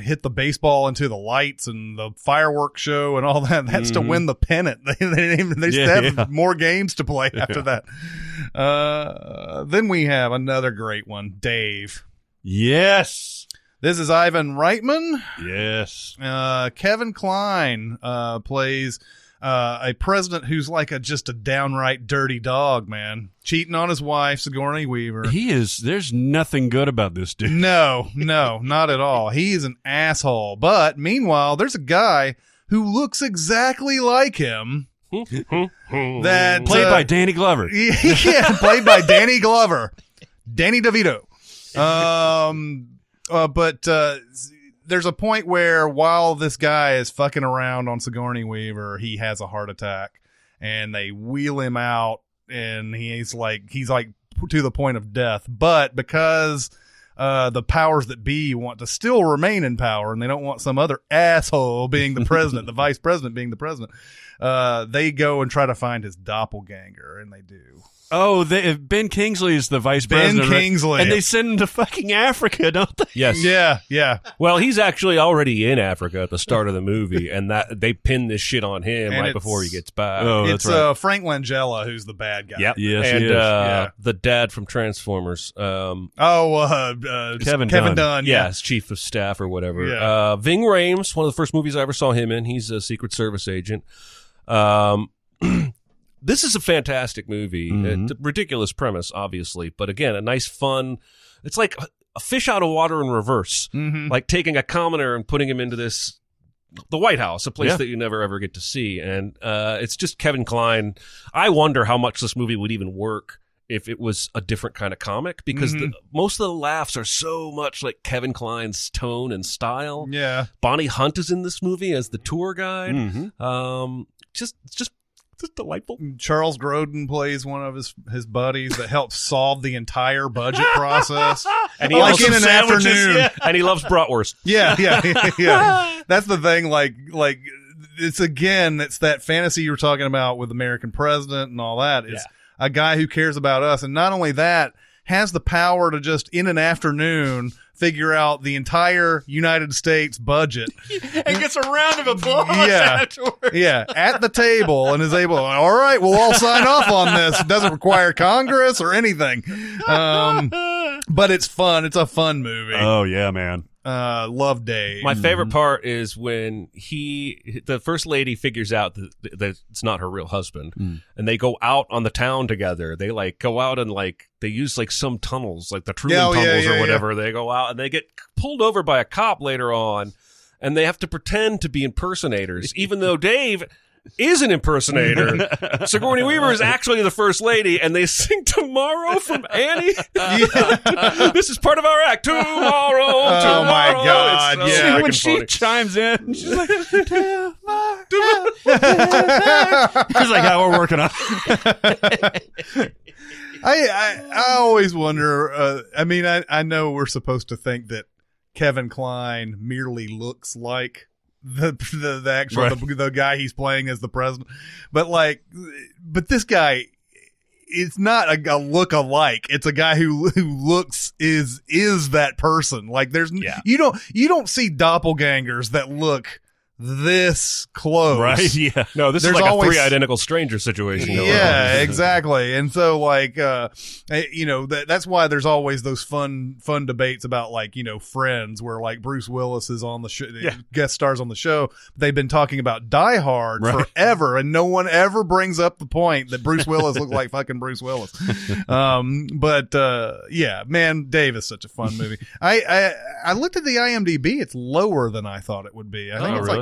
hit the baseball into the lights and the fireworks show and all that that's to win the pennant they, they, didn't even- they
Mm-hmm. Yeah,
still have
yeah.
more games to play after that uh then we have another great one dave
Yes.
this is ivan reitman
Yes.
uh, Kevin Klein uh, plays uh, a president who's like a just a downright dirty dog, man, cheating on his wife, Sigourney Weaver.
He is. There's nothing good about this dude.
No, no, not at all. He's an asshole. But meanwhile, there's a guy who looks exactly like him.
Mm.
that
Played
uh,
by Danny Glover.
yeah, played by Danny Glover, Danny DeVito. Um, uh, but uh, there's a point where while this guy is fucking around on Sigourney Weaver, he has a heart attack, and they wheel him out, and he's like he's like to the point of death. But because uh, the powers that be want to still remain in power, and they don't want some other asshole being the president, the vice president being the president. Uh, they go and try to find his doppelganger, and they do.
Oh, they, Ben Kingsley is the vice
Ben
president. right?
Kingsley.
And they send him to fucking Africa, don't they?
Yes.
Yeah, yeah.
Well, he's actually already in Africa at the start of the movie, and that they pin this shit on him
And
right
it's-
before he gets back.
Oh,
it's
that's right.
uh, Frank Langella who's the bad guy.
Yep.
Yes, he
and
is.
Uh,
Yeah.
the dad from Transformers. Um,
Oh, uh, uh,
Kevin Dunn.
Kevin Dunn.
yeah,
Yeah.
as chief of staff or whatever.
Yeah.
Uh, Ving Rhames, one of the first movies I ever saw him in. He's a Secret Service agent. Um, this is a fantastic movie.
Mhm.
It's a ridiculous premise, obviously, but again, a nice, fun. It's like a fish out of water in reverse,
Mhm.
like taking a commoner and putting him into this the White House, a place
Yeah.
that you never ever get to see. And uh, it's just Kevin Klein. I wonder how much this movie would even work if it was a different kind of comic because the, most of the laughs are so much like Kevin Klein's tone and style.
Yeah.
Bonnie Hunt is in this movie as the tour guide. Um, just, it's just, just delightful.
Charles Grodin plays one of his his buddies that helps solve the entire budget process.
And he
Like
also
in an
sandwiches-
afternoon.
yeah, and he loves bratwurst.
Yeah, yeah, yeah. That's the thing. Like, like it's again, it's that fantasy you were talking about with American president and all that. Is a guy who cares about us, and not only that, has the power to just in an afternoon figure out the entire United States budget.
and gets a round of applause
Yeah.
afterwards.
yeah, at the table, and is able. All right, we'll all sign off on this. It doesn't require Congress or anything. Um, but it's fun. It's a fun movie.
Oh yeah, man.
Uh, Love Day.
My favorite part is when he, the first lady, figures out that, that it's not her real husband, and they go out on the town together. They like go out and like they use like some tunnels, like the Truman
Yeah, oh, yeah,
tunnels
yeah,
or whatever. They go out and they get pulled over by a cop later on, and they have to pretend to be impersonators, even though Dave. Is an impersonator. Sigourney Weaver is actually the first lady, and they sing "Tomorrow" from Annie. this is part of our act. Tomorrow,
Oh my
tomorrow.
God,
It's
yeah.
freaking
when she
funny.
chimes in, she's like,
It's like how we're working on.
I, I I always wonder. Uh, I mean, I I know we're supposed to think that Kevin Klein merely looks like the the, the actual
Right.
the, the guy he's playing as the president, but like, but this guy. It's not a, a look alike. It's a guy who who looks is is that person. Like there's n-
Yeah.
you don't you don't see doppelgangers that look this close.
Right? Yeah.
No, this
There's
is like
always-
a three identical stranger situation. going
yeah
on.
exactly and so like uh eh, you know that, that's why there's always those fun fun debates about like you know friends where like bruce willis is on the show guest stars on the show they've been talking about die hard
Right.
forever and no one ever brings up the point that bruce willis looks like fucking bruce willis um but uh yeah man dave is such a fun movie I, I i looked at the imdb it's lower than i thought it would be i think
Oh,
it's
really?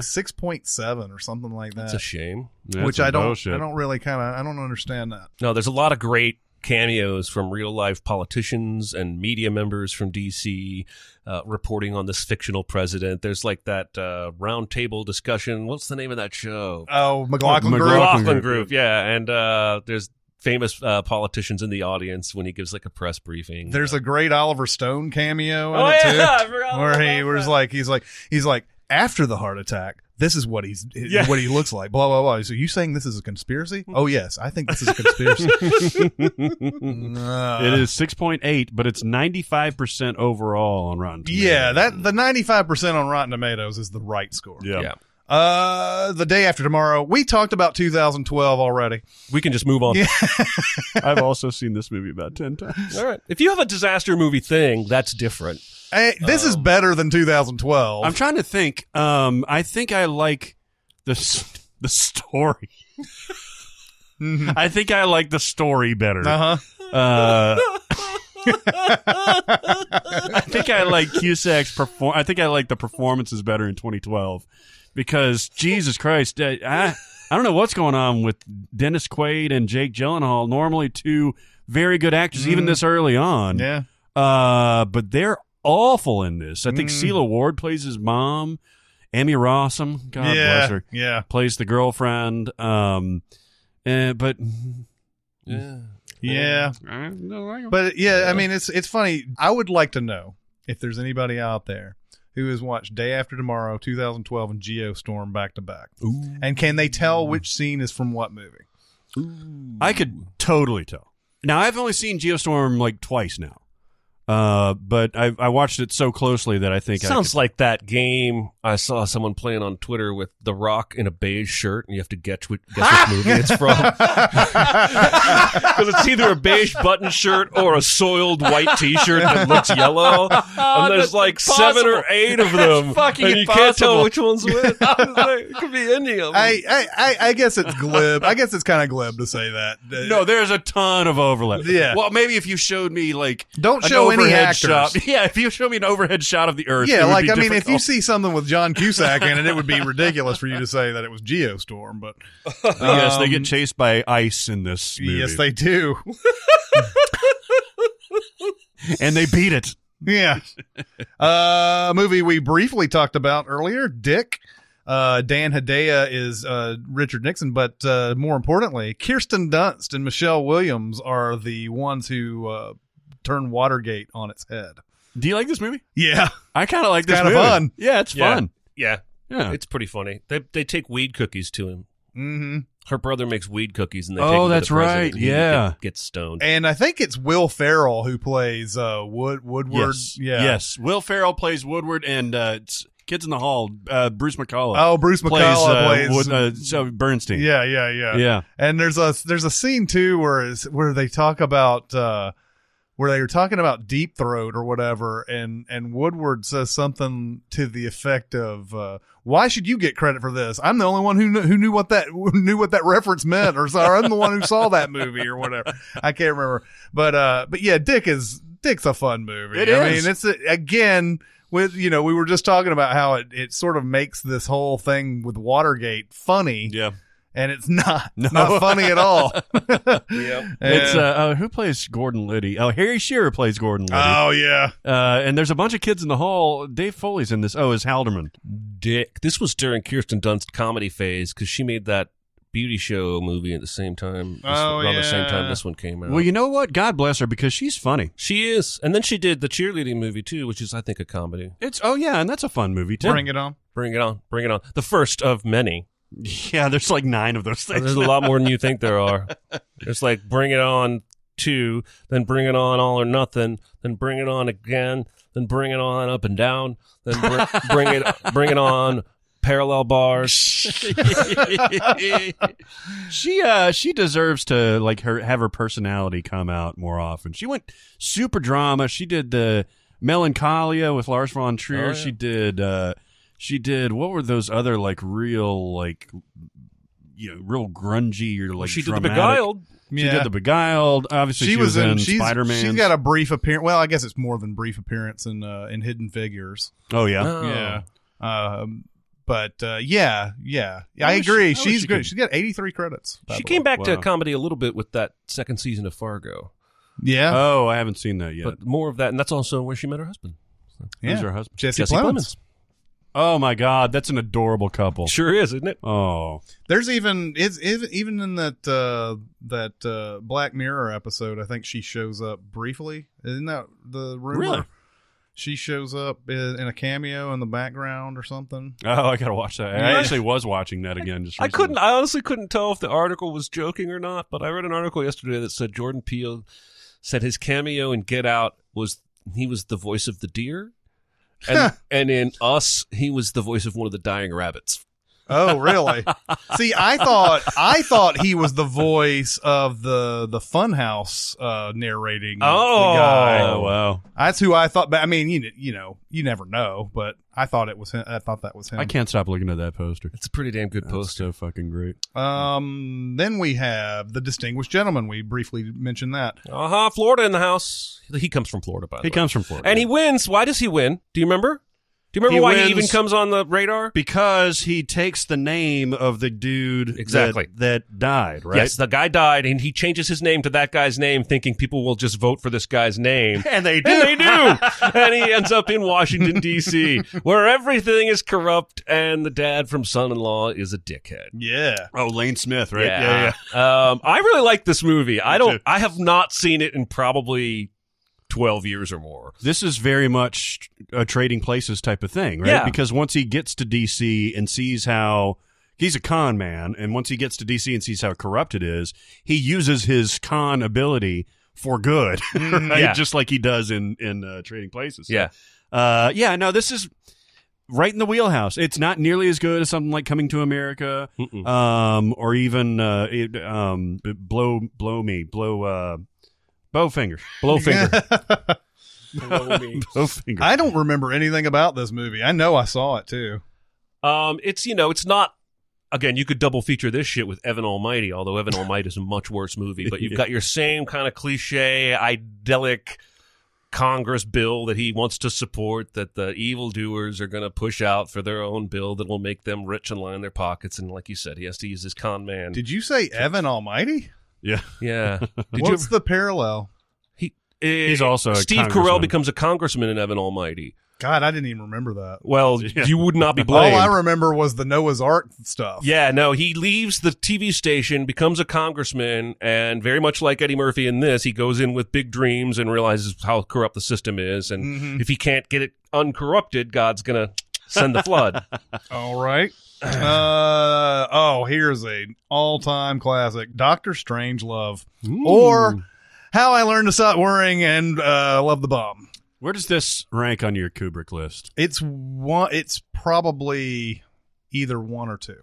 like 6.7 or something like that
It's a shame.
which I don't, I don't really kind of, I don't understand that.
No, there's a lot of great cameos from real life politicians and media members from DC uh, reporting on this fictional president. There's like that uh, round table discussion. What's the name of that show?
Oh, McLaughlin
Oh,
Group.
McLaughlin.
Laughlin Group. Yeah, and uh, there's famous uh, politicians in the audience when he gives like a press briefing.
There's a great Oliver Stone cameo in
Oh,
it
yeah, I
too,
forgot
where
about
he was
that.
like, he's like, he's like, after the heart attack, this is what he's, what he looks like. Blah blah blah. So you saying this is a conspiracy? Oh yes, I think this is a conspiracy. Uh,
It is six point eight, but it's ninety five percent overall on Rotten. Tomatoes.
Yeah, that the 95 percent on Rotten Tomatoes is the right score.
Yeah.
Yeah.
Uh, the day after tomorrow, we talked about 2012 already.
we can just move on.
I've also seen this movie about ten times.
All right. If you have a disaster movie thing, that's different.
Hey, Eh, this
Oh.
is better than 2012.
I'm trying to think. Um, I think I like the s- the story. I think I like the story better.
uh huh.
Uh, I think I like Cusack's perform. I think I like the performances better in 2012 because Jesus Christ, I I, I don't know what's going on with Dennis Quaid and Jake Gyllenhaal. Normally, two very good actors, even this early on.
Yeah.
Uh, but they're awful in this. I think
Hmm.
Celia Ward plays his mom. Amy Rossum, God
yeah.
bless her,
Yeah.
plays the girlfriend. Um, eh, but
Yeah.
Yeah.
I don't like 'em.
But yeah, I mean, it's it's funny. I would like to know if there's anybody out there who has watched Day After Tomorrow, 2012, and Geostorm back to back, and can they tell which scene is from what movie?
I could totally tell. Now I've only seen Geostorm like twice now, uh, but I, I watched it so closely that I think I
Sounds like that game I saw someone playing on Twitter with The Rock in a beige shirt, and you have to guess which, guess which movie it's from. Because it's either a beige button shirt or a soiled white T-shirt that looks yellow, and there's
that's
like seven
impossible.
or eight of them,
That's fucking
and you can't tell
impossible.
which one's which. I was like, it could be any of them.
I I, I, I guess it's glib. I guess it's kind of glib to say that.
could. no. There's a ton of overlap.
Yeah.
Well, maybe if you showed me like
Don't
an
show any
overhead
actors.
shot. Yeah, if you show me an overhead shot of the Earth. it
Yeah,
would
like
be
I mean, if you
difficult.
see something with John Cusack in it, it would be ridiculous for you to say that it was Geostorm. But
Oh, yes, they
um,
get chased by ice in this movie.
Yes, they do.
and they beat it.
yeah. Uh, a movie we briefly talked about earlier, Dick. Uh, Dan Hedaya is uh, Richard Nixon, but uh, more importantly, Kirsten Dunst and Michelle Williams are the ones who uh, turn Watergate on its head.
Do you like this movie?
Yeah.
I kind of like this
kinda
movie.
fun.
Yeah, it's
Yeah.
fun.
Yeah,
Yeah.
it's pretty funny. They they take weed cookies to him.
Mm-hmm.
Her brother makes weed cookies, and they
Oh,
take 'em to
that's
the president,
right,
and he
yeah.
get- gets stoned.
And I think it's Will Farrell who plays uh, Wood Woodward.
Yes.
Yeah.
Yes. Will Ferrell plays Woodward and uh, it's Kids in the Hall. Uh, Bruce McCullough
Oh, Bruce
plays,
McCullough
uh,
plays.
Wood- uh, so Bernstein.
yeah, yeah, yeah,
Yeah.
And there's a there's a scene too where is where they talk about uh, where they were talking about deep throat or whatever, and and Woodward says something to the effect of, uh, "Why should you get credit for this? I'm the only one who knew, who knew what that who knew what that reference meant, or, so- or I'm the one who saw that movie or whatever. I can't remember, but uh, but yeah, Dick is Dick's a fun movie.
It
I
is.
mean, it's a, again. With you know, we were just talking about how it, it sort of makes this whole thing with Watergate funny
Yeah.
and it's not
No.
not funny at all.
Yeah.
It's uh,
And-
uh, who plays Gordon Liddy? Oh, Harry Shearer plays Gordon Liddy.
oh yeah,
Uh, and there's a bunch of kids in the hall. Dave Foley's in this. Oh, is Haldeman?
Dick. This was during Kirsten Dunst's comedy phase because she made that beauty show movie at the same time. This,
Oh,
around the same time
yeah.
this one came out.
Well, you know what? God bless her because she's funny.
she is, and then she did the cheerleading movie too, which is I think a comedy.
It's oh yeah, and that's a fun movie too.
bring it on.
Bring it on, bring it on. The first of many.
Yeah, there's like nine of those things.
There's a lot more than you think there are. It's like bring it on two, then bring it on all or nothing, then bring it on again, then bring it on up and down, then br- bring it bring it on parallel bars.
she uh she deserves to like her have her personality come out more often. She went super drama. She did the Melancholia with Lars von Trier.
Oh, yeah.
She did uh she did what were those other like real like you know real grungy or like
she did the
dramatic-
beguiled.
She
Yeah.
did the Beguiled. Obviously, she, was, in,
she's-
Spider Man.
She's got a brief appearance. Well, I guess it's more than brief appearance in uh, in Hidden Figures.
oh yeah.
Oh.
Um, but uh, yeah, yeah, Yeah, I
I wish- I
agree.
wish
she's
she
good.
could-
She's got eighty three credits. by
She
the
came
way.
back to
Wow.
comedy a little bit with that second season of Fargo,
Yeah,
Oh, I haven't seen that yet.
but more of that, and that's also where she met her husband,
yeah.
Who's her husband?
Jesse,
Jesse
Plemons.
Plemons.
Oh my God, that's an adorable couple.
Sure is, isn't it?
Oh,
There's even it's, it's even in that uh, that uh, Black Mirror episode. I think she shows up briefly. Isn't that the rumor?
Really?
She shows up in, in a cameo in the background or something.
oh, I gotta watch that. I
Yeah.
actually was watching that again. Just
I
recently.
couldn't. I honestly couldn't tell if the article was joking or not. But I read an article yesterday that said Jordan Peele said his cameo in Get Out was he was the voice of the deer, and, and in Us he was the voice of one of the dying rabbits.
Oh, really? See, I thought I thought he was the voice of the the Funhouse uh, narrating. the
Oh.
Oh
guy.
wow!
that's who I thought. But I mean, you kn- you know, you never know. But I thought it was him. I thought that was him.
I can't stop looking at that poster.
It's a pretty damn good
That's
poster.
so fucking great.
Um, then we have the distinguished gentleman. We briefly mentioned that.
Uh huh. Florida in the house. He comes from Florida, by the
He
way.
comes from Florida,
and he wins. Why does he win? Do you remember? Do you remember
He
why
wins-
he even comes on the radar?
because he takes the name of the dude
Exactly.
that, that died, right?
Yes, the guy died, and he changes his name to that guy's name, thinking people will just vote for this guy's name.
and they do.
And they do. and he ends up in Washington, D.C., where everything is corrupt and the dad from son in law is a dickhead.
Yeah.
Oh, Lane Smith, right?
yeah. Um, I really like this movie. I
too.
don't, I have not seen it in probably 12 years or more.
This is very much a trading places type of thing, right?
Yeah.
Because once he gets to DC and sees how he's a con man, and once he gets to DC and sees how corrupt it is, he uses his con ability for good, right?
Mm, yeah.
Just like he does in in uh, trading places.
Yeah.
Uh, yeah. No, this is right in the wheelhouse. It's not nearly as good as something like Coming to America,
Mm-mm.
um, or even uh, it, um, blow blow me blow uh, Bowfinger
Blowfinger.
Bowfinger.
I don't remember anything about this movie. I know I saw it too.
um, it's, you know, it's not. Again, you could double feature this shit with Evan Almighty, although Evan Almighty is a much worse movie. But you've got your same kind of cliche, idyllic Congress bill that he wants to support that the evildoers are going to push out for their own bill that will make them rich and line their pockets. And like you said, he has to use his con man.
Did you say Evan Almighty?
Yeah.
yeah. Did you
What's
ever-
the parallel?
he,
He's also a
Steve
congressman.
Carell becomes a congressman in Evan Almighty.
God, I didn't even remember that.
Well,
Yeah.
you would not be
All
blamed.
Oh, I remember was the Noah's Ark stuff.
Yeah, no, he leaves the TV station, becomes a congressman, and very much like Eddie Murphy in this, he goes in with big dreams and realizes how corrupt the system is. And
Mm-hmm.
if he can't get it uncorrupted, God's going to send the flood.
All right. uh oh, here's a all-time classic, Doctor Strange Love, or How I Learned to Stop Worrying and uh, Love the Bomb.
Where does this rank on your Kubrick list?
It's one. It's probably either one or two.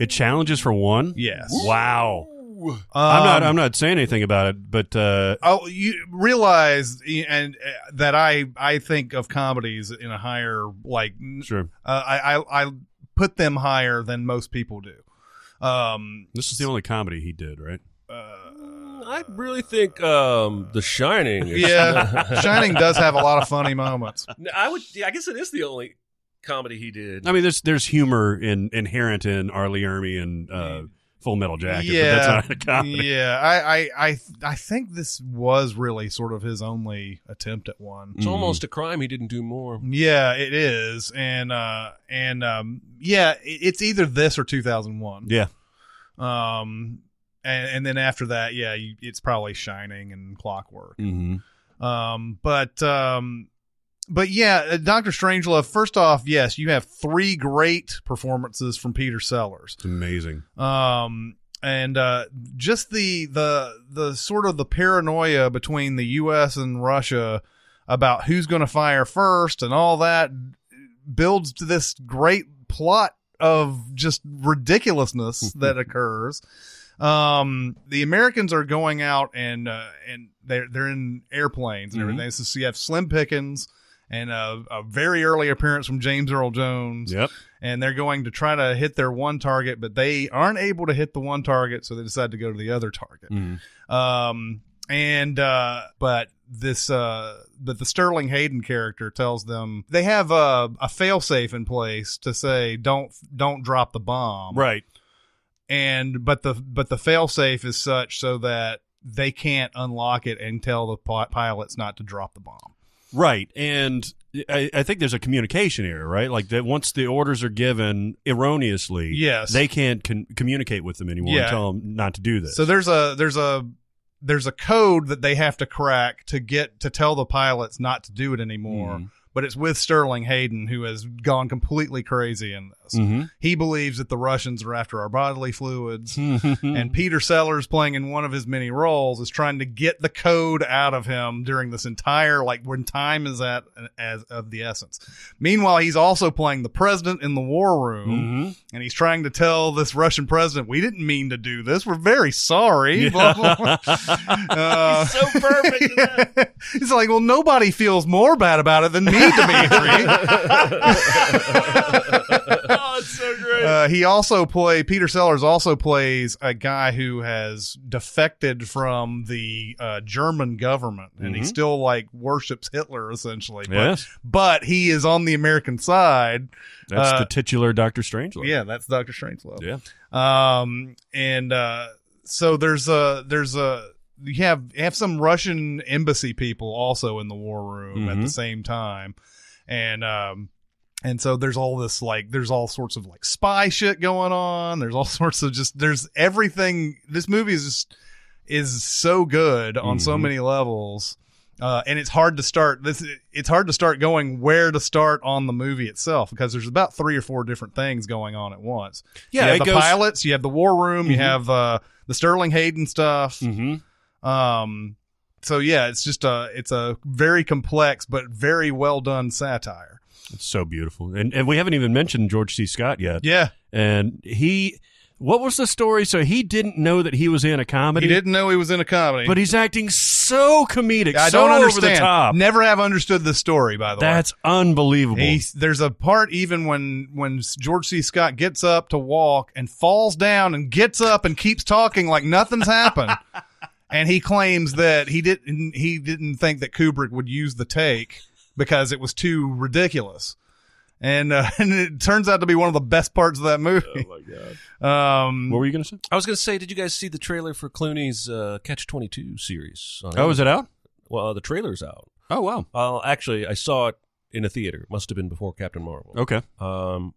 It challenges for one.
Yes.
Wow.
Um,
I'm not. I'm not saying anything about it, but uh,
Oh, you realize y- and uh, that I I think of comedies in a higher like n-
sure.
uh, I, I I put them higher than most people do. Um, uh,
This is the only comedy he did, right?
Mm, I really think um, The Shining. Is,
yeah, Shining does have a lot of funny moments.
I would. I guess it is the only comedy he did.
I mean, there's there's humor in inherent in Arlie Ermy and uh, Full Metal Jacket,
yeah,
but that's not a comedy.
yeah. I, I I I think this was really sort of his only attempt at one.
it's almost
Mm.
a crime he didn't do more.
Yeah, it is, and uh, and um, yeah, it- it's either this or two thousand one.
Yeah.
Um, and, and then after that, yeah, you, it's probably Shining and Clockwork.
Mm-hmm.
Um, but um, but yeah, uh, Doctor Strangelove. First off, yes, you have three great performances from Peter Sellers.
It's amazing.
Um, and uh, just the the the sort of the paranoia between the U.S. and Russia about who's going to fire first and all that builds to this great plot of just ridiculousness that occurs. Um, the Americans are going out and uh, and they're they're in airplanes and everything. So you have Slim Pickens and a, a very early appearance from James Earl Jones
Yep.
and they're going to try to hit their one target, but they aren't able to hit the one target, so they decide to go to the other target. Um, and uh, but this uh, but the Sterling Hayden character tells them they have a, a failsafe in place to say don't don't drop the bomb,
Right.
And but the but the failsafe is such so that they can't unlock it and tell the pi- pilots not to drop the bomb.
Right, and I, I think there's a communication error, right? Like that once the orders are given erroneously,
Yes.
they can't con- communicate with them anymore
Yeah.
and tell them not to do this.
So there's a there's a there's a code that they have to crack to get to tell the pilots not to do it anymore.
Mm-hmm.
But it's with Sterling Hayden who has gone completely crazy in this.
Mm-hmm.
He believes that the Russians are after our bodily
Hmm.
fluids,
Mm-hmm.
Mm-hmm.
and Peter Sellers, playing in one of his many roles, is trying to get the code out of him during this entire like when time is at as of the essence. Meanwhile, he's also playing the president in the war room
Mm-hmm.
and he's trying to tell this Russian president, "We didn't mean to do this. We're very sorry." Blah, blah, blah. Uh,
So perfect.
he's like, "Well, nobody feels more bad about it than me, Dimitri."
oh, it's so great.
uh, he also play Peter Sellers also plays a guy who has defected from the uh, German government, and he still like worships Hitler essentially. But,
Yes.
but he is on the American side.
That's
uh,
the titular Doctor Strange.
Yeah, that's Doctor Strangelove.
yeah.
um and uh so there's a there's a you have you have some russian embassy people also in the war room at the same time and um and so there's all this like there's all sorts of like spy shit going on there's all sorts of just there's everything this movie is just is so good on so many levels uh, and it's hard to start this it's hard to start going where to start on the movie itself because there's about three or four different things going on at once
Yeah,
you have
it
the
goes- Mm-hmm.
pilots you have the war room you have uh, the sterling hayden stuff
hmm
um so yeah it's just a it's a very complex but very well done satire
It's so beautiful, and and we haven't even mentioned George C. Scott yet.
yeah
and he, what was the story? So he didn't know that he was in a comedy.
he didn't know he was in a comedy
but he's acting so comedic.
i
so
don't
Over the
understand
top.
never have understood this story by the way
That's unbelievable.
He's, there's a part even when when George C. Scott gets up to walk and falls down and gets up and keeps talking like nothing's happened. and he claims that he didn't he didn't think that Kubrick would use the take because it was too ridiculous. And, uh, and it turns out to be one of the best parts of that movie.
Oh, my god.
Um,
What were you gonna say?
I was going to say, did you guys see the trailer for Clooney's uh, Catch 22 series? on
Oh,
Amazon?
is it out?
Well, the trailer's out.
Oh wow.
Well, actually, I saw it in a theater. It must have been before Captain Marvel.
Okay.
Um,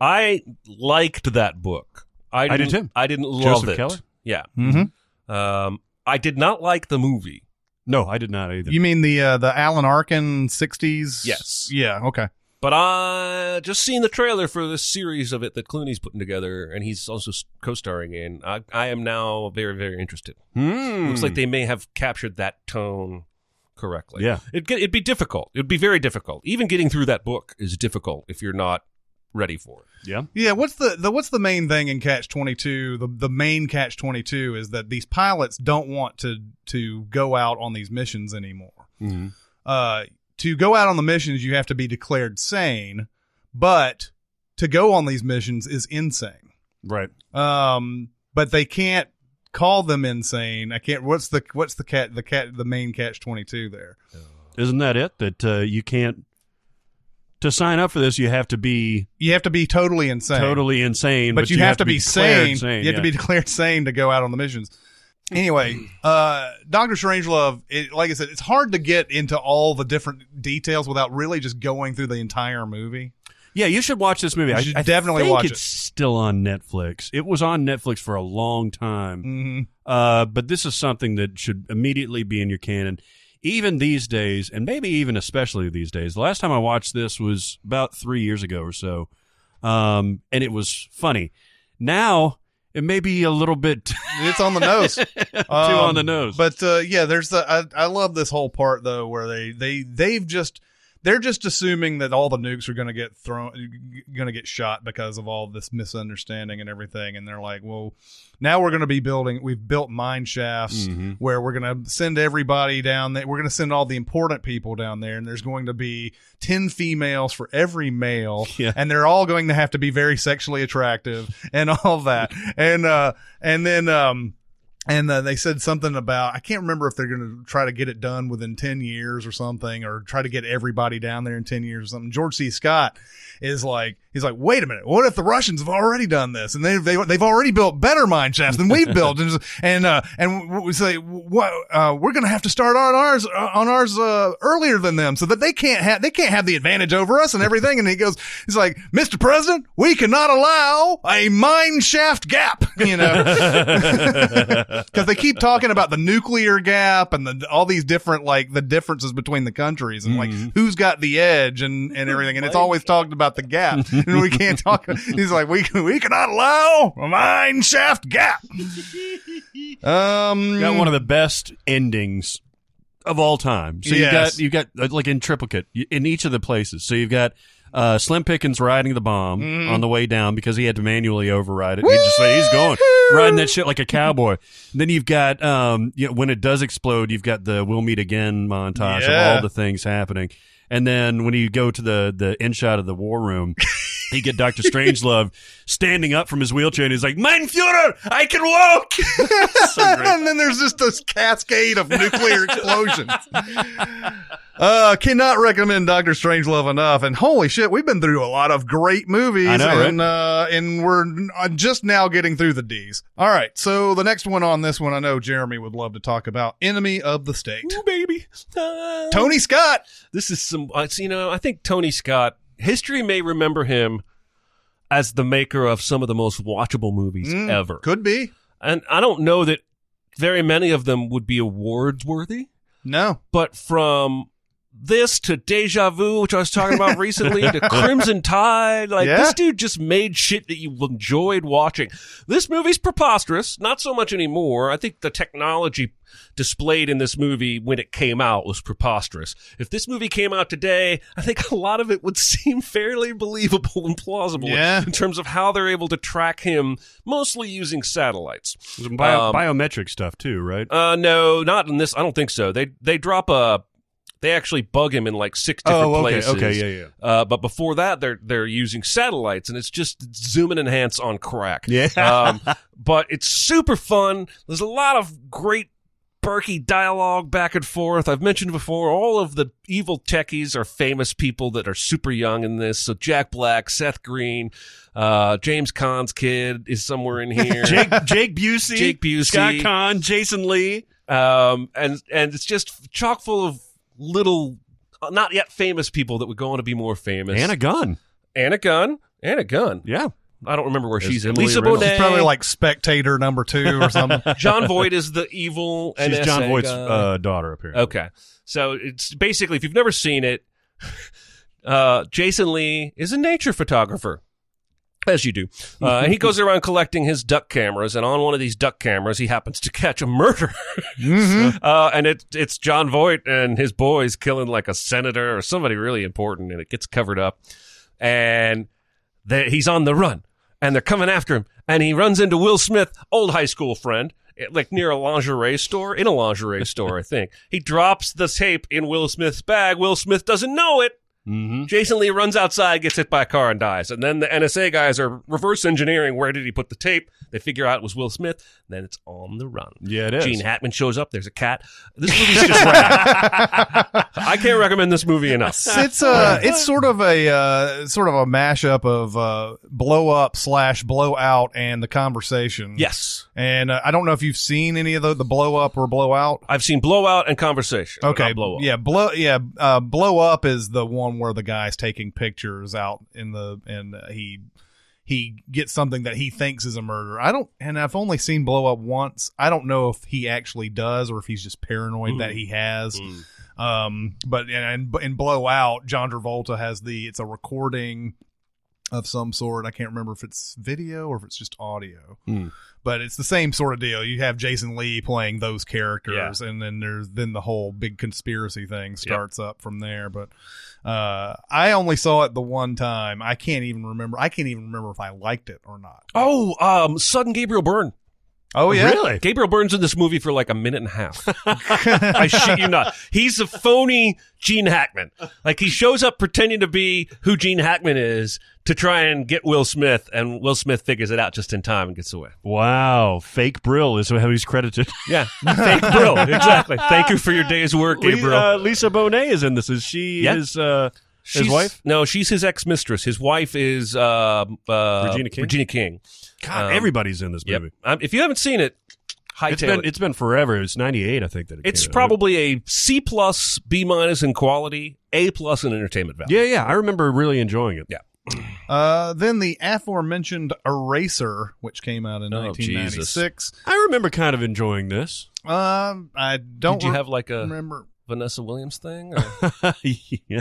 I liked that book. I
I
didn't,
did too.
I didn't love
Joseph
it.
Keller?
Yeah.
mhm.
Mm-hmm.
Um, I did not like the movie.
No, I did not either.
You mean the uh, the Alan Arkin '60s?
Yes.
Yeah. Okay.
But I just seen the trailer for this series of it that Clooney's putting together, and he's also s- co-starring in. I, I am now very, very interested.
Hmm.
Looks like they may have captured that tone correctly.
Yeah.
it, it'd be difficult. It'd be very difficult. Even getting through that book is difficult if you're not ready for it.
yeah.
Yeah, what's the, the what's the main thing in Catch twenty two? The the main Catch twenty two is that these pilots don't want to to go out on these missions anymore.
Mhm.
Uh, to go out on the missions, you have to be declared sane, but to go on these missions is insane.
Right.
Um, but they can't call them insane. I can't. What's the what's the cat the cat the main Catch twenty two there?
Isn't that it? That uh, you can't to sign up for this, you have to be
You have to be totally insane.
totally insane,
but, you, have, to be,
declared
sane. You have to be
yeah.
declared sane to go out on the missions. Anyway, uh, Doctor Strangelove, it, like I said, it's hard to get into all the different details without really just going through the entire movie.
Yeah, you should watch this movie.
You
I
should
I
definitely
think
watch
it's
it.
still on Netflix. It was on Netflix for a long time.
Mm-hmm.
Uh, but this is something that should immediately be in your canon. Even these days, and maybe even especially these days, the last time I watched this was about three years ago or so, um, and it was funny. Now it may be a little bit
It's on the nose,
too
Um,
on the nose.
But uh, yeah, there's the. I, I love this whole part though, where they they they've just they're just assuming that all the nukes are going to get thrown, going to get shot because of all this misunderstanding and everything, and they're like, well, now we're going to be building. We've built mine shafts where we're going to send everybody down there. We're going to send all the important people down there, and there's going to be ten females for every male,
Yeah.
and they're all going to have to be very sexually attractive and all that, and uh, and then um and uh, they said something about I can't remember if they're going to try to get it done within ten years or something, or try to get everybody down there in ten years or something. George C. Scott is like, he's like, wait a minute, what if the Russians have already done this and they they they've already built better mine shafts than we've built, and and uh, and w- we say what uh, we're going to have to start on ours uh, on ours uh, earlier than them, so that they can't have they can't have the advantage over us and everything. And he goes, he's like, Mr. President, we cannot allow a mine shaft gap, you know. because they keep talking about the nuclear gap and the, all these different like the differences between the countries and
Mm-hmm.
like who's got the edge and, and everything and it's always talked about the gap and we can't talk he's like we we cannot allow a mine shaft gap um
got one of the best endings of all time. So
Yes.
you got you got uh, like in triplicate y- in each of the places. So you've got uh, Slim Pickens riding the bomb
Mm-hmm.
on the way down because he had to manually override it. He just say he's going riding that shit like a cowboy. then you've got um, you know, when it does explode, you've got the "We'll Meet Again" montage
Yeah.
of all the things happening. And then when you go to the the end shot of the war room, you get Doctor Strangelove standing up from his wheelchair and he's like, "Mein Führer, I can walk."
and then there's just this cascade of nuclear explosions. Uh, cannot recommend Doctor Strangelove enough. And holy shit, we've been through a lot of great movies,
I know, right?
and uh, and we're uh, just now getting through the D's. All right, so the next one on this one, I know Jeremy would love to talk about Enemy of the State.
Baby. Ah.
Tony Scott.
this is some uh, you know i think tony scott history may remember him as the maker of some of the most watchable movies
Mm,
ever
Could be.
and i don't know that very many of them would be awards worthy
No.
but from this to deja vu which i was talking about recently to crimson tide like
Yeah.
this dude just made shit that you enjoyed watching this movie's preposterous not so much anymore i think the technology displayed in this movie when it came out was preposterous if this movie came out today i think a lot of it would seem fairly believable and plausible
Yeah.
in terms of how they're able to track him mostly using satellites
Some bio-
Um,
biometric stuff too, right?
uh, no, not in this. I don't think so. They they drop a. They actually bug him in like six different
oh, okay,
places.
okay, yeah, yeah.
Uh, but before that, they're they're using satellites, and it's just zoom and enhance on crack.
Yeah.
Um, but it's super fun. There's a lot of great Berkey dialogue back and forth. I've mentioned before, all of the evil techies are famous people that are super young in this. So Jack Black, Seth Green, uh, James Kahn's kid is somewhere in here.
Jake Jake Busey,
Jake Busey.
Scott Kahn, Jason Lee.
um, and and it's just chock full of little, not yet famous people that would go on to be more famous.
And a gun.
Anna Gunn, Anna Gunn.
Yeah.
I don't remember where she's in.
Emily
Lisa
Reynolds.
Bonet.
She's probably like spectator number two or something.
John Voight is the evil.
She's
NSA
John Voight's
guy.
uh, daughter, apparently.
Okay. So it's basically, if you've never seen it, uh, Jason Lee is a nature photographer, as you do. Uh, and he goes around collecting his duck cameras, and on one of these duck cameras, he happens to catch a murder. uh, and it, it's John Voight and his boys killing like a senator or somebody really important, and it gets covered up. And that he's on the run and they're coming after him and he runs into will smith old high school friend at, like near a lingerie store in a lingerie store i think he drops the tape in will smith's bag will smith doesn't know it
Mm-hmm.
jason lee runs outside gets hit by a car and dies and then the nsa guys are reverse engineering where did he put the tape they figure out it was will smith and then it's on the run
Yeah, it is.
Gene Hackman shows up. There's a cat. This movie's just rad. I can't recommend this movie enough.
it's uh it's sort of a uh sort of a mashup of uh blow up slash blowout and the conversation
Yes,
and uh, i don't know if you've seen any of the, the blow up or blowout
I've seen Blowout and Conversation. but
okay
not blow up.
yeah blow yeah uh blow up is the one where the guy's taking pictures out in the and uh, he he gets something that he thinks is a murder i don't and i've only seen blow up once i don't know if he actually does or if he's just paranoid
Hmm.
that he has um but and in blow out john travolta has the it's a recording of some sort i can't remember if it's video or if it's just audio
Hmm.
but it's the same sort of deal you have jason lee playing those characters and then there's then the whole big conspiracy thing starts up from there but uh i only saw it the one time i can't even remember i can't even remember if i liked it or not
Oh, um, sudden Gabriel Byrne.
oh yeah
Gabriel Byrne's in this movie for like a minute and a half. I shit you not. He's a phony Gene Hackman. Like he shows up pretending to be who Gene Hackman is to try and get Will Smith, and Will Smith figures it out just in time and gets away.
Wow. Fake Brill is how he's credited.
Yeah, fake Brill. Exactly. Thank you for your day's work, Gabriel.
Le- uh, Lisa Bonet is in this. Is she
Yeah.
his, uh, his
She's-
wife?
No, she's his ex mistress. His wife is um, uh,
Regina King?
Regina King.
God,
Um,
everybody's in this
Yep.
movie.
Um, if you haven't seen it, hightail
It's been
it.
it's been forever. It's ninety eight, I think that it
It's
came out.
probably a C plus, B minus in quality, A plus in entertainment value.
Yeah, yeah. I remember really enjoying it.
Yeah.
Uh, then the aforementioned Eraser, which came out in
Oh,
1996.
I remember kind of enjoying this.
Um, I don't.
Did you
re-
have like a
remember?
Vanessa Williams thing? or-
yeah.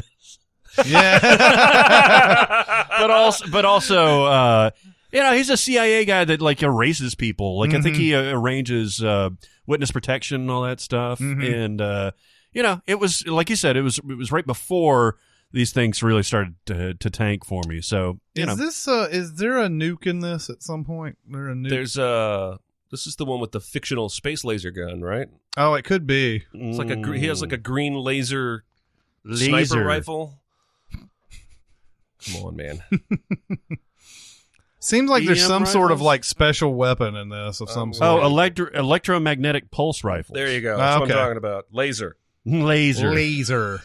Yeah.
But also, but also, uh, you know, he's a CIA guy that like erases people. Like I think he uh, arranges uh, witness protection and all that stuff.
Mm-hmm.
And uh, you know, it was like you said, it was it was right before these things really started to, to tank for me. So you know,
is this uh? Is there a nuke in this at some point? There a nuke?
There's uh This is the one with the fictional space laser gun, right?
oh, it could be.
It's like a gr- he has like a green laser,
Mm. Laser.
sniper rifle. Come on, man!
Seems like there's
EM
some sort of
E rifles?
like special weapon in this of some sort.
oh electro electromagnetic pulse rifle.
There you go. That's what I'm
Okay.
talking about. Laser.
laser.
laser.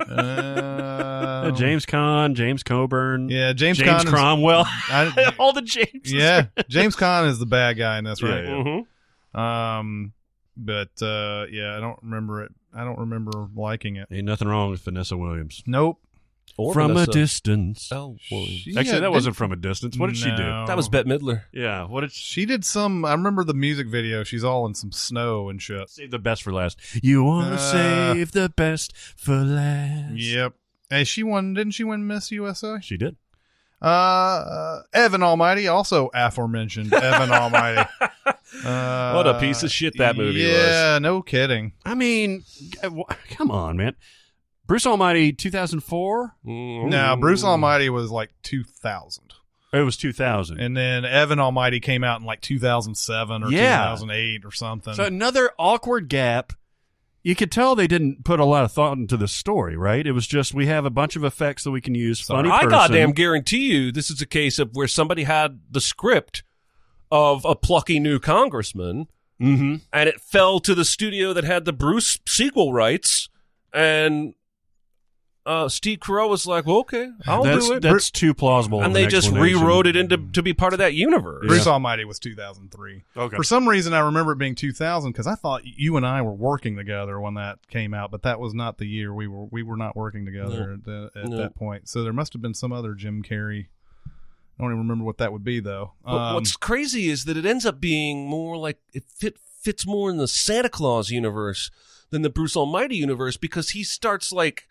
Uh,
Uh,
James Caan, James Coburn,
Yeah, James,
James
Caan is-
Cromwell,
I-
all the James.
yeah, James Conn is the bad guy in this,
Yeah,
right?
yeah.
Mm-hmm.
Um, but uh, yeah, I don't remember it. I don't remember liking it.
Ain't nothing wrong with Vanessa Williams.
Nope.
from a distance.
She
Oh, Actually,
had-
that wasn't from a distance. What did she do?
No.
Oh, That was Bette Midler.
Yeah, what did she
She did some. I remember the music video. She's all in some snow and shit.
save the best for last? You wanna
Uh,
save the best for last?
Yep. Hey, she won. Didn't she win Miss USA?
she did.
Uh, Evan Almighty, also aforementioned Evan Almighty. Uh,
What a piece of shit that movie
yeah, Yeah, no kidding.
I mean, g- w- come on, man. Bruce Almighty, two thousand four.
Mm.
Now Bruce Almighty was like 2000,
It was two thousand.
and then Evan Almighty came out in like 2007 or
Yeah.
2008 or something.
So another awkward gap. You could tell they didn't put a lot of thought into the story, right? It was just we have a bunch of effects that we can use. Funny
I
person.
goddamn guarantee you this is a case of where somebody had the script of a plucky new congressman
Mm-hmm.
and it fell to the studio that had the Bruce sequel rights. And uh, Steve Carell was like, "Well, okay, I'll
that's,
do it."
That's too plausible. of
and
an
they just
explanation.
rewrote it into to be part of that universe.
Bruce Almighty was 2003.
Okay.
For some reason, I remember it being 2000 because I thought you and I were working together when that came out, but that was not the year we were. We were not working together at, the, at
No.
that point. So there must have been some other Jim Carrey. I don't even remember what that would be though.
But
Um,
what's crazy is that it ends up being more like it fit, fits more in the Santa Claus universe than the Bruce Almighty universe because he starts like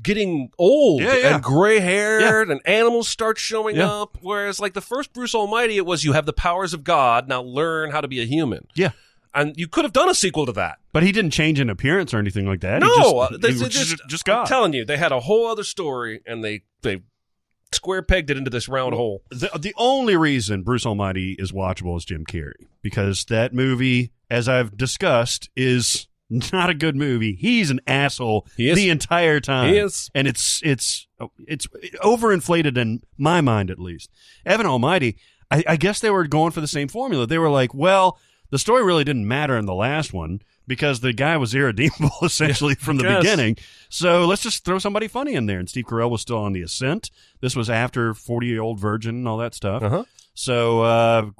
getting old
Yeah, yeah.
and gray haired and animals start showing
Yeah.
up. Whereas like the first Bruce Almighty, it was you have the powers of God, now learn how to be a human.
Yeah.
And you could have done a sequel to that.
But he didn't change in appearance or anything like that. he
No, uh,
just,
they-
he
they
was just,
just-
just
I'm
got.
telling you, they had a whole other story and they they square pegged it into this round hole.
the, the only reason Bruce Almighty is watchable is Jim Carrey because that movie, as I've discussed, is not a good movie. He's an asshole
He is.
the entire time.
He is.
and it's it's it's overinflated in my mind at least. Evan Almighty, I, I guess they were going for the same formula. They were like, well, the story really didn't matter in the last one because the guy was irredeemable essentially from the
Yes.
beginning. So let's just throw somebody funny in there. And Steve Carell was still on the ascent. This was after Forty Year Old Virgin and all that stuff.
Uh-huh.
So uh,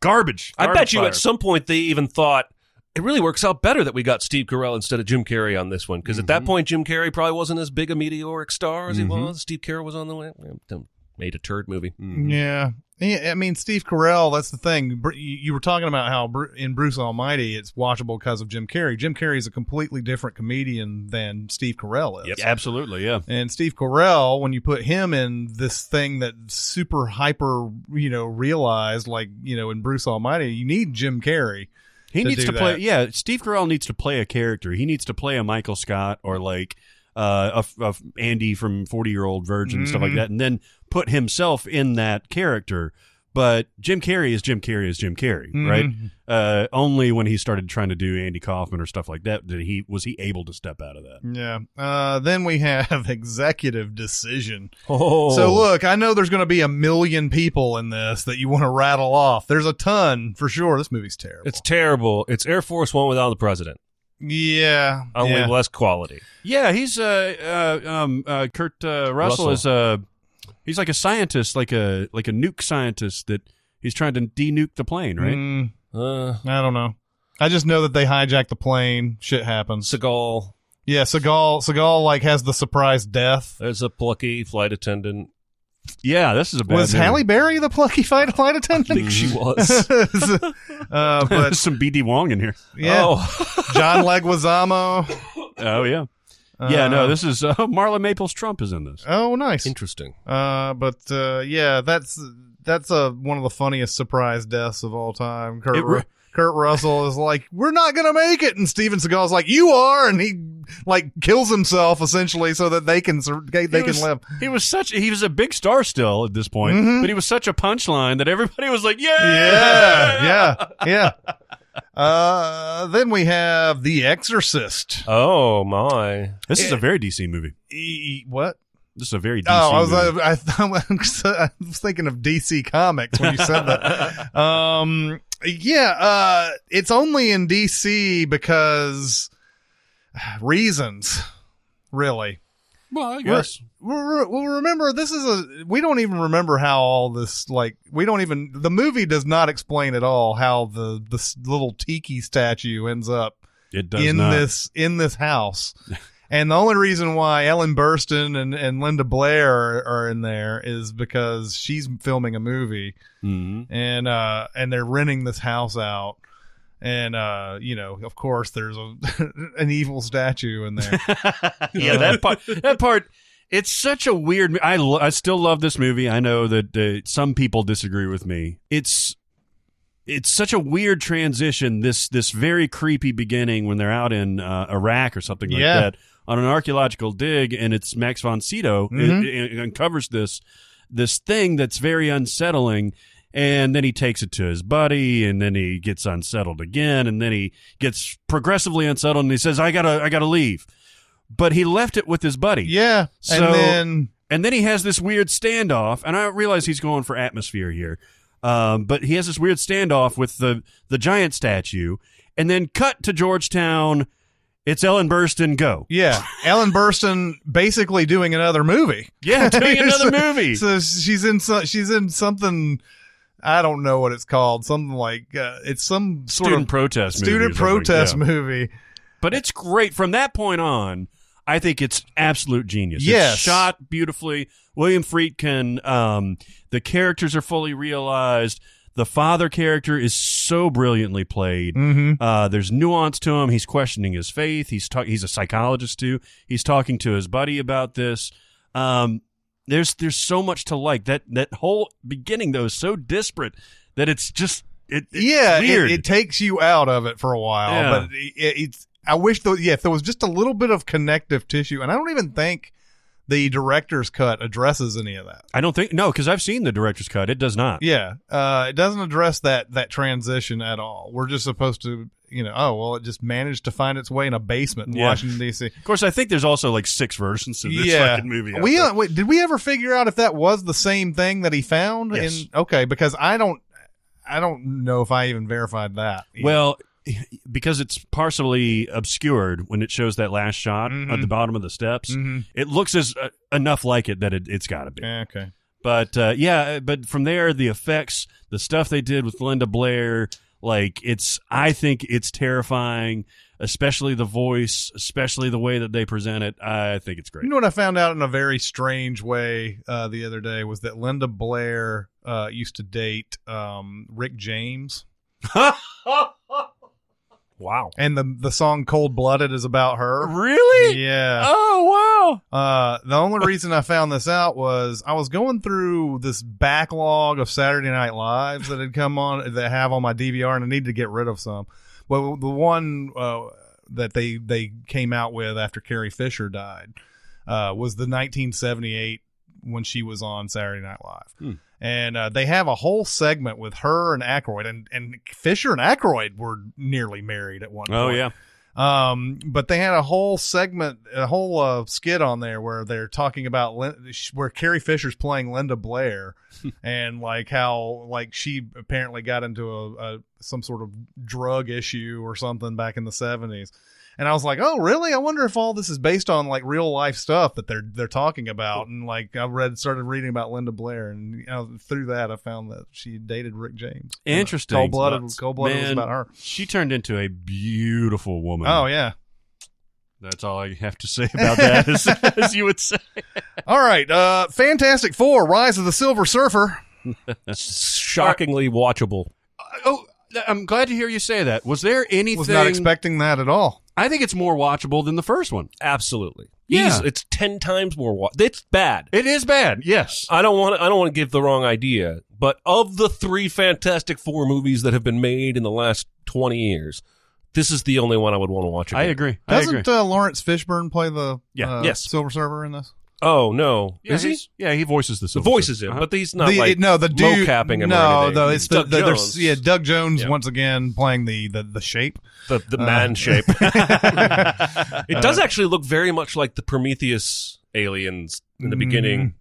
garbage.
I
Garbage
bet you
fire.
at some point they even thought it really works out better that we got Steve Carell instead of Jim Carrey on this one because at that point Jim Carrey probably wasn't as big a meteoric star as he was. Steve Carell was on the way made a turd movie.
Yeah. Yeah, I mean Steve Carell. That's the thing. Br- You you were talking about how Bru- in Bruce Almighty it's watchable because of Jim Carrey. Jim Carrey is a completely different comedian than Steve Carell is.
Yeah, Absolutely, yeah.
And Steve Carell, when you put him in this thing that super hyper, you know, realized like you know in Bruce Almighty, you need Jim Carrey.
He
to
needs
do
to play.
that.
Yeah, Steve Carell needs to play a character. He needs to play a Michael Scott or like uh, a, a Andy from Forty Year Old Virgin stuff like
Mm-hmm.
that, and then put himself in that character. But Jim Carrey is Jim Carrey is Jim Carrey, right?
Mm-hmm.
Uh, only when he started trying to do Andy Kaufman or stuff like that did he was he able to step out of that.
Yeah. Uh, then we have executive decision.
Oh,
So look, I know there's going to be a million people in this that you want to rattle off. There's a ton for sure. This movie's terrible.
it's terrible. It's Air Force One without the president,
yeah.
only
yeah.
less quality.
Yeah, he's uh, uh um uh, Kurt uh, Russell,
Russell.
is uh he's like a scientist, like a like a nuke scientist that he's trying to denuke the plane, right?
Mm,
Uh,
I don't know. I just know that they hijack the plane. Shit happens.
Seagal,
Yeah, Seagal. Seagal like has the surprise death.
there's a plucky flight attendant.
Yeah, this is a bad
Was
movie.
Halle Berry the plucky flight flight attendant?
I think she was.
uh,
There's
but
some BD Wong in here.
yeah,
Oh,
John Leguizamo.
Oh yeah,
Uh,
yeah. No, this is uh, Marla Maples. Trump is in this.
Oh, nice.
interesting.
Uh, but uh, yeah, that's that's uh, one of the funniest surprise deaths of all time. Kurt
It re-
Ru- Kurt Russell is like, "We're not gonna make it," and Steven Seagal's like, "You are," and he like kills himself essentially so that they can sur- they they
He was-
can live.
He was such. He was a big star still at this point,
Mm-hmm.
but he was such a punchline that everybody was like, "Yeah,
Yeah, yeah, yeah. Uh, then we have The Exorcist.
Oh my!
This is a very DC movie.
E- what?
This is a very DC.
Oh, I was,
movie.
I, I, I was thinking of DC Comics when you said that. um, yeah, uh, it's only in DC because uh, reasons, really.
well, I guess.
Well, re- well, remember, this is a. We don't even remember how all this. Like, we don't even. The movie does not explain at all how the this little tiki statue ends up
It does
in
not.
this in this house. and the only reason why Ellen Burstyn and, and Linda Blair are, are in there is because she's filming a movie
Mhm.
and uh and they're renting this house out. And uh, you know, of course, there's a an evil statue in there.
yeah, that part. That part. It's such a weird. I lo- I still love this movie. I know that uh, some people disagree with me. It's it's such a weird transition. This this very creepy beginning when they're out in uh, Iraq or something like
Yeah.
that on an archaeological dig, and it's Max von Sydow
Mhm.
it- it uncovers this this thing that's very unsettling. And then he takes it to his buddy, and then he gets unsettled again, and then he gets progressively unsettled, and he says, "I gotta, I gotta leave." But he left it with his buddy,
yeah,
So-
and then
and then he has this weird standoff, and I realize he's going for atmosphere here. Um, but he has this weird standoff with the the giant statue, and then cut to Georgetown. It's Ellen Burstyn. Go.
Yeah, Ellen Burstyn basically doing another movie.
Yeah, doing another movie.
So she's in so, she's in something I don't know what it's called. Something like uh, it's some sort
Student
of
protest. movie or
student
something,
protest
yeah.
movie.
But it's great from that point on. I think it's absolute genius.
Yes.
It's shot beautifully. William Friedkin. Um, the characters are fully realized. The father character is so brilliantly played.
Mm-hmm.
Uh, there's nuance to him. He's questioning his faith. He's ta- he's a psychologist too. He's talking to his buddy about this. Um, there's there's so much to like. That that whole beginning though is so disparate that it's just it, it's
yeah, it-
weird.
It, takes you out of it for a while,
Yeah.
but it, it- it's. I wish though, yeah, if there was just a little bit of connective tissue, and I don't even think the director's cut addresses any of that.
I don't think no because I've seen the director's cut. It does not.
Yeah, uh, it doesn't address that that transition at all. We're just supposed to, you know, oh well, it just managed to find its way in a basement in
Yeah.
Washington D.C.
Of course, I think there's also like six versions of this fucking movie. out
We
there.
uh, wait, did we ever figure out if that was the same thing that he found?
Yes.
In, okay, because I don't, I don't know if I even verified that.
well, because it's partially obscured when it shows that last shot
Mm-hmm.
at the bottom of the steps,
Mm.
it looks as uh, enough like it that it, it's got to be.
Yeah, okay.
But uh, yeah, but from there, the effects, the stuff they did with Linda Blair, like it's, I think it's terrifying, especially the voice, especially the way that they present it. I think it's great.
You know what I found out in a very strange way uh, the other day was that Linda Blair uh, used to date um, Rick James,
wow.
and the the song "Cold Blooded" is about her.
Really?
Yeah.
Oh, wow.
Uh, the only reason I found this out was I was going through this backlog of Saturday Night Lives that had come on that I have on my DVR, and I needed to get rid of some. But the one uh, that they they came out with after Carrie Fisher died uh, was the 1978 when she was on Saturday Night Live.
Hmm.
And uh, they have a whole segment with her and Aykroyd, and, and Fisher and Aykroyd were nearly married at one point.
Oh, yeah.
Um, but they had a whole segment, a whole uh, skit on there where they're talking about Lin- sh- where Carrie Fisher's playing Linda Blair, and like how like she apparently got into a, a some sort of drug issue or something back in the seventies. And I was like, "Oh, really? I wonder if all this is based on like real life stuff that they're they're talking about." And like, I read started reading about Linda Blair, and you know, through that, I found that she dated Rick James.
Interesting.
Cold blooded. Cold blooded was
Man,
about her.
She turned into a beautiful woman.
Oh yeah.
That's all I have to say about that, as, as you would say.
All right, uh, Fantastic Four: Rise of the Silver Surfer.
Shockingly watchable.
Oh, I'm glad to hear you say that. Was there anything?
Was not expecting that at all.
I think it's more watchable than the first one.
Absolutely.
Yeah.
Eas- it's ten times more. Wa- it's bad.
It is bad. Yes.
I don't want. to. I don't want to give the wrong idea. But of the three Fantastic Four movies that have been made in the last twenty years, this is the only one I would want to watch. Again.
I agree. I agree.
Doesn't uh, Lawrence Fishburne play the
Yeah,
uh,
yes.
Silver Surfer in this?
Oh no,
yeah,
is he?
he's- Yeah, he voices the Silver
voices
Surfer.
him,
Uh-huh.
but he's not
The-
like
no, the dude
mocapping him. or
No,
anything.
though it's the,
Doug
the, there's-
Jones,
yeah, Doug Jones
Yeah.
once again playing the the, the shape.
the,
uh,
the man shape.
uh-huh.
it does actually look very much like the Prometheus aliens in the beginning.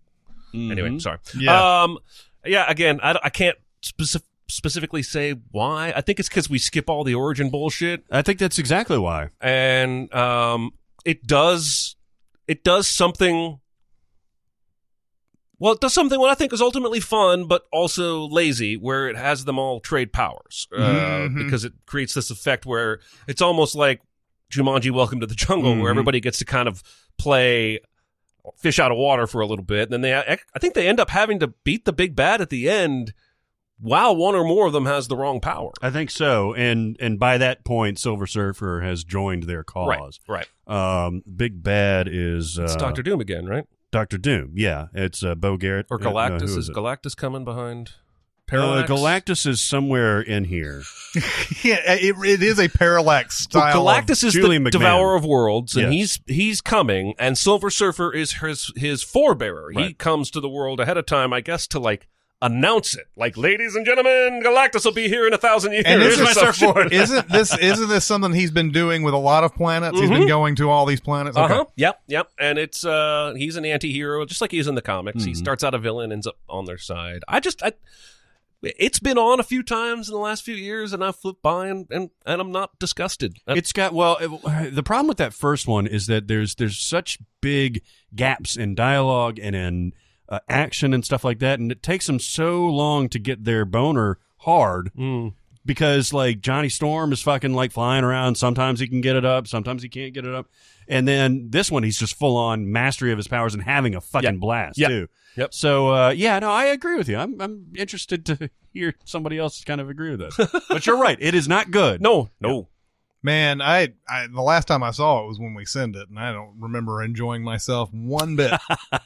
Mm-hmm.
Anyway, sorry.
Mm-hmm. Yeah.
Um, yeah. Again, I, d- I can't specif- specifically say why. I think it's because we skip all the origin bullshit,
I think that's exactly why.
and um, it does it does something. Well, it does something what I think is ultimately fun, but also lazy, where it has them all trade powers, uh,
Mhm.
because it creates this effect where it's almost like Jumanji: Welcome to the Jungle, where everybody gets to kind of play fish out of water for a little bit. And then they, I I think they end up having to beat the big bad at the end, while one or more of them has the wrong power.
I think so. And and by that point, Silver Surfer has joined their cause.
Right, right.
Um, Big Bad is uh,
It's Doctor Doom again, right?
Doctor Doom. Yeah, it's uh, Bo Garrett
Or
Uh, no,
Galactus
who
is,
it?
Galactus coming behind?
Uh,
Parallax?
Galactus is somewhere in here.
yeah, it, it is a parallax style.
Well, Galactus is
Julie
the
McMahon.
devourer of worlds, and
Yes.
he's he's coming. And Silver Surfer is his his forebearer. He
Right.
comes to the world ahead of time, I guess, to like announce it, like, ladies and gentlemen, Galactus will be here in a thousand years.
And
or
isn't,
some shit.
isn't this isn't this something he's been doing with a lot of planets? He's been going to all these planets. Okay.
Mm-hmm. Uh-huh. Yep, yep. And it's uh
Hmm.
he's an anti-hero just like he is in the comics. He starts out a villain ends up on their side. I just I it's been on a few times in the last few years, and I flip by and and, and I'm not disgusted. I-
It's got well. It, the problem with that first one is that there's there's such big gaps in dialogue and in uh, action and stuff like that, and it takes them so long to get their boner hard
Mm.
because like Johnny Storm is fucking like flying around. Sometimes he can get it up, sometimes he can't get it up, and then this one he's just full on mastery of his powers and having a fucking
Yeah.
blast
Yeah.
too.
Yep.
So uh, yeah, no, I agree with you. I'm I'm interested to hear somebody else kind of agree with that. but you're right, it is not good.
no, no.
Man, I, I the last time I saw it was when we sent it, and I don't remember enjoying myself one bit.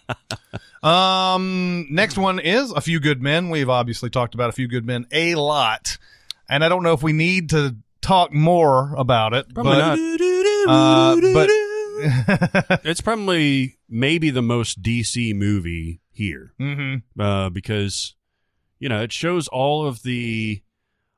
um, next one is a few good men. We've obviously talked about a few good men a lot, and I don't know if we need to talk more about it.
Probably
but,
not.
Uh, but
it's probably maybe the most DC movie here
hmm
uh, because you know it shows all of the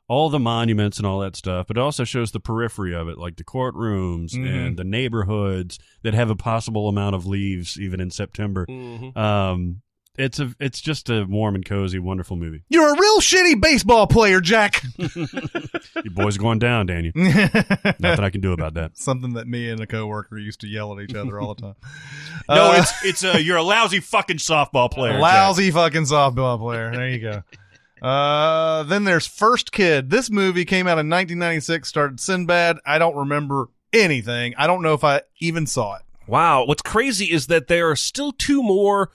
all the monuments and all that stuff, but it also shows the periphery of it, like the courtrooms
Mhm.
and the neighborhoods that have a possible amount of leaves even in September.
Mhm.
Um, it's a it's just a warm and cozy, wonderful movie.
you're a real shitty baseball player, Jack.
Your boy's going down, Daniel. Nothing I can do about that.
Something that me and a coworker used to yell at each other all the time.
No,
Uh,
it's it's a you're a lousy fucking softball player. Jack.
Lousy fucking softball player. There you go. Uh, then there's First Kid. This movie came out in 1996. Started Sinbad. I don't remember anything. I don't know if I even saw it.
Wow. What's crazy is that there are still two more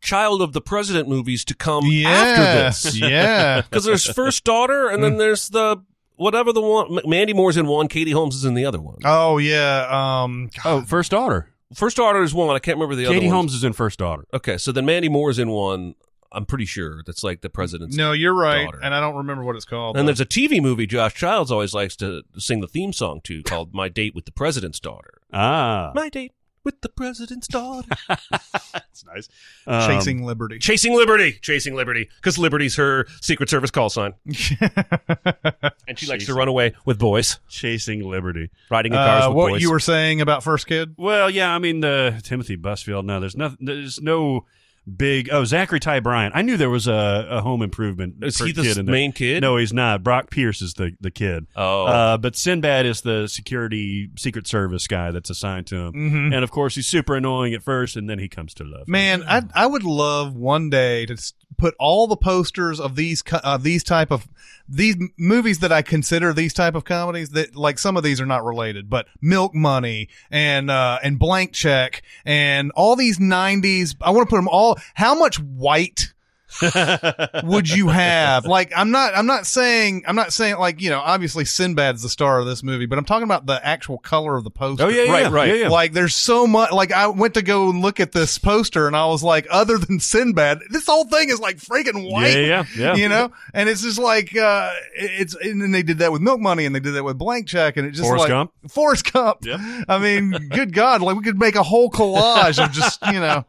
Child of the President movies to come after
Yes,
this.
yeah.
Because there's First Daughter, and then there's the whatever the one. M- Mandy Moore's in one, Katie Holmes is in the other one.
Oh yeah. Um.
Oh, first daughter.
First Daughter is one. I can't remember the other.
Katie
ones.
Holmes is in First Daughter.
Okay, so then Mandy Moore's in one. I'm pretty sure that's like the president's.
No, you're right,
Daughter.
and I don't remember what it's called.
And
though.
there's a TV movie Josh Childs always likes to sing the theme song to called "My Date with the President's Daughter."
Ah,
My date with the president's daughter.
that's nice.
um,
Chasing Liberty.
Chasing Liberty, chasing Liberty, because Liberty's her Secret Service call sign, and she likes to run away with boys,
chasing liberty.
riding in cars
Uh,
with
what
boys.
you were saying about First Kid?
Well, yeah, I mean uh, Timothy Busfield. No, there's nothing. There's no big. Oh, Zachary Ty Bryant. I knew there was a, a Home Improvement.
Is
for
he the
kid in there.
main kid?
No, he's not. Brock Pierce is the the kid.
Oh.
uh, but Sinbad is the security Secret Service guy that's assigned to him. And of course, he's super annoying at first, and then he comes to love.
Mm-hmm. Man, I I would love one day to s- put all the posters of these co- uh, these type of these m- movies that I consider these type of comedies that like some of these are not related, but Milk Money and uh, and Blank Check and all these '90s. I want to put them all. How much white? would you have like i'm not i'm not saying i'm not saying like you know obviously sinbad's the star of this movie but i'm talking about the actual color of the poster
Oh yeah, yeah,
Right,
yeah,
right.
yeah, yeah.
like there's so much. Like I went to go and look at this poster, and I was like, other than Sinbad, this whole thing is like freaking white.
Yeah, yeah, yeah.
You know, and it's just like uh, it's. And then they did that with Milk Money, and they did that with Blank Check, and it just
Forrest
like
Gump.
Forrest Gump. I mean, good God, like we could make a whole collage of just you know.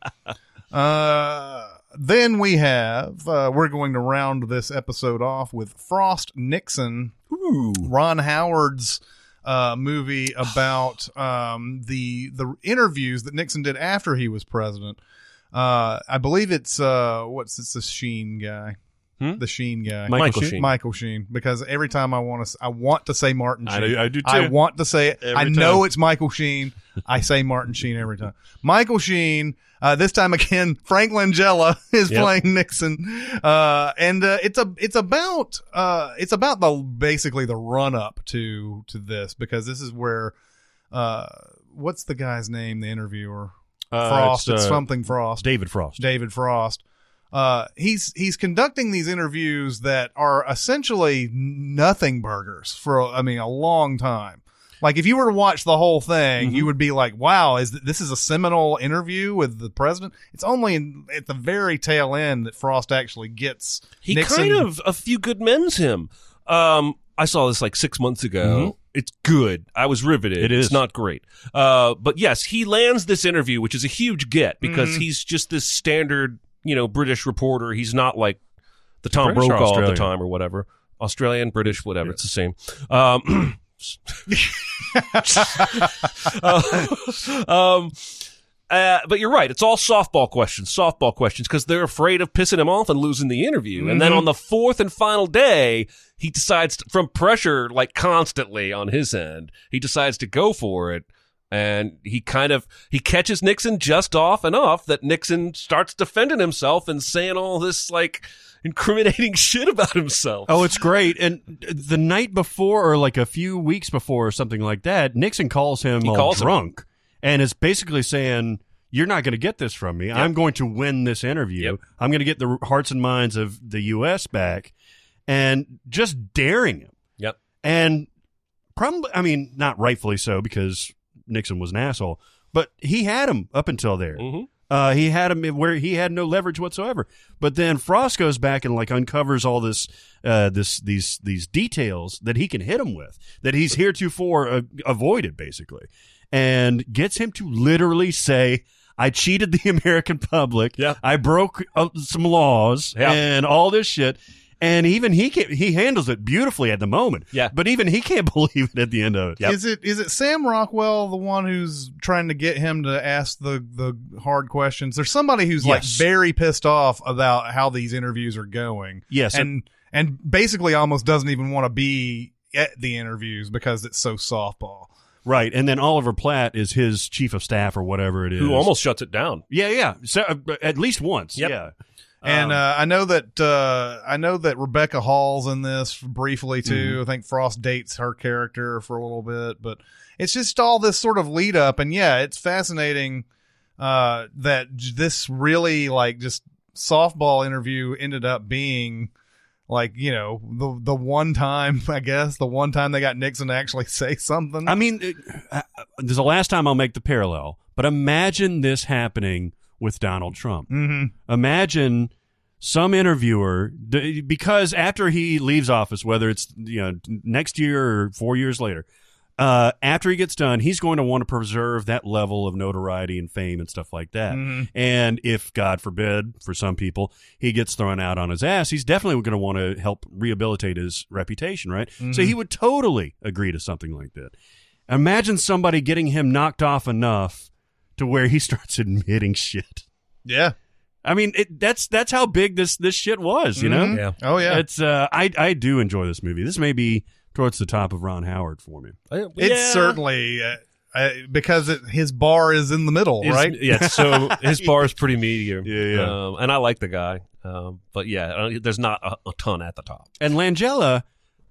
Uh, then we have uh, we're going to round this episode off with Frost Nixon. Ron Howard's uh, movie about um, the the interviews that Nixon did after he was president. Uh, I believe it's uh, what's it's the Sheen guy, the Sheen guy,
Hmm? Michael
Michael
Sheen.
Sheen.
Michael Sheen. Because every time I want to, I want to say Martin.
I
Sheen.
do- I do
I
too.
want to say it.
Every
I know
time.
it's Michael Sheen. I say Martin Sheen every time. Michael Sheen. Uh, this time again, Frank Langella is
Yep.
playing Nixon, uh, and uh, it's a it's about uh, it's about the basically the run up to to this because this is where uh, what's the guy's name? The interviewer
Uh,
Frost. It's,
uh,
something Frost.
David Frost.
David Frost. Uh, he's he's conducting these interviews that are essentially nothing burgers for I mean a long time. Like if you were to watch the whole thing,
Mm-hmm.
you would be like, "Wow, is th- this is a seminal interview with the president?" It's only in, at the very tail end that Frost actually gets
He
Nixon.
kind of a few good men's him. Um, I saw this like six months
Mm-hmm.
ago. It's good. I was riveted.
It is.
It's not great. Uh, but yes, he lands this interview, which is a huge get because
Mm-hmm.
he's just this standard, you know, British reporter. He's not like the Tom
British or
Brokaw of
Australian?
the time or whatever. Australian, British, whatever. It's the same. Um, uh, um, Uh, but you're right. It's all softball questions, softball questions, because they're afraid of pissing him off and losing the interview. And then on the fourth and final day, he decides, to- from pressure, like constantly on his end, he decides to go for it. And he kind of he catches Nixon just off enough that Nixon starts defending himself and saying all this like incriminating shit about himself.
Oh, it's great. And the night before, or like a few weeks before, or something like that, Nixon calls him
He
all
calls him.
drunk and is basically saying, You're not going to get this from me. I'm going to win this interview.
Yep.
I'm going to get the hearts and minds of the U.S. back. And just daring him.
Yep.
And probably, I mean, not rightfully so because Nixon was an asshole, but he had him up until there.
Mhm.
Uh, he had him where he had no leverage whatsoever. But then Frost goes back and like uncovers all this, uh, this these these details that he can hit him with that he's heretofore uh, avoided basically, and gets him to literally say. I cheated the American public.
Yeah.
I broke uh, some laws
Yeah.
and all this shit. And even he can, he handles it beautifully at the moment.
Yeah.
But even he can't believe it at the end of it.
Is it is it Sam Rockwell the one who's trying to get him to ask the the hard questions? There's somebody who's like
Yes.
very pissed off about how these interviews are going.
Yes,
and and basically almost doesn't even want to be at the interviews because it's so softball.
Right, and then Oliver Platt is his chief of staff or whatever it is.
Who almost shuts it down.
Yeah, yeah. So, uh, at least once.
Yep.
Yeah.
And uh, I know that uh, I know that Rebecca Hall's in this briefly too. I think Frost dates her character for a little bit, but it's just all this sort of lead up. And yeah, it's fascinating uh, that j- this really like just softball interview ended up being like you know the the one time I guess the one time they got Nixon to actually say something.
I mean, it, uh, uh, this is the last time I'll make the parallel, but imagine this happening with Donald Trump.
Mhm.
Imagine some interviewer d- because after he leaves office, whether it's you know next year or four years later, uh, after he gets done, he's going to want to preserve that level of notoriety and fame and stuff like that. And if, God forbid, for some people, he gets thrown out on his ass, he's definitely going to want to help rehabilitate his reputation, right? So he would totally agree to something like that. Imagine somebody getting him knocked off enough to where he starts admitting shit.
yeah.
I mean, it, that's that's how big this this shit was, you know.
Mhm.
Mm-hmm. Yeah.
Oh yeah.
It's uh, I I do enjoy this movie. This may be towards the top of Ron Howard for me.
It's certainly uh, uh, because it, his bar is in the middle,
It's-
right?
Yeah. So his bar is pretty medium.
Yeah, yeah.
Um, and I like the guy, um, but yeah, I don't- there's not a, a ton at the top.
And Langella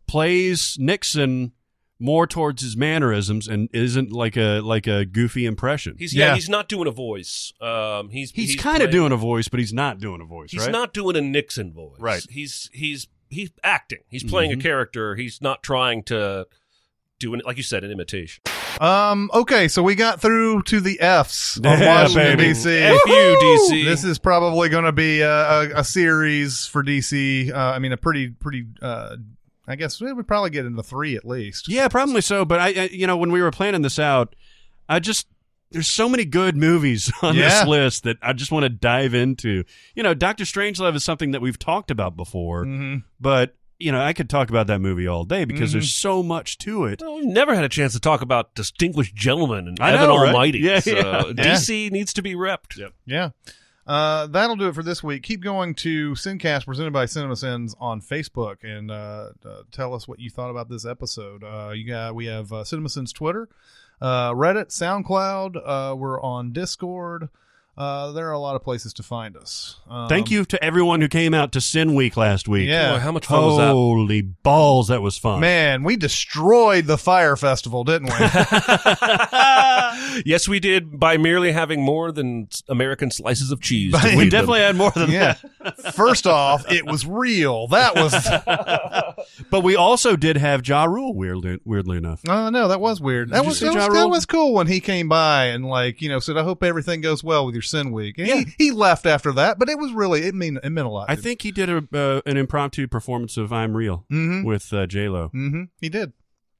plays Nixon more towards his mannerisms and isn't like a like a goofy impression.
He's yeah,
Yeah.
he's not doing a voice. Um, he's
He's, kind of
playing-
doing a voice, but he's not doing a voice.
He's
right?
not doing a Nixon voice.
Right. Mm-hmm.
He's he's he's acting. He's playing a character. He's not trying to do an like you said an imitation.
Um. Okay, so we got through to the Fs of
Yeah,
Washington
baby.
D.C.
F you,
Woohoo!
DC.
This is probably going to be a, a, a series for DC. Uh, I mean, a pretty, pretty. Uh, I guess we would probably get into three at least.
Yeah, probably so. But I, I, you know, when we were planning this out, I just there's so many good movies on
Yeah.
this list that I just want to dive into. You know, Doctor Strangelove is something that we've talked about before,
Mm-hmm.
but you know, I could talk about that movie all day because there's
Mm-hmm.
so much to
Um,
it.
Well, we've never had a chance to talk about distinguished gentlemen and
I
Evan
know, right?
Almighty.
Yeah,
so
yeah.
DC needs to be repped.
Yeah. Uh, that'll do it for this week. Keep going to Sincast presented by CinemaSins on Facebook and uh, uh, tell us what you thought about this episode. Uh, you got we have uh, CinemaSins Twitter, uh, Reddit, SoundCloud. Uh, we're on Discord. Uh, there are a lot of places to find us. Um,
Thank you to everyone who came out to Sin Week last week.
Yeah.
Boy, how much fun was that?
Holy balls, that was fun.
Man, we destroyed the fire festival, didn't we?
yes, we did by merely having more than s- American slices of cheese. to
we
feed them.
definitely had more than
yeah. First off, it was real. That was
that, but we also did have Ja Rule. Weirdly, weirdly enough,
Oh no, that was weird. That
you
was
see
that, was
Ja
that
Rule?
was cool when he came by and like you know said, "I hope everything goes well with your sin week." And he, he left after that, but it was really it mean it meant a lot.
I think he did a uh, an impromptu performance of "I'm Real" with uh, J Lo.
mm-hmm. he did.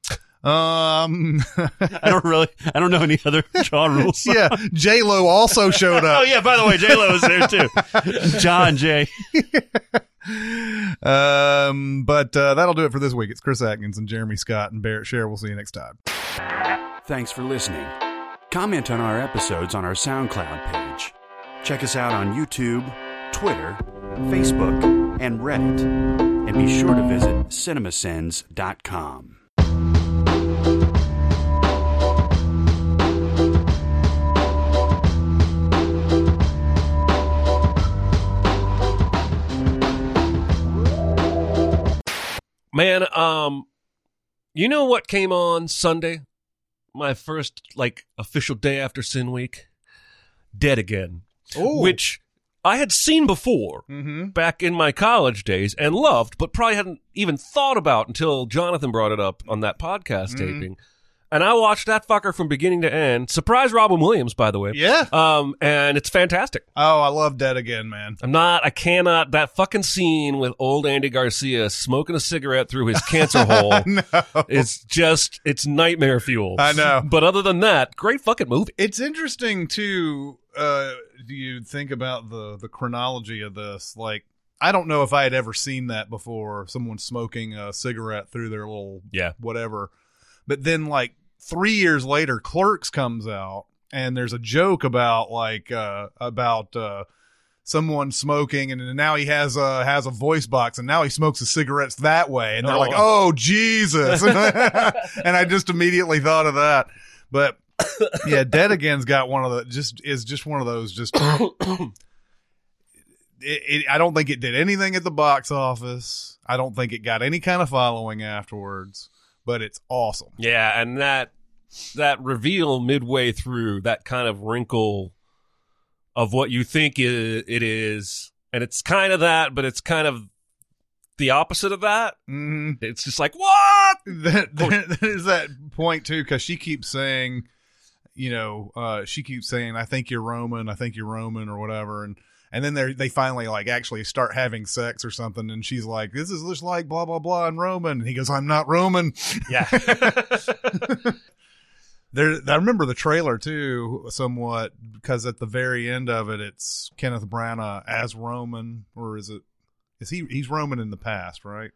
Um,
I don't really, I don't know any other John rules.
yeah, J Lo also showed up.
Oh yeah, by the way, J Lo was there too. John J.
Um, but uh, that'll do it for this week. It's Chris Atkins and Jeremy Scott and Barrett Share. We'll see you next time.
Thanks for listening. Comment on our episodes on our SoundCloud page. Check us out on YouTube, Twitter, Facebook, and Reddit. And be sure to visit cinemasins.com.
Man, um, you know what came on Sunday? My first like official day after Sin Week. Dead Again,
Ooh.
which I had seen before
Mm-hmm.
back in my college days and loved, but probably hadn't even thought about until Jonathan brought it up on that podcast
Mm-hmm.
taping. And I watched that fucker from beginning to end. Surprise, Robin Williams, by the way.
Yeah.
Um, and it's fantastic.
Oh, I love Dead Again, man.
I'm not. I cannot. That fucking scene with old Andy Garcia smoking a cigarette through his cancer hole is just. It's nightmare fuel.
Oh. I know.
But other than that, great fucking movie.
It's interesting too. Uh, do you think about the the chronology of this? Like, I don't know if I had ever seen that before. Someone smoking a cigarette through their little
Yeah.
whatever. But then, like three years later, Clerks comes out, and there's a joke about like uh, about uh, someone smoking, and now he has a has a voice box, and now he smokes his cigarettes that way, and they're like, "Oh Jesus!" and I just immediately thought of that. But yeah, Dead Again's got one of the just is just one of those just. It, it, I don't think it did anything at the box office. I don't think it got any kind of following afterwards, but it's awesome.
Yeah, and that that reveal midway through that kind of wrinkle of what you think i- it is, and it's kind of that, but it's kind of the opposite of that.
Mm-hmm.
It's just like what?
That, there's that point too, because she keeps saying, you know, uh, she keeps saying, "I think you're Roman. I think you're Roman," or whatever, and and then they they finally like actually start having sex or something, and she's like, "This is just like blah blah blah and Roman," and he goes, "I'm not Roman."
Yeah.
There, I remember the trailer too, somewhat, because at the very end of it, it's Kenneth Branagh as Roman, or is it? Is he? He's Roman in the past, right?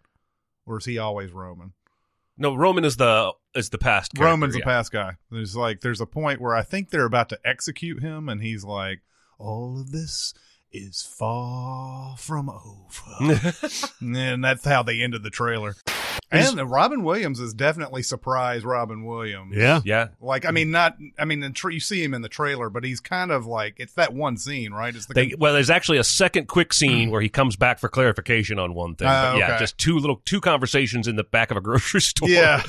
Or is he always Roman?
no, Roman is the is the past. character,
Roman's
yeah.
a past guy. There's like, there's a point where I think they're about to execute him, and he's like, "All of this is far from over," and that's how they ended the trailer. And the Robin Williams is definitely surprise Robin Williams.
Yeah.
Yeah.
Like I mean, not I mean, the tra- you see him in the trailer, but he's kind of like it's that one scene, right? It's the
They, well, there's actually a second quick scene where he comes back for clarification on one thing.
Ah,
but yeah,
okay.
just two little two conversations in the back of a grocery store.
yeah,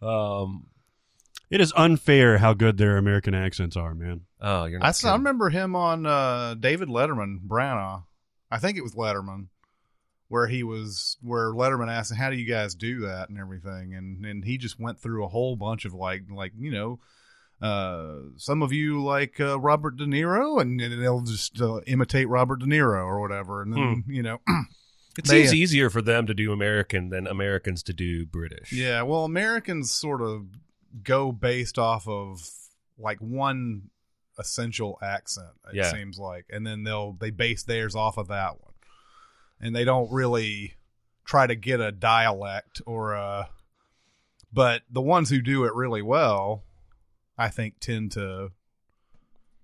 Um.
It is unfair how good their American accents are, man.
Oh, you're. Not
I, saw, I
kidding.
remember him on uh, David Letterman, Branagh. I think it was Letterman, where he was where Letterman asked, "How do you guys do that and everything?" And and he just went through a whole bunch of like like you know. Uh, some of you like uh, Robert De Niro, and, and they'll just uh, imitate Robert De Niro or whatever, and then
Hmm.
you know,
It
They-
seems easier for them to do American than Americans to do British.
Yeah, well, Americans sort of go based off of like one essential accent. It
Yeah.
seems like, and then they'll they base theirs off of that one, and they don't really try to get a dialect or a. But the ones who do it really well, I think, tend to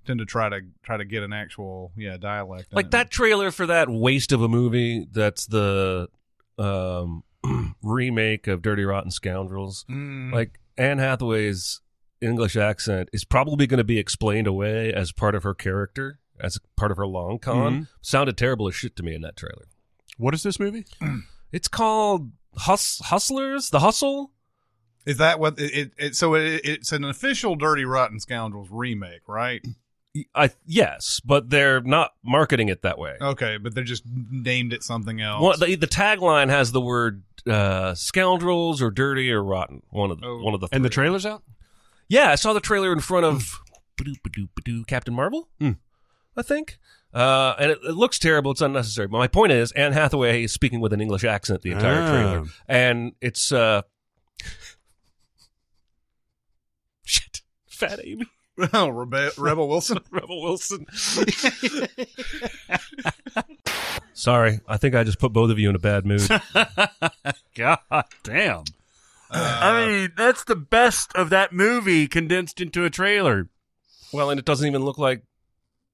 tend to try to try to get an actual yeah dialect in
Like
it.
that trailer for that waste of a movie that's the um, remake of Dirty Rotten Scoundrels.
Mm.
Like Anne Hathaway's English accent is probably going to be explained away as part of her character, as part of her long con. Sounded terrible as shit to me in that trailer.
What is this movie?
It's called Hus- Hustlers, The Hustle.
Is that what it? it, it so it, it's an official Dirty Rotten Scoundrels remake, right?
I yes, but they're not marketing it that way.
Okay, but they just named it something else.
One, the, the tagline has the word uh, "scoundrels" or "dirty" or "rotten." One of the,
Oh.
one of the
And the
three.
trailer's out?
Yeah, I saw the trailer in front of ba-doo, ba-doo, ba-doo, Captain Marvel, I think. Uh, and it, it looks terrible. It's unnecessary. But my point is, Anne Hathaway is speaking with an English accent the entire
Ah.
trailer, and it's uh, shit, Fat Amy,
oh, Rebe- Rebel Wilson.
Rebel Wilson. Sorry, I think I just put both of you in a bad mood.
God damn. I mean, that's the best of that movie condensed into a trailer.
Well, and it doesn't even look like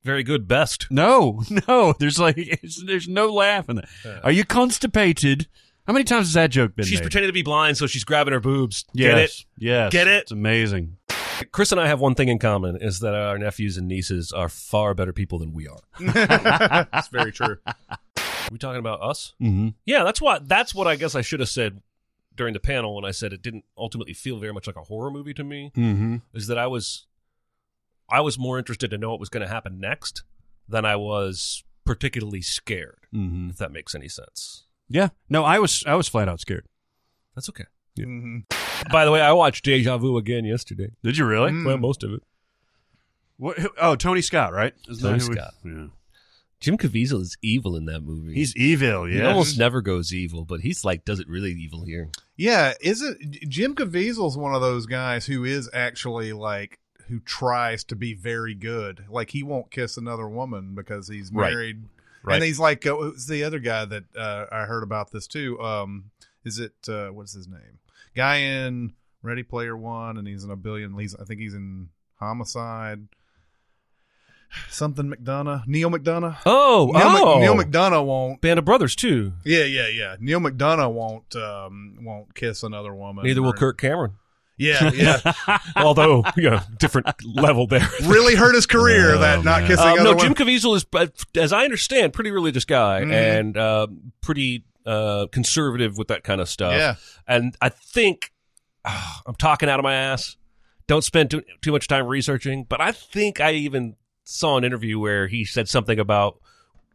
very good best.
No, no. There's like it's, there's no laugh in that. Are you constipated? How many times has that joke been?
She's
made?
pretending to be blind, so she's grabbing her boobs. Get it?
Yes, Yes.
Get it?
It's amazing.
Chris and I have one thing in common is that our nephews and nieces are far better people than we are.
That's very true.
Are we talking about us?
Mm-hmm.
Yeah, that's what that's what I guess I should have said during the panel when I said it didn't ultimately feel very much like a horror movie to me
Mm-hmm.
is that I was I was more interested to know what was going to happen next than I was particularly scared,
Mm-hmm.
if that makes any sense.
Yeah. No, I was I was flat out scared.
That's okay.
Mhm.
By the way, I watched Deja Vu again yesterday.
Did you really?
Hmm. Mm.
Well, most of it.
What, who- oh, Tony Scott, right? Isn't
Tony
that who we-
Scott.
yeah.
Jim Caviezel is evil in that movie.
He's evil.
he
Yeah.
almost never goes evil, but he's like does it really evil here.
Yeah, is it Jim Caviezel's one of those guys who is actually like who tries to be very good. Like he won't kiss another woman because he's
Right.
married.
Right.
And he's like uh, who's the other guy that uh, I heard about this too. Um is it uh what's his name? Guy in Ready Player 1 and he's in a billion he's I think he's in Homicide. Something McDonough, Neil McDonough.
Oh,
Neil, Mc- Neil McDonough won't
Band of Brothers too.
yeah, yeah, yeah. Neil McDonough won't um, won't kiss another woman.
Neither will
Or-
Kirk Cameron.
Yeah, yeah.
Although, yeah, different level there.
really hurt his career that not kissing
Um,
other
no, Jim
women.
Caviezel is, uh, as I understand, pretty religious guy
Mhm.
and uh, pretty uh, conservative with that kind of stuff.
yeah,
And I think ah, I'm talking out of my ass. Don't spend too, too much time researching, but I think I even saw an interview where he said something about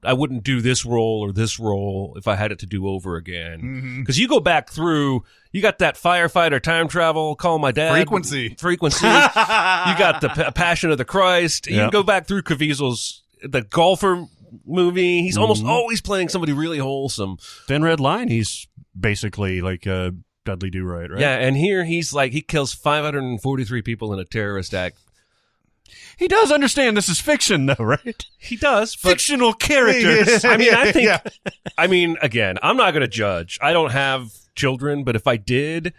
I wouldn't do this role or this role if I had it to do over again. Because you go back through, you got that firefighter time travel, call my dad
Frequency.
frequency. you got the P- Passion of the Christ. You
Yeah.
can go back through Caviezel's the golfer movie. He's almost
Mhm.
always playing somebody really wholesome.
Thin Red Line. He's basically like uh, Dudley Do Right, right?
Yeah, and here he's like he kills 543 people in a terrorist act.
He does understand this is fiction, though, right?
He does, but
Fictional characters.
I mean, I think.
Yeah.
I mean, again, I'm not going to judge. I don't have children, but if I did,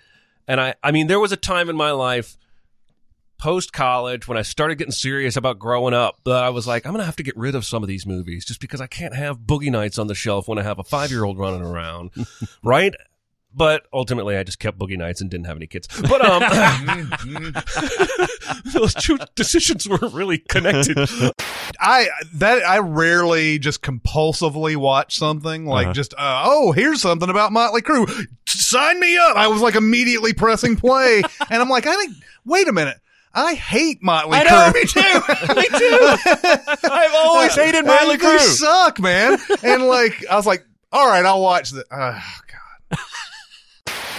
and I, I mean, there was a time in my life post college when I started getting serious about growing up that I was like, I'm going to have to get rid of some of these movies just because I can't have Boogie Nights on the shelf when I have a five year old running around, right? But ultimately, I just kept Boogie Nights and didn't have any kids. But um,
Mm-hmm.
those two decisions weren't really connected.
I that I rarely just compulsively watch something like
Uh-huh.
just uh, oh here's something about Motley Crue. Sign me up. I was like immediately pressing play, and I'm like, I think. Wait a minute. I hate Motley
I know,
Crue.
me too. me too. I've always hated Miley
They
Crew.
uh, suck, man. And like, I was like, all right, I'll watch the. Oh God.